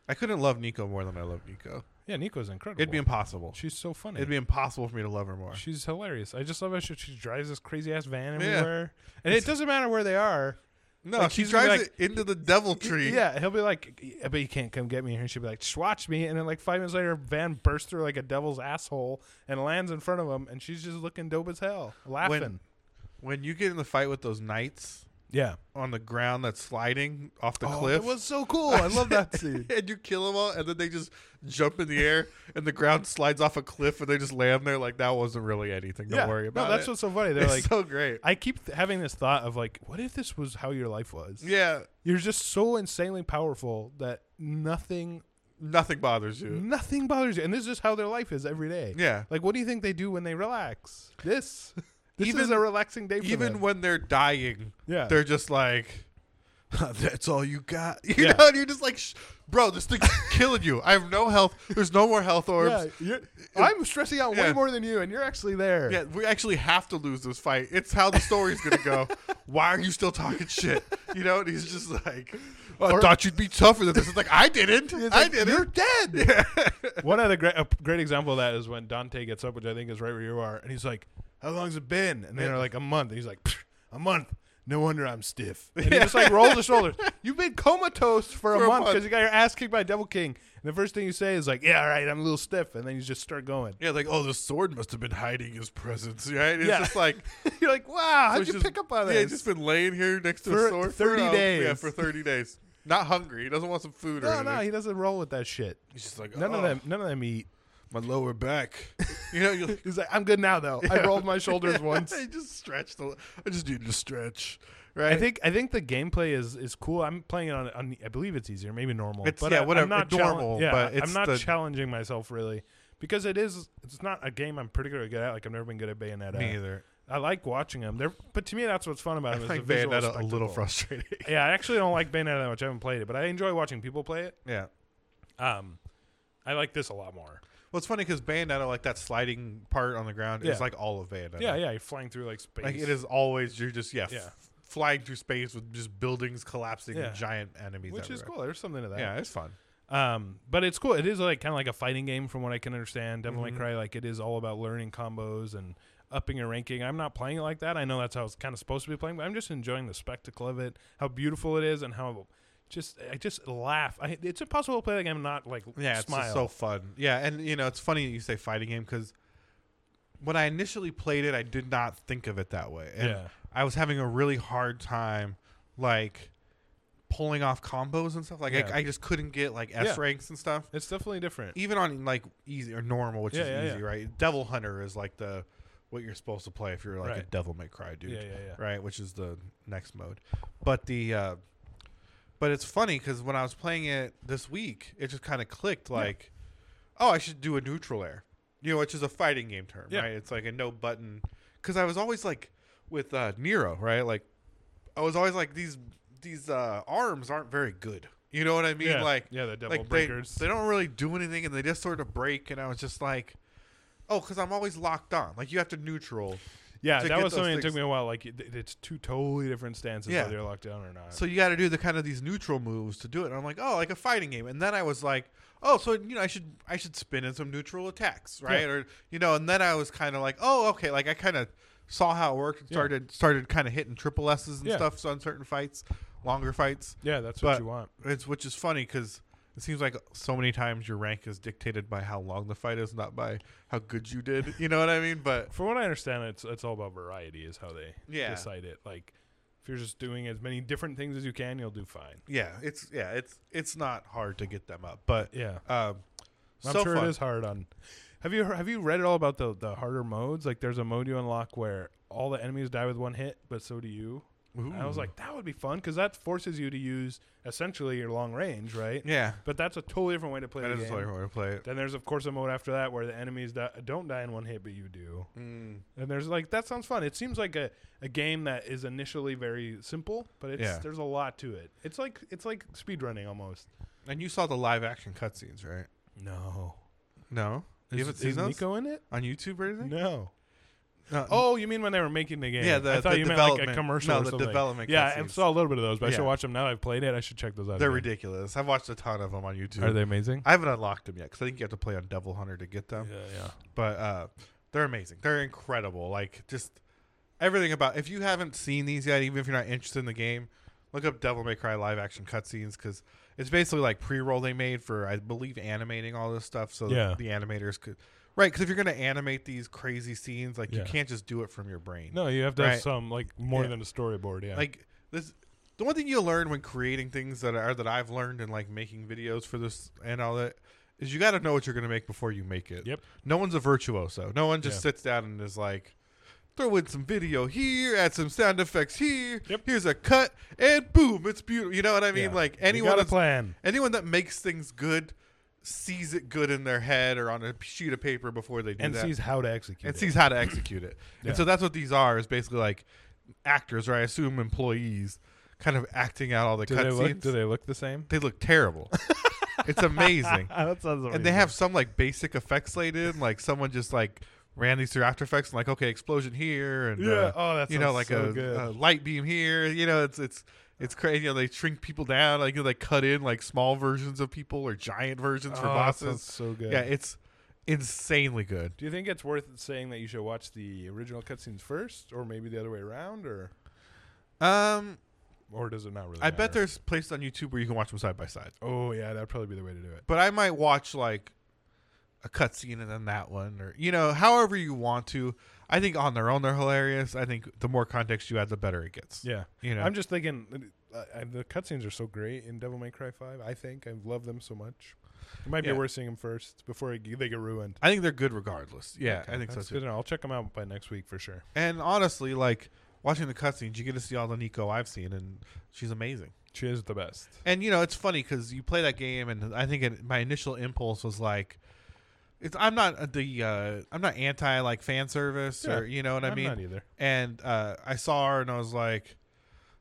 [SPEAKER 1] I couldn't love Nico more than I love Nico.
[SPEAKER 2] Yeah, Nico's incredible.
[SPEAKER 1] It'd be impossible.
[SPEAKER 2] she's so funny.
[SPEAKER 1] It'd be impossible for me to love her more.
[SPEAKER 2] she's hilarious. I just love how she, she drives this crazy ass van
[SPEAKER 1] Yeah.
[SPEAKER 2] everywhere, and it doesn't matter where they are.
[SPEAKER 1] No,
[SPEAKER 2] Like,
[SPEAKER 1] she
[SPEAKER 2] he's gonna be
[SPEAKER 1] drives
[SPEAKER 2] like-
[SPEAKER 1] it into the devil tree.
[SPEAKER 2] Yeah, he'll be like, "I bet you can't come get me," and she'll be like, "Just "Watch me," and then like five minutes later, van bursts through like a devil's asshole and lands in front of him, and she's just looking dope as hell, laughing.
[SPEAKER 1] When you get in the fight with those knights
[SPEAKER 2] yeah,
[SPEAKER 1] on the ground that's sliding off the
[SPEAKER 2] Oh,
[SPEAKER 1] cliff,
[SPEAKER 2] It was so cool. I love that scene.
[SPEAKER 1] and you kill them all, and then they just jump in the air, and the ground slides off a cliff, and they just land there like that wasn't really anything. Don't worry about
[SPEAKER 2] no, that's
[SPEAKER 1] it.
[SPEAKER 2] what's so funny. They're
[SPEAKER 1] it's
[SPEAKER 2] like,
[SPEAKER 1] so great.
[SPEAKER 2] I keep th- having this thought of like, what if this was how your life was?
[SPEAKER 1] yeah,
[SPEAKER 2] You're just so insanely powerful that nothing,
[SPEAKER 1] nothing bothers you.
[SPEAKER 2] nothing bothers you, and this is just how their life is every day.
[SPEAKER 1] Yeah,
[SPEAKER 2] Like, what do you think they do when they relax? This, this
[SPEAKER 1] Even-
[SPEAKER 2] is a relaxing day. For
[SPEAKER 1] even
[SPEAKER 2] them.
[SPEAKER 1] when they're dying,
[SPEAKER 2] yeah,
[SPEAKER 1] they're just like. That's all you got, you
[SPEAKER 2] Yeah.
[SPEAKER 1] know. And you're just like, Shh, bro, this thing's killing you. I have no health. There's no more health orbs.
[SPEAKER 2] yeah, you're- I'm stressing out
[SPEAKER 1] Yeah.
[SPEAKER 2] way more than you, and you're actually there.
[SPEAKER 1] Yeah, we actually have to lose this fight. It's how the story's gonna go. Why are you still talking shit? You know, and he's just like, "Oh, I
[SPEAKER 2] Or-
[SPEAKER 1] thought you'd be tougher than this. It's like I didn't.
[SPEAKER 2] It's
[SPEAKER 1] I
[SPEAKER 2] like,
[SPEAKER 1] didn't.
[SPEAKER 2] You're
[SPEAKER 1] dead. Yeah.
[SPEAKER 2] One other great, a great example of that is when Dante gets up, which I think is right where you are, and he's like, "How long's it been?" And they're like, "A month." And he's like, "Pfft, "A month." No wonder I'm stiff. And he just like rolls his shoulders. You've been comatose for,
[SPEAKER 1] For
[SPEAKER 2] a
[SPEAKER 1] a
[SPEAKER 2] month
[SPEAKER 1] month.
[SPEAKER 2] because you got your ass kicked by Devil King. And the first thing you say is like, "Yeah, all right, I'm a little stiff," and then you just start going.
[SPEAKER 1] Yeah, like oh, the sword must have been hiding his presence, right? It's
[SPEAKER 2] Yeah.
[SPEAKER 1] just like
[SPEAKER 2] You're like, "Wow,
[SPEAKER 1] so
[SPEAKER 2] how'd
[SPEAKER 1] he's
[SPEAKER 2] you
[SPEAKER 1] just-
[SPEAKER 2] pick up on
[SPEAKER 1] Yeah,
[SPEAKER 2] this?"
[SPEAKER 1] he's just been laying here next to
[SPEAKER 2] For
[SPEAKER 1] a sword
[SPEAKER 2] 30
[SPEAKER 1] for, days. Yeah,
[SPEAKER 2] days.
[SPEAKER 1] for thirty days. Not hungry. He doesn't want some food or
[SPEAKER 2] no,
[SPEAKER 1] anything.
[SPEAKER 2] no, he doesn't roll with that shit.
[SPEAKER 1] he's just like
[SPEAKER 2] None
[SPEAKER 1] oh,
[SPEAKER 2] of them. None of them eat.
[SPEAKER 1] My lower back. you know, you
[SPEAKER 2] He's like, "I'm good now, though. I rolled my shoulders once."
[SPEAKER 1] I just stretch the. I just need to stretch. Right.
[SPEAKER 2] I think I think the gameplay is is cool. I'm playing it on, on I believe it's easier, maybe normal.
[SPEAKER 1] It's-
[SPEAKER 2] but
[SPEAKER 1] yeah,
[SPEAKER 2] I,
[SPEAKER 1] whatever,
[SPEAKER 2] I'm not
[SPEAKER 1] it's normal,
[SPEAKER 2] challenge- yeah,
[SPEAKER 1] but
[SPEAKER 2] I- I'm
[SPEAKER 1] it's
[SPEAKER 2] not
[SPEAKER 1] the-
[SPEAKER 2] challenging myself really because it is it's not a game I'm particularly good at. Like I've never been good at Bayonetta.
[SPEAKER 1] me either.
[SPEAKER 2] I like watching them. They're, but to me, that's what's fun about
[SPEAKER 1] I
[SPEAKER 2] them. is
[SPEAKER 1] find
[SPEAKER 2] the visual
[SPEAKER 1] Bayonetta a little
[SPEAKER 2] spectacle.
[SPEAKER 1] frustrating.
[SPEAKER 2] Yeah, I actually don't like Bayonetta that much. I haven't played it, but I enjoy watching people play it.
[SPEAKER 1] yeah.
[SPEAKER 2] Um, I like this a lot more.
[SPEAKER 1] Well, it's funny because Bayonetta, like that sliding part on the ground,
[SPEAKER 2] Yeah.
[SPEAKER 1] is like all of Bayonetta.
[SPEAKER 2] Yeah, yeah, you're flying through like space.
[SPEAKER 1] Like it is always you're just yeah, f-
[SPEAKER 2] Yeah.
[SPEAKER 1] flying through space with just buildings collapsing
[SPEAKER 2] Yeah.
[SPEAKER 1] and giant enemies.
[SPEAKER 2] which is
[SPEAKER 1] everywhere.
[SPEAKER 2] cool. There's something to that.
[SPEAKER 1] Yeah, it's fun.
[SPEAKER 2] Um, but it's cool. It is like kind of like a fighting game, from what I can understand. Devil
[SPEAKER 1] Mhm.
[SPEAKER 2] May Cry, like it is all about learning combos and upping your ranking. I'm not playing it like that. I know that's how it's kind of supposed to be playing, but I'm just enjoying the spectacle of it, how beautiful it is, and how just I just laugh. I, it's impossible to play that game and not like
[SPEAKER 1] Yeah, it's
[SPEAKER 2] smile.
[SPEAKER 1] just so fun. Yeah, and you know it's funny you say fighting game because when I initially played it, I did not think of it that way, and
[SPEAKER 2] yeah,
[SPEAKER 1] I was having a really hard time like pulling off combos and stuff. Like
[SPEAKER 2] Yeah.
[SPEAKER 1] I, I just couldn't get like S
[SPEAKER 2] Yeah.
[SPEAKER 1] ranks and stuff,
[SPEAKER 2] it's definitely different.
[SPEAKER 1] even on like easy or normal, which
[SPEAKER 2] Yeah,
[SPEAKER 1] is
[SPEAKER 2] yeah,
[SPEAKER 1] easy, right? Devil Hunter is like the what you're supposed to play if you're like a
[SPEAKER 2] Right.
[SPEAKER 1] Devil May Cry dude.
[SPEAKER 2] yeah, yeah, yeah.
[SPEAKER 1] right which is the next mode but the uh but it's funny because when i was playing it this week it just kind of clicked like oh i should do a neutral air you know which is a fighting game term
[SPEAKER 2] Yeah.
[SPEAKER 1] right it's like a no button because i was always like with uh nero right like i was always like these these uh arms aren't very good you know what i mean
[SPEAKER 2] yeah,
[SPEAKER 1] like
[SPEAKER 2] yeah, the Devil
[SPEAKER 1] like they,
[SPEAKER 2] Breakers.
[SPEAKER 1] they don't really do anything and they just sort of break and i was just like oh because i'm always locked on like you have to neutral
[SPEAKER 2] yeah,
[SPEAKER 1] to
[SPEAKER 2] that
[SPEAKER 1] get
[SPEAKER 2] was
[SPEAKER 1] those
[SPEAKER 2] something that took
[SPEAKER 1] things.
[SPEAKER 2] me a while. Like it, it's two totally different stances
[SPEAKER 1] Yeah.
[SPEAKER 2] whether you're locked down or not.
[SPEAKER 1] So you got to do the kind of these neutral moves to do it. And I'm like, oh, like a fighting game. And then I was like, oh, so you know, I should I should spin in some neutral attacks, right?
[SPEAKER 2] Yeah.
[SPEAKER 1] Or you know, and then I was kind of like, oh, okay, like I kind of saw how it worked and
[SPEAKER 2] Yeah.
[SPEAKER 1] started started kind of hitting triple S's and
[SPEAKER 2] Yeah.
[SPEAKER 1] stuff on certain fights, longer fights.
[SPEAKER 2] yeah, that's what
[SPEAKER 1] but-
[SPEAKER 2] you want.
[SPEAKER 1] It's which is funny because. It seems like so many times your rank is dictated by how long the fight is, not by how good you did. You know what I mean? But
[SPEAKER 2] From what I understand, it's it's all about variety is how they
[SPEAKER 1] Yeah.
[SPEAKER 2] decide it. Like if you're just doing as many different things as you can, you'll do fine.
[SPEAKER 1] yeah, it's yeah, it's it's not hard to get them up. But
[SPEAKER 2] Yeah,
[SPEAKER 1] um,
[SPEAKER 2] I'm
[SPEAKER 1] so
[SPEAKER 2] sure
[SPEAKER 1] fun.
[SPEAKER 2] it is hard on. Have you have you read at all about the the harder modes? Like there's a mode you unlock where all the enemies die with one hit, but so do you. And I was
[SPEAKER 1] Ooh.
[SPEAKER 2] like, that would be fun because that forces you to use essentially your long range, right?
[SPEAKER 1] yeah,
[SPEAKER 2] But that's a totally different way to play
[SPEAKER 1] that
[SPEAKER 2] the
[SPEAKER 1] is
[SPEAKER 2] game.
[SPEAKER 1] a way to play it.
[SPEAKER 2] Then there's of course a mode after that where the enemies die, don't die in one hit, but you do.
[SPEAKER 1] Mm.
[SPEAKER 2] And there's like that sounds fun. It seems like a, a game that is initially very simple, but it's
[SPEAKER 1] Yeah.
[SPEAKER 2] there's a lot to it. It's like it's like speedrunning almost.
[SPEAKER 1] And you saw the live action cutscenes, right?
[SPEAKER 2] No.
[SPEAKER 1] No, you
[SPEAKER 2] Is,
[SPEAKER 1] haven't
[SPEAKER 2] is
[SPEAKER 1] seen those
[SPEAKER 2] Nico in it?
[SPEAKER 1] on YouTube or anything.
[SPEAKER 2] No.
[SPEAKER 1] No.
[SPEAKER 2] Oh, you mean when they were making the game?
[SPEAKER 1] Um, yeah, the,
[SPEAKER 2] I thought
[SPEAKER 1] the
[SPEAKER 2] you meant
[SPEAKER 1] development.
[SPEAKER 2] like a commercial
[SPEAKER 1] No,
[SPEAKER 2] or
[SPEAKER 1] the
[SPEAKER 2] something.
[SPEAKER 1] development.
[SPEAKER 2] yeah, I
[SPEAKER 1] cutscenes.
[SPEAKER 2] saw a little bit of those, but I
[SPEAKER 1] Yeah.
[SPEAKER 2] should watch them now. that I've played it. I should check those out.
[SPEAKER 1] They're
[SPEAKER 2] again.
[SPEAKER 1] ridiculous. I've watched a ton of them on YouTube.
[SPEAKER 2] Are they amazing?
[SPEAKER 1] I haven't unlocked them yet because I think you have to play on Devil Hunter to get them.
[SPEAKER 2] yeah.
[SPEAKER 1] But uh, they're amazing. They're incredible. Like just everything about. If you haven't seen these yet, even if you're not interested in the game, look up Devil May Cry live action cutscenes because it's basically like pre-roll they made for I believe animating all this stuff so that
[SPEAKER 2] Yeah.
[SPEAKER 1] the animators could. Right, because if you're going to animate these crazy scenes, like
[SPEAKER 2] Yeah.
[SPEAKER 1] you can't just do it from your brain.
[SPEAKER 2] No, you have to have
[SPEAKER 1] Right.
[SPEAKER 2] some like more
[SPEAKER 1] Yeah.
[SPEAKER 2] than a storyboard. Yeah.
[SPEAKER 1] Like this, the one thing you learn when creating things that are that I've learned in like making videos for this and all that is you got to know what you're going to make before you make it.
[SPEAKER 2] Yep.
[SPEAKER 1] No one's a virtuoso. No one just
[SPEAKER 2] Yeah.
[SPEAKER 1] sits down and is like, throw in some video here, add some sound effects here.
[SPEAKER 2] Yep.
[SPEAKER 1] Here's a cut, and boom, it's beautiful. You know what I mean?
[SPEAKER 2] Yeah.
[SPEAKER 1] Like
[SPEAKER 2] you
[SPEAKER 1] anyone,
[SPEAKER 2] got a
[SPEAKER 1] that's,
[SPEAKER 2] plan.
[SPEAKER 1] anyone that makes things good sees it good in their head or on a sheet of paper before they do
[SPEAKER 2] and
[SPEAKER 1] that
[SPEAKER 2] sees how to execute
[SPEAKER 1] and
[SPEAKER 2] it.
[SPEAKER 1] sees how to execute it.
[SPEAKER 2] Yeah.
[SPEAKER 1] And so that's what these are is basically like actors, or I assume employees, kind of acting out all the
[SPEAKER 2] do they look?
[SPEAKER 1] cutscenes.
[SPEAKER 2] Do
[SPEAKER 1] They,
[SPEAKER 2] they look the same?
[SPEAKER 1] look terrible. it's amazing,
[SPEAKER 2] that sounds
[SPEAKER 1] and they have some like basic effects laid in, like someone just like ran these through After Effects, and like okay, explosion here, and
[SPEAKER 2] yeah.
[SPEAKER 1] uh,
[SPEAKER 2] oh, that's
[SPEAKER 1] you know, like
[SPEAKER 2] so
[SPEAKER 1] a,
[SPEAKER 2] good.
[SPEAKER 1] a light beam here. You know, it's it's. It's crazy. You know, they shrink people down. Like you know, they cut in like small versions of people or giant versions for
[SPEAKER 2] Oh, that sounds
[SPEAKER 1] bosses.
[SPEAKER 2] so good.
[SPEAKER 1] Yeah, it's insanely good.
[SPEAKER 2] Do you think it's worth saying that you should watch the original cutscenes first, or maybe the other way around, or
[SPEAKER 1] Um,
[SPEAKER 2] or does it not really?
[SPEAKER 1] I bet
[SPEAKER 2] matter?
[SPEAKER 1] there's places on YouTube where you can watch them side by side.
[SPEAKER 2] Oh yeah, that'd probably be the way to do it.
[SPEAKER 1] But I might watch like a cutscene and then that one, or you know, however you want to. I think on their own they're hilarious. I think the more context you add, the better it gets.
[SPEAKER 2] Yeah,
[SPEAKER 1] You know,
[SPEAKER 2] I'm just thinking uh, I, the cutscenes are so great in Devil May Cry Five. I think I love them so much. It might
[SPEAKER 1] Yeah.
[SPEAKER 2] be worth seeing them first before it, they get ruined.
[SPEAKER 1] I think they're good regardless. Yeah,
[SPEAKER 2] Okay,
[SPEAKER 1] I think so
[SPEAKER 2] that's
[SPEAKER 1] too.
[SPEAKER 2] good. to know. I'll check them out by next week for sure.
[SPEAKER 1] And honestly, like watching the cutscenes, you get to see all the Nico I've seen, and she's amazing.
[SPEAKER 2] She is the best.
[SPEAKER 1] And you know, it's funny because you play that game, and I think it, my initial impulse was like, "It's I'm not uh, the uh, I'm not anti like fan service or you know what I
[SPEAKER 2] I'm
[SPEAKER 1] mean."
[SPEAKER 2] not either.
[SPEAKER 1] and uh, I saw her and I was like,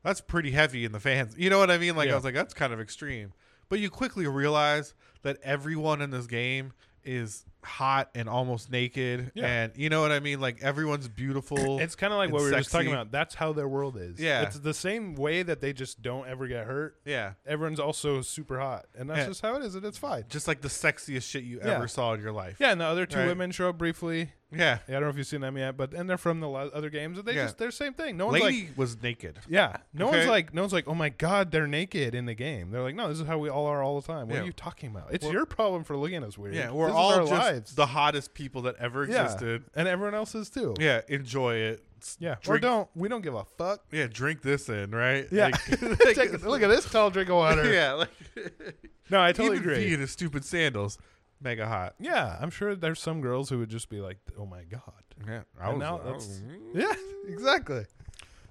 [SPEAKER 1] that's pretty heavy in the fans. You know what I mean? Like I
[SPEAKER 2] Yeah.
[SPEAKER 1] was like, that's kind of extreme. But you quickly realize that everyone in this game is hot and almost naked,
[SPEAKER 2] Yeah.
[SPEAKER 1] and you know what I mean. Like everyone's beautiful.
[SPEAKER 2] It's kind of like
[SPEAKER 1] and
[SPEAKER 2] what we were just talking
[SPEAKER 1] sexy.
[SPEAKER 2] about. That's how their world is.
[SPEAKER 1] Yeah.
[SPEAKER 2] it's the same way that they just don't ever get hurt.
[SPEAKER 1] yeah,
[SPEAKER 2] Everyone's also super hot, and that's
[SPEAKER 1] Yeah.
[SPEAKER 2] just how it is, and it's fine.
[SPEAKER 1] just like the sexiest shit you
[SPEAKER 2] Yeah.
[SPEAKER 1] ever saw in your life.
[SPEAKER 2] Yeah, and the other two
[SPEAKER 1] Right.
[SPEAKER 2] women show up briefly.
[SPEAKER 1] yeah.
[SPEAKER 2] Yeah, I don't know if you've seen them yet, but and they're from the lo- other games. And they
[SPEAKER 1] Yeah.
[SPEAKER 2] just they're same thing. No one's like,
[SPEAKER 1] Lady was naked.
[SPEAKER 2] yeah, no
[SPEAKER 1] Okay.
[SPEAKER 2] one's like, no one's like, oh my god, they're naked in the game. They're like, no, this is how we all are all the time. What
[SPEAKER 1] Yeah.
[SPEAKER 2] are you talking about? It's
[SPEAKER 1] We're-
[SPEAKER 2] your problem for looking at us weird.
[SPEAKER 1] Yeah, we're
[SPEAKER 2] This is
[SPEAKER 1] all
[SPEAKER 2] our
[SPEAKER 1] just
[SPEAKER 2] lives.
[SPEAKER 1] the hottest people that ever
[SPEAKER 2] Yeah.
[SPEAKER 1] existed.
[SPEAKER 2] and everyone else is too. Yeah,
[SPEAKER 1] Yeah, enjoy it. S-
[SPEAKER 2] or
[SPEAKER 1] drink,
[SPEAKER 2] don't. We don't give a fuck.
[SPEAKER 1] yeah, drink this in, right?
[SPEAKER 2] Yeah,
[SPEAKER 1] Like-
[SPEAKER 2] Take a- look at this tall drink of water.
[SPEAKER 1] yeah, like
[SPEAKER 2] No, I totally
[SPEAKER 1] Even
[SPEAKER 2] agree.
[SPEAKER 1] Via the stupid sandals, mega hot.
[SPEAKER 2] Yeah, I'm sure there's some girls who would just be like, oh my god.
[SPEAKER 1] Yeah, I
[SPEAKER 2] And
[SPEAKER 1] was.
[SPEAKER 2] now
[SPEAKER 1] I
[SPEAKER 2] that's-
[SPEAKER 1] was-
[SPEAKER 2] Yeah, exactly.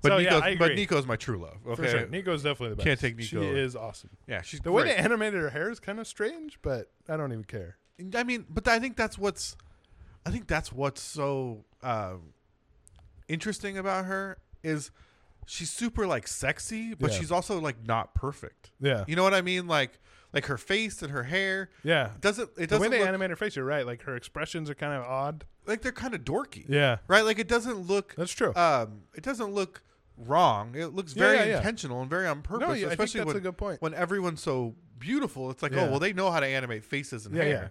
[SPEAKER 1] but
[SPEAKER 2] so, yeah,
[SPEAKER 1] Nico's,
[SPEAKER 2] I
[SPEAKER 1] but
[SPEAKER 2] agree.
[SPEAKER 1] Nico's my true love. Okay,
[SPEAKER 2] For sure. Nico's definitely the best.
[SPEAKER 1] Can't take Nico.
[SPEAKER 2] She is awesome.
[SPEAKER 1] yeah, she's
[SPEAKER 2] The
[SPEAKER 1] great.
[SPEAKER 2] way they animated her hair is kind of strange, but I don't even care.
[SPEAKER 1] I mean, but I think that's what's, I think that's what's so um, interesting about her is she's super like sexy, but
[SPEAKER 2] Yeah.
[SPEAKER 1] she's also like not perfect.
[SPEAKER 2] Yeah.
[SPEAKER 1] You know what I mean? Like, like her face and her hair
[SPEAKER 2] Yeah.
[SPEAKER 1] doesn't. It
[SPEAKER 2] The way
[SPEAKER 1] doesn't
[SPEAKER 2] they
[SPEAKER 1] look
[SPEAKER 2] animate her face, you're right. Like her expressions are kind of odd.
[SPEAKER 1] like they're kind of dorky,
[SPEAKER 2] Yeah.
[SPEAKER 1] right? Like it doesn't look.
[SPEAKER 2] That's true.
[SPEAKER 1] um, it doesn't look wrong. It looks
[SPEAKER 2] Yeah,
[SPEAKER 1] very
[SPEAKER 2] yeah, yeah.
[SPEAKER 1] intentional and very on purpose.
[SPEAKER 2] no, yeah, I think
[SPEAKER 1] especially
[SPEAKER 2] that's
[SPEAKER 1] when,
[SPEAKER 2] a good point.
[SPEAKER 1] when everyone's so beautiful, it's like,
[SPEAKER 2] Yeah.
[SPEAKER 1] oh well, they know how to animate faces and
[SPEAKER 2] Yeah,
[SPEAKER 1] hair.
[SPEAKER 2] yeah.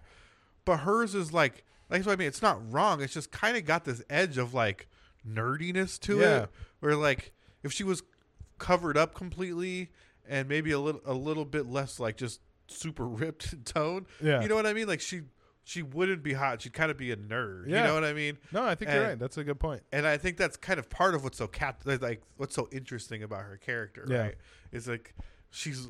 [SPEAKER 1] But hers is like, like that's what I mean. It's not wrong. It's just kind of got this edge of like nerdiness to
[SPEAKER 2] Yeah.
[SPEAKER 1] it, where like if she was covered up completely and maybe a little a little bit less like just super ripped in tone,
[SPEAKER 2] Yeah.
[SPEAKER 1] you know what I mean? Like she she wouldn't be hot. She'd kind of be a nerd. You
[SPEAKER 2] Yeah.
[SPEAKER 1] know what I mean?
[SPEAKER 2] no, I think you're
[SPEAKER 1] and-
[SPEAKER 2] right. That's a good point.
[SPEAKER 1] and I think that's kind of part of what's so cap like what's so interesting about her character,
[SPEAKER 2] Yeah.
[SPEAKER 1] right? Is like she's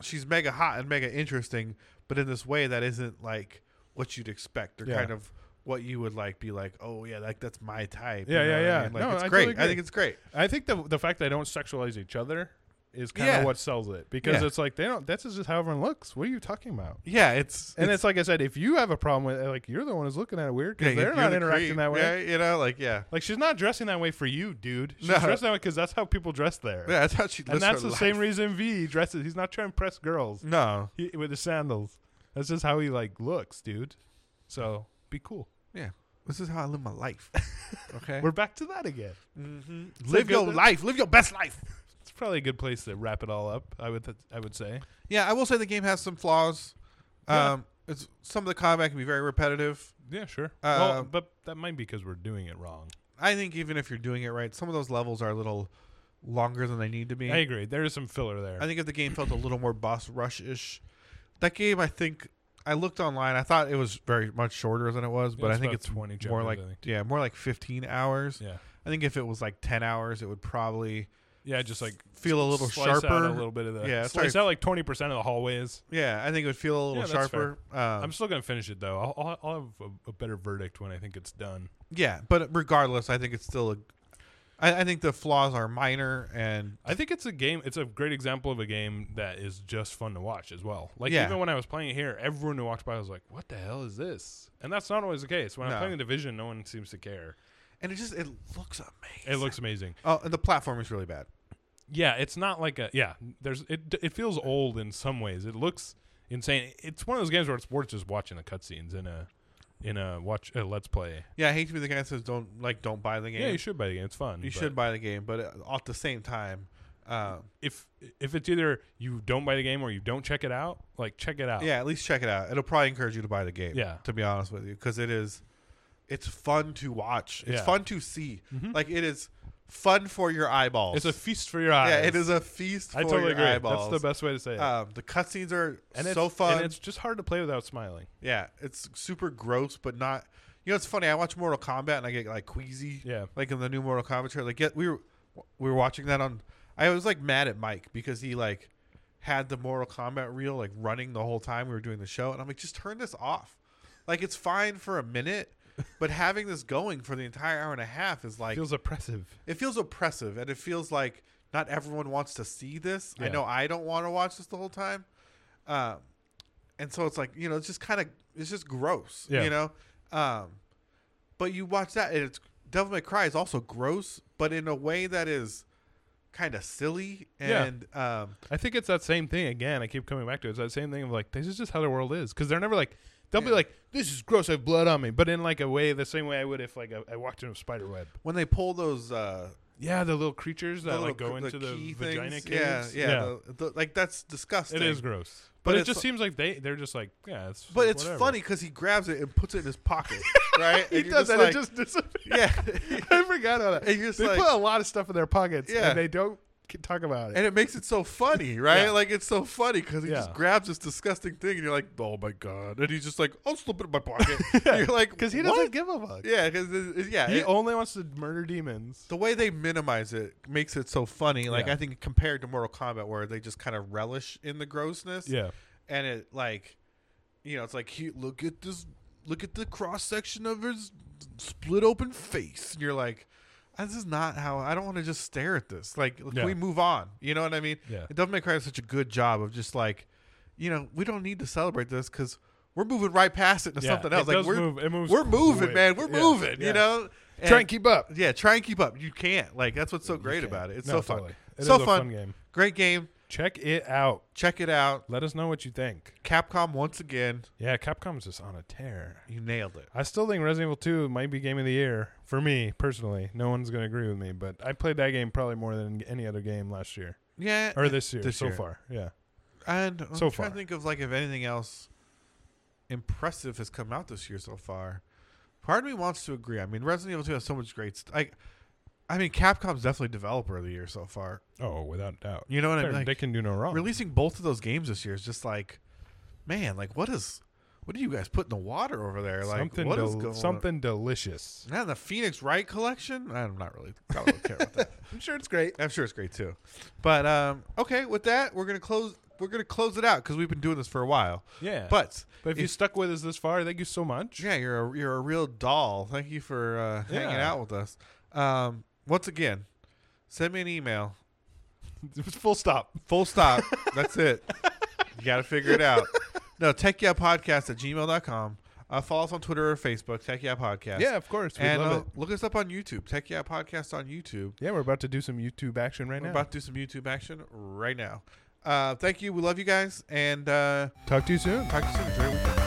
[SPEAKER 1] she's mega hot and mega interesting, but in this way that isn't like what you'd expect or
[SPEAKER 2] Yeah.
[SPEAKER 1] kind of what you would like be like, oh yeah, like that's my type.
[SPEAKER 2] Yeah,
[SPEAKER 1] you
[SPEAKER 2] yeah,
[SPEAKER 1] what
[SPEAKER 2] yeah.
[SPEAKER 1] I mean? Like
[SPEAKER 2] No,
[SPEAKER 1] it's
[SPEAKER 2] I
[SPEAKER 1] great.
[SPEAKER 2] totally
[SPEAKER 1] I
[SPEAKER 2] agree.
[SPEAKER 1] think it's great.
[SPEAKER 2] I think the the fact they don't sexualize each other is kind
[SPEAKER 1] Yeah.
[SPEAKER 2] of what sells it because
[SPEAKER 1] Yeah.
[SPEAKER 2] it's like they don't. That's just how everyone looks. What are you talking about?
[SPEAKER 1] Yeah, it's
[SPEAKER 2] And it's, like I said, if you have a problem with it, like you're the one who's looking at it weird
[SPEAKER 1] yeah,
[SPEAKER 2] because they're
[SPEAKER 1] you're
[SPEAKER 2] not
[SPEAKER 1] the
[SPEAKER 2] interacting
[SPEAKER 1] creep,
[SPEAKER 2] that way.
[SPEAKER 1] Yeah, you know, like yeah,
[SPEAKER 2] Like she's not dressing that way for you, dude. She's
[SPEAKER 1] No.
[SPEAKER 2] dressed that way because that's how people dress there.
[SPEAKER 1] yeah. That's how she.
[SPEAKER 2] and
[SPEAKER 1] lives
[SPEAKER 2] that's
[SPEAKER 1] her
[SPEAKER 2] the same
[SPEAKER 1] life.
[SPEAKER 2] reason V dresses. He's not trying to impress girls
[SPEAKER 1] No.
[SPEAKER 2] he, with his sandals. That's just how he like looks, dude. So be cool.
[SPEAKER 1] This is how I live my life. Okay.
[SPEAKER 2] We're back to that again.
[SPEAKER 1] hmm
[SPEAKER 2] It's
[SPEAKER 1] Live
[SPEAKER 2] like
[SPEAKER 1] your
[SPEAKER 2] a-
[SPEAKER 1] life. Live your best life.
[SPEAKER 2] It's probably a good place to wrap it all up. I would th- I would say.
[SPEAKER 1] Yeah, I will say the game has some flaws.
[SPEAKER 2] Yeah.
[SPEAKER 1] Um, it's some of the combat can be very repetitive.
[SPEAKER 2] Yeah, sure.
[SPEAKER 1] Uh,
[SPEAKER 2] well, but that might be because we're doing it wrong.
[SPEAKER 1] I think even if you're doing it right, some of those levels are a little longer than they need to be.
[SPEAKER 2] I agree. There is some filler there.
[SPEAKER 1] I think if the game felt a little more boss rush ish, that game I think I looked online. I thought it was very much shorter than it was, but I think
[SPEAKER 2] about
[SPEAKER 1] it's
[SPEAKER 2] 20
[SPEAKER 1] more
[SPEAKER 2] chapters,
[SPEAKER 1] like
[SPEAKER 2] I think.
[SPEAKER 1] yeah, more like 15 hours.
[SPEAKER 2] yeah,
[SPEAKER 1] I think if it was like 10 hours, it would probably
[SPEAKER 2] yeah, just like
[SPEAKER 1] feel a little
[SPEAKER 2] slice out
[SPEAKER 1] sharper.
[SPEAKER 2] a little bit of the
[SPEAKER 1] Yeah,
[SPEAKER 2] yeah,
[SPEAKER 1] it's
[SPEAKER 2] slice
[SPEAKER 1] like-
[SPEAKER 2] out like twenty percent of the hallways.
[SPEAKER 1] yeah, I think it would feel a little
[SPEAKER 2] Yeah, that's
[SPEAKER 1] sharper. Um,
[SPEAKER 2] I'm still gonna finish it though. I'll, I'll, I'll have a, a better verdict when I think it's done.
[SPEAKER 1] yeah, but regardless, I think it's still a. I, I think the flaws are minor and
[SPEAKER 2] I think it's a game. It's a great example of a game that is just fun to watch as well. Like
[SPEAKER 1] Yeah.
[SPEAKER 2] even when I was playing it here, everyone who walked by was like, "What the hell is this?" And that's not always the case. When
[SPEAKER 1] No.
[SPEAKER 2] I'm playing the Division, no one seems to care.
[SPEAKER 1] and it just it looks
[SPEAKER 2] It
[SPEAKER 1] amazing.
[SPEAKER 2] looks amazing.
[SPEAKER 1] Oh, and the platform is really bad.
[SPEAKER 2] Yeah, it's not like a yeah. There's it. It feels old in some ways. It looks insane. It's one of those games where it's worth just watching the cutscenes in a in a watch a let's play.
[SPEAKER 1] Yeah, I hate to be the guy that says don't like don't buy the game.
[SPEAKER 2] Yeah, you
[SPEAKER 1] you
[SPEAKER 2] should buy the game. It's fun.
[SPEAKER 1] should,
[SPEAKER 2] but
[SPEAKER 1] buy the game, but uh, at the same time, uh,
[SPEAKER 2] if if it's either you don't buy the game or you don't check it out. Like check it out.
[SPEAKER 1] yeah, at least check it out. It'll probably encourage you to buy the game.
[SPEAKER 2] Oh. Yeah.
[SPEAKER 1] to be honest with you, because it is, it's fun to watch. It's
[SPEAKER 2] Yeah.
[SPEAKER 1] fun to see.
[SPEAKER 2] Mhm.
[SPEAKER 1] Like it is fun for your eyeballs.
[SPEAKER 2] It's a feast for your eyes.
[SPEAKER 1] yeah, it is a feast for
[SPEAKER 2] I totally
[SPEAKER 1] your
[SPEAKER 2] agree.
[SPEAKER 1] eyeballs.
[SPEAKER 2] That's the best way to say it.
[SPEAKER 1] Um, the cutscenes are
[SPEAKER 2] and it's
[SPEAKER 1] so fun.
[SPEAKER 2] And it's just hard to play without smiling.
[SPEAKER 1] yeah, it's super gross, but not. You know, it's funny. I watch Mortal Kombat and I get like queasy.
[SPEAKER 2] Yeah.
[SPEAKER 1] like in the new Mortal Kombat trailer. Like, yeah, we were we were watching that on. I was like mad at Mike because he like had the Mortal Kombat reel like running the whole time we were doing the show, and I'm like, just turn this off. Like, it's fine for a minute, but having this going for the entire hour and a half is like
[SPEAKER 2] Feels oppressive.
[SPEAKER 1] it feels oppressive, and it feels like not everyone wants to see this. I
[SPEAKER 2] Yeah.
[SPEAKER 1] know I don't want to watch this the whole time, um, and so it's like you know, it's just kind of it's just gross,
[SPEAKER 2] Yeah.
[SPEAKER 1] you know. Um, but you watch that, and it's Devil May Cry is also gross, but in a way that is kind of silly
[SPEAKER 2] Yeah.
[SPEAKER 1] and um,
[SPEAKER 2] I think it's that same thing again. I keep coming back to it. It's that same thing of like, this is just how the world is. Because they're never like, they'll be
[SPEAKER 1] Yeah.
[SPEAKER 2] like, this is gross. I have blood on me. But in like a way, the same way I would if like I, I walked in a spider web.
[SPEAKER 1] when they pull those uh,
[SPEAKER 2] Yeah, the little creatures that
[SPEAKER 1] the
[SPEAKER 2] like
[SPEAKER 1] little
[SPEAKER 2] go
[SPEAKER 1] cr-
[SPEAKER 2] into the,
[SPEAKER 1] key
[SPEAKER 2] vagina
[SPEAKER 1] things,
[SPEAKER 2] caves.
[SPEAKER 1] yeah, yeah, the- the- like that's disgusting.
[SPEAKER 2] it is gross.
[SPEAKER 1] But
[SPEAKER 2] But, it
[SPEAKER 1] it's
[SPEAKER 2] just
[SPEAKER 1] fu-
[SPEAKER 2] seems like they they're just like yeah. It's
[SPEAKER 1] But it's
[SPEAKER 2] whatever.
[SPEAKER 1] funny because he grabs it and puts it in his pocket, right?
[SPEAKER 2] He
[SPEAKER 1] And you're just
[SPEAKER 2] does that.
[SPEAKER 1] like-
[SPEAKER 2] it just disappears.
[SPEAKER 1] yeah.
[SPEAKER 2] I forgot about that.
[SPEAKER 1] And you're just
[SPEAKER 2] They
[SPEAKER 1] like-
[SPEAKER 2] put a lot of stuff in their pockets.
[SPEAKER 1] Yeah.
[SPEAKER 2] and they don't k- talk about it.
[SPEAKER 1] and it makes it so funny, right?
[SPEAKER 2] Yeah.
[SPEAKER 1] Like it's so funny because he just
[SPEAKER 2] Yeah.
[SPEAKER 1] grabs this disgusting thing, and you're like, "Oh my god!" And he's just like, "I'll slip it in my pocket." And You're like,
[SPEAKER 2] Because he
[SPEAKER 1] "What?"
[SPEAKER 2] doesn't give a fuck.
[SPEAKER 1] Yeah, because yeah,
[SPEAKER 2] He
[SPEAKER 1] it-
[SPEAKER 2] only wants to murder demons.
[SPEAKER 1] the way they minimize it makes it so funny. Like
[SPEAKER 2] Yeah.
[SPEAKER 1] I think compared to Mortal Kombat, where they just kind of relish in the grossness,
[SPEAKER 2] Yeah.
[SPEAKER 1] and it like, you know, it's like, he, look at this, look at the cross section of his split open face, and you're like. This is not how I don't want to just stare at this. Like, can
[SPEAKER 2] Yeah.
[SPEAKER 1] we move on? You know what I mean?
[SPEAKER 2] Yeah.
[SPEAKER 1] And Devil May Cry does such a good job of just like, you know, we don't need to celebrate this because we're moving right past it to
[SPEAKER 2] Yeah,
[SPEAKER 1] something else.
[SPEAKER 2] It
[SPEAKER 1] like
[SPEAKER 2] does
[SPEAKER 1] we're
[SPEAKER 2] move, it moves
[SPEAKER 1] we're moving,
[SPEAKER 2] quick.
[SPEAKER 1] man. We're
[SPEAKER 2] Yeah,
[SPEAKER 1] moving.
[SPEAKER 2] yeah.
[SPEAKER 1] You know, And-
[SPEAKER 6] Try and keep up.
[SPEAKER 1] yeah, try and keep up. You can't. Like that's what's so great
[SPEAKER 2] can't.
[SPEAKER 1] about it. It's
[SPEAKER 2] No,
[SPEAKER 1] so fun.
[SPEAKER 2] totally. It
[SPEAKER 1] so
[SPEAKER 2] is a
[SPEAKER 1] fun.
[SPEAKER 2] fun game.
[SPEAKER 1] Great game.
[SPEAKER 2] Check it out.
[SPEAKER 1] Check it out.
[SPEAKER 2] Let us know what you think.
[SPEAKER 1] Capcom once again.
[SPEAKER 2] Yeah, Capcom's just on a tear.
[SPEAKER 1] You nailed it.
[SPEAKER 2] I still think Resident Evil 2 might be game of the year for me personally. No one's going to agree with me, but I played that game probably more than any other game last year
[SPEAKER 1] Yeah.
[SPEAKER 2] or this year
[SPEAKER 1] This
[SPEAKER 2] so
[SPEAKER 1] year.
[SPEAKER 2] far. Yeah.
[SPEAKER 1] and I'm
[SPEAKER 2] so
[SPEAKER 1] trying to
[SPEAKER 2] far.
[SPEAKER 1] think of like if anything else impressive has come out this year so far. Part of me wants to agree. I mean, Resident Evil 2 has so much great. St- I, I mean, Capcom's definitely developer of the year so far.
[SPEAKER 2] Oh, without doubt.
[SPEAKER 1] You know what I
[SPEAKER 2] They're-
[SPEAKER 1] mean? Like,
[SPEAKER 2] they can do no wrong.
[SPEAKER 1] releasing both of those games this year is just like, man, like what is, what do you guys put in the water over there? Like
[SPEAKER 2] something
[SPEAKER 1] what is
[SPEAKER 2] del-
[SPEAKER 1] going on?
[SPEAKER 2] something delicious.
[SPEAKER 1] Now the Phoenix Wright collection. I'm not really. I don't really care about that.
[SPEAKER 2] I'm sure it's great.
[SPEAKER 1] I'm sure it's great too. But um, okay, with that, we're gonna close. We're gonna close it out because we've been doing this for a while.
[SPEAKER 2] Yeah.
[SPEAKER 1] But
[SPEAKER 2] but if, you
[SPEAKER 1] if-
[SPEAKER 2] stuck with us this far, thank you so much.
[SPEAKER 1] yeah, you're a, you're a real doll. Thank you for uh, hanging
[SPEAKER 2] Yeah.
[SPEAKER 1] out with us. Um, once again, send me an email.
[SPEAKER 2] Full stop.
[SPEAKER 1] Full stop. That's it. You got to figure it out. No, tech yeah podcast at gmail.com. Uh, follow us on Twitter or Facebook, tech yeah podcast.
[SPEAKER 2] Yeah, of course. We
[SPEAKER 1] and
[SPEAKER 2] love
[SPEAKER 1] uh,
[SPEAKER 2] it.
[SPEAKER 1] look us up on YouTube, tech yeah podcast on YouTube.
[SPEAKER 2] Yeah, we're about to do some YouTube action right
[SPEAKER 1] We're
[SPEAKER 2] now.
[SPEAKER 1] about to do some YouTube action right now. Uh, thank you. We love you guys. And uh,
[SPEAKER 2] Talk to you soon.
[SPEAKER 1] talk to you soon. Enjoy your weekend.